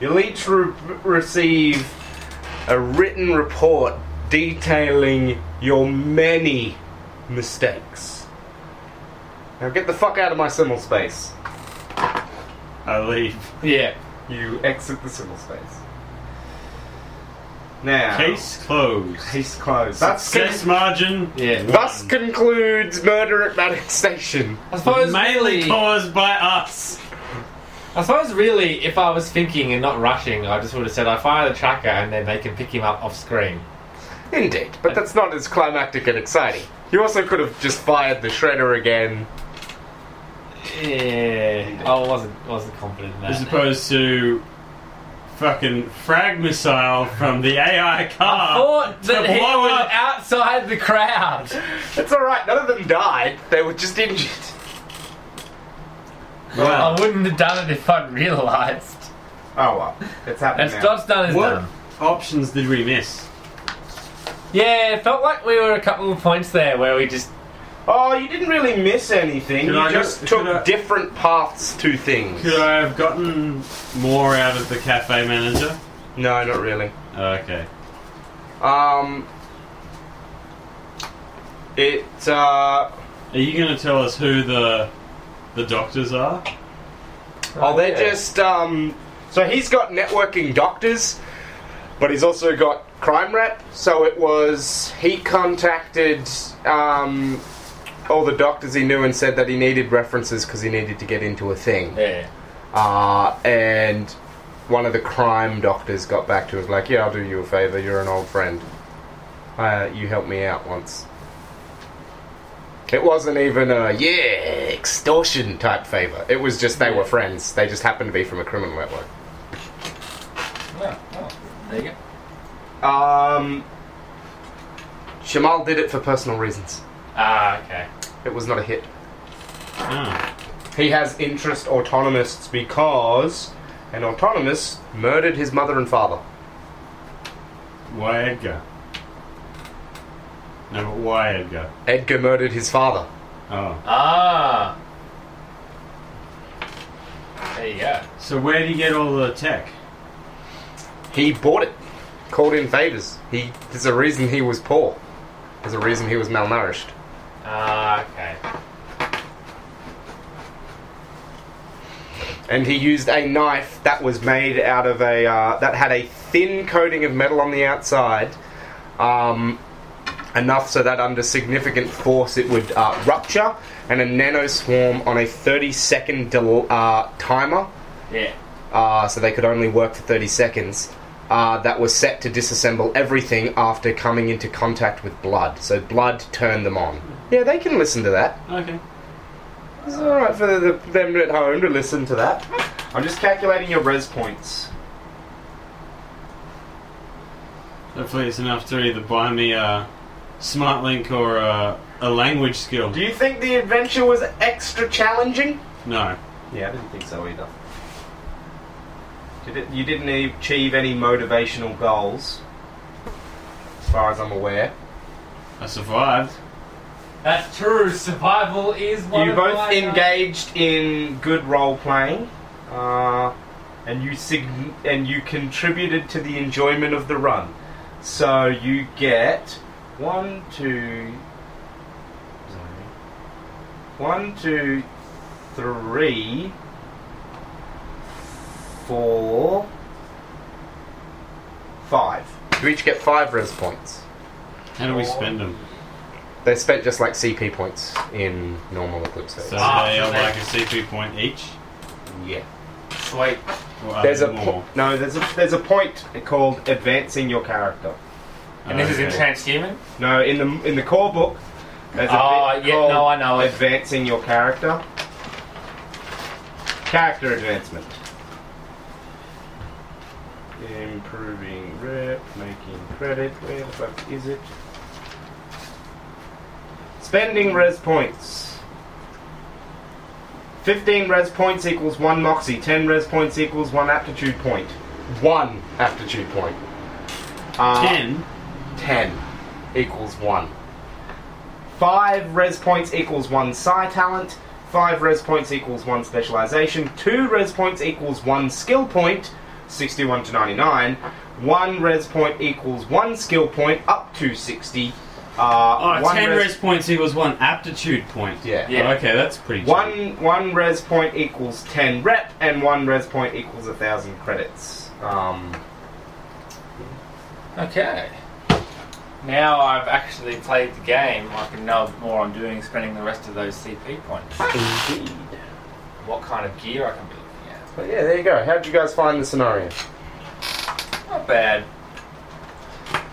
S1: You'll each re- receive a written report detailing your many mistakes. Now get the fuck out of my symbol space.
S2: I leave.
S1: Yeah. You exit the symbol space. Now.
S2: Case closed.
S1: Case closed. That's con-
S2: Success margin
S3: Yeah.
S1: thus concludes murder at Maddox Station.
S3: I suppose
S2: mainly
S3: really,
S2: caused by us.
S3: I suppose really, if I was thinking and not rushing, I just would have said I fire the tracker and then they can pick him up off screen.
S1: Indeed, but that's not as climactic and exciting. You also could have just fired the shredder again.
S3: Yeah, I wasn't wasn't confident in
S2: As
S3: that.
S2: opposed to fucking frag missile from the AI
S3: I
S2: car. [LAUGHS]
S3: thought that
S2: to
S3: he
S2: blow
S3: was
S2: up.
S3: outside the crowd.
S1: It's alright, none of them died, they were just injured.
S2: Well,
S3: I wouldn't have done it if I'd realised.
S1: Oh well, it's happening.
S3: That's Dodge done is
S2: what
S3: done.
S2: options did we miss?
S3: Yeah, it felt like we were a couple of points there where we just
S1: Oh, you didn't really miss anything.
S2: Could
S1: you
S2: I
S1: just
S2: go-
S1: took
S2: could I-
S1: different paths to things.
S2: Could I have gotten more out of the cafe manager?
S1: No, not really.
S2: Okay.
S1: Um, it. Uh,
S2: Are you going to tell us who the the doctors are?
S1: oh, they're
S3: yeah.
S1: just. Um, so he's got networking doctors, but he's also got crime rep. So it was he contacted um, all the doctors he knew and said that he needed references because he needed to get into a thing.
S3: yeah.
S1: Uh, and one of the crime doctors got back to us like, "Yeah, I'll do you a favor. You're an old friend. Uh, you helped me out once." It wasn't even a yeah extortion type favor. It was just they were friends. They just happened to be from a criminal network.
S3: There you go.
S1: Um, Shamal did it for personal reasons.
S3: Ah, okay.
S1: It was not a hit.
S2: Oh.
S1: He has interest autonomists because an autonomous murdered his mother and father.
S2: Why Edgar? No, but why Edgar?
S1: Edgar murdered his father.
S2: Oh.
S3: Ah. There you go.
S2: So where do you get all the tech?
S1: He bought it, called in favors. He there's a reason he was poor. There's a reason he was malnourished.
S3: Ah, okay.
S1: And he used a knife that was made out of a uh, that had a thin coating of metal on the outside, um, enough so that under significant force it would uh, rupture. And a nano swarm on a 30 second del- uh, timer,
S3: Yeah.
S1: uh, so they could only work for 30 seconds. Uh, that was set to disassemble everything after coming into contact with blood. So blood turned them on. Yeah, they can listen to that.
S2: Okay.
S1: It's alright for the, the, them at home to listen to that. I'm just calculating your res points.
S2: Hopefully it's enough to either buy me a smart link or a, a language skill.
S1: Do you think the adventure was extra challenging?
S2: No.
S1: Yeah, I didn't think so either. Did it, you didn't e- achieve any motivational goals, as far as I'm aware.
S2: I survived.
S3: That's true. Survival is one
S1: you
S3: of
S1: both
S3: my, uh,
S1: engaged in good role playing, uh, and you sign and you contributed to the enjoyment of the run. So you get one, two, one, two, three, four, five. You each get five res points.
S2: How do we spend them?
S1: They're spent just like CP points in normal Eclipse. days.
S2: So
S3: Ah,
S2: they are
S3: okay.
S2: like a CP point each?
S1: yeah.
S3: Sweet.
S2: Or are
S1: There's a
S2: there
S1: po-
S2: more?
S1: no. There's a there's a point called advancing your character.
S3: And this is in
S2: Okay.
S3: transhuman.
S1: No, in the in the core book. There's
S3: Oh,
S1: bit
S3: yeah,
S1: called
S3: no, I know it.
S1: Advancing your character. Character advancement. Improving rep, making credit. Where the fuck is it? Spending res points. 15 res points equals 1 moxie. 10 res points equals 1 aptitude point. 1 aptitude point. Uh,
S2: Ten.
S1: 10 equals 1. 5 res points equals 1 psi talent. 5 res points equals 1 specialization. 2 res points equals 1 skill point, 61 to 99. 1 res point equals 1 skill point up to 60. Uh,
S2: Oh,
S1: one
S2: ten res points equals one aptitude point.
S1: Yeah.
S2: Oh, okay, that's pretty. cheap.
S1: One one res point equals ten rep, and one res point equals a thousand credits. Um,
S7: Okay.
S3: Now I've actually played the game, I can know more I'm doing, spending the rest of those CP points.
S1: indeed.
S3: What kind of gear I can be looking at.
S1: But yeah, there you go. How'd you guys find the scenario?
S3: Not bad.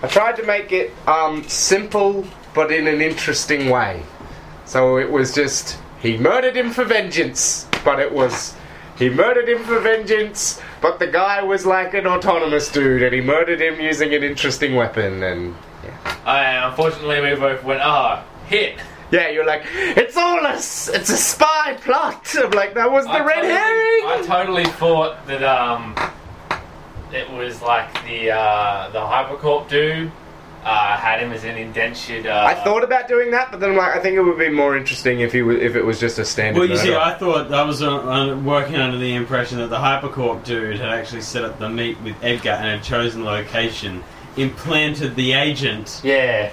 S1: I tried to make it um, simple, but in an interesting way. So it was just he murdered him for vengeance, but it was he murdered him for vengeance, but the guy was like an autonomous dude, and he murdered him using an interesting weapon, and
S3: I, unfortunately, we both went, ah, hit.
S1: Yeah, you're like, it's all a, s- it's a spy plot. [LAUGHS] I'm like, that was the
S3: I
S1: red
S3: totally- I
S1: herring.
S3: totally thought that um, it was like the uh, the hypercorp dude uh, had him as an indentured. Uh,
S1: I thought about doing that, but then I'm like, I think it would be more interesting if he was, if it was just a standard.
S2: Well, you see,
S1: murder.
S2: I thought I was uh, uh, working under the impression that the Hypercorp dude had actually set up the meet with Edgar and had chosen the location, implanted the agent,
S3: Yeah,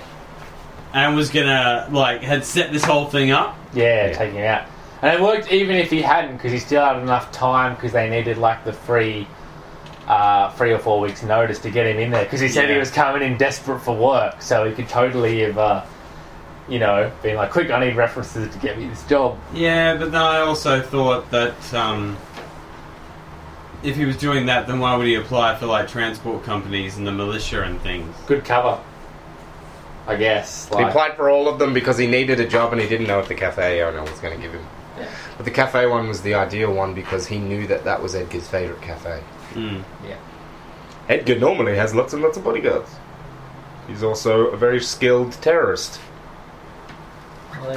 S2: and was gonna like had set this whole thing up.
S3: yeah, taking him out, and it worked even if he hadn't because he still had enough time because they needed like the free. Uh, three or four weeks' notice to get him in there because he said he
S2: Yeah.
S3: was coming in desperate for work, so he could totally have, uh, you know, been like, "Quick, I need references to get me this job."
S2: Yeah, but then I also thought that um, if he was doing that, then why would he apply for like transport companies and the militia and things?
S3: Good cover, I guess.
S1: he
S3: Like,
S1: applied for all of them because he needed a job and he didn't know if the cafe owner was going to give him. But the cafe one was the ideal one because he knew that that was Edgar's favorite cafe.
S2: Mm.
S1: Edgar normally has lots and lots of bodyguards. He's also a very skilled terrorist.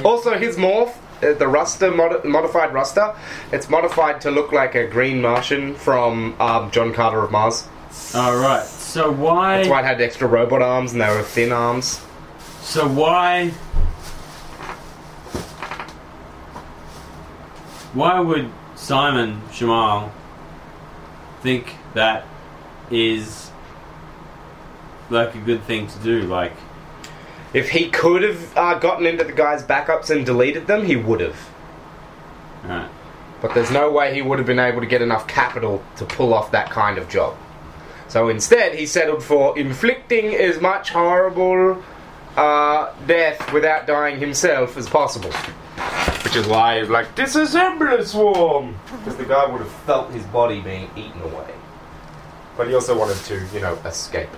S1: Also, his morph, uh, the Ruster, mod- modified Ruster, it's modified to look like a green Martian from um, John Carter of Mars.
S2: All right. So why?
S1: That's why it had extra robot arms and they were thin arms.
S2: So why? Why would Simon Shamal think that is like a good thing to do? Like,
S1: If he could have uh, gotten into the guy's backups and deleted them, he would have.
S2: alright.
S1: But there's no way he would have been able to get enough capital to pull off that kind of job. So instead, he settled for inflicting as much horrible uh, death without dying himself as possible. Which is why he was like, Disassemble a swarm! Because the guy would have felt his body being eaten away. But he also wanted to, you know, escape.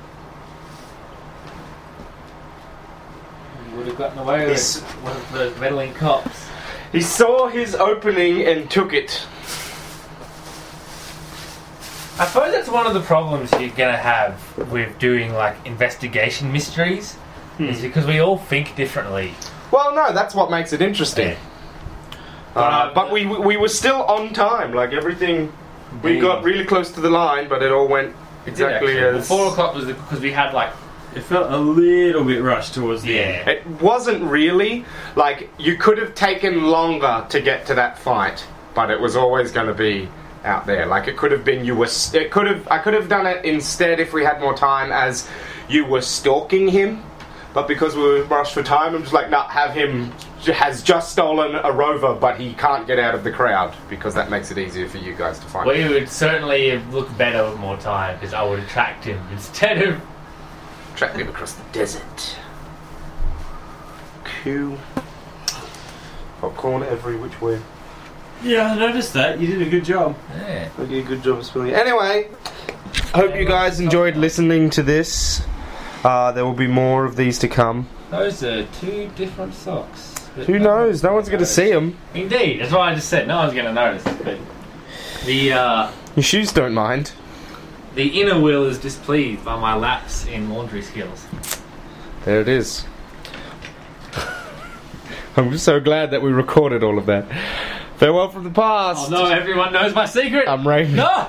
S3: Would have gotten away with
S1: This-
S3: it. One of those meddling cops.
S1: He saw his opening and took it.
S3: I suppose that's one of the problems you're gonna have with doing like investigation mysteries, is because we all think differently.
S1: Well, no, that's what makes it interesting. Uh, but we we were still on time. Like everything, we got really close to the line, but it all went exactly
S3: Actually,
S1: as.
S3: Four o'clock was because we had like
S2: It felt a little bit rushed towards the end.
S3: yeah.
S1: It wasn't really like you could have taken longer to get to that fight, but it was always going to be out there. Like it could have been you were. s- It could have. I could have done it instead if we had more time, as you were stalking him. But because we were rushed for time, I'm just like, nah, have him j- has just stolen a rover, but he can't get out of the crowd because that makes it easier for you guys to find.
S3: We would certainly have looked better with more time because I would have tracked him [LAUGHS] instead of
S1: Track him across the desert. Cool. Popcorn every which way.
S2: Yeah, I noticed that. You did a good job.
S1: I did a good job of spelling it. Anyway, hope you guys enjoyed listening to this. Uh, there will be more of these to come.
S3: those are two different socks.
S1: Who knows? No one's going to see them.
S3: Indeed, that's what I just said. No one's gonna notice. But the uh,
S1: Your shoes don't mind.
S3: the inner wheel is displeased by my lapse in laundry skills.
S1: There it is. [LAUGHS] I'm so glad that we recorded all of that.
S3: Farewell from the
S1: Oh
S3: past.
S1: no, everyone knows my secret.
S3: I'm Raven.
S1: no!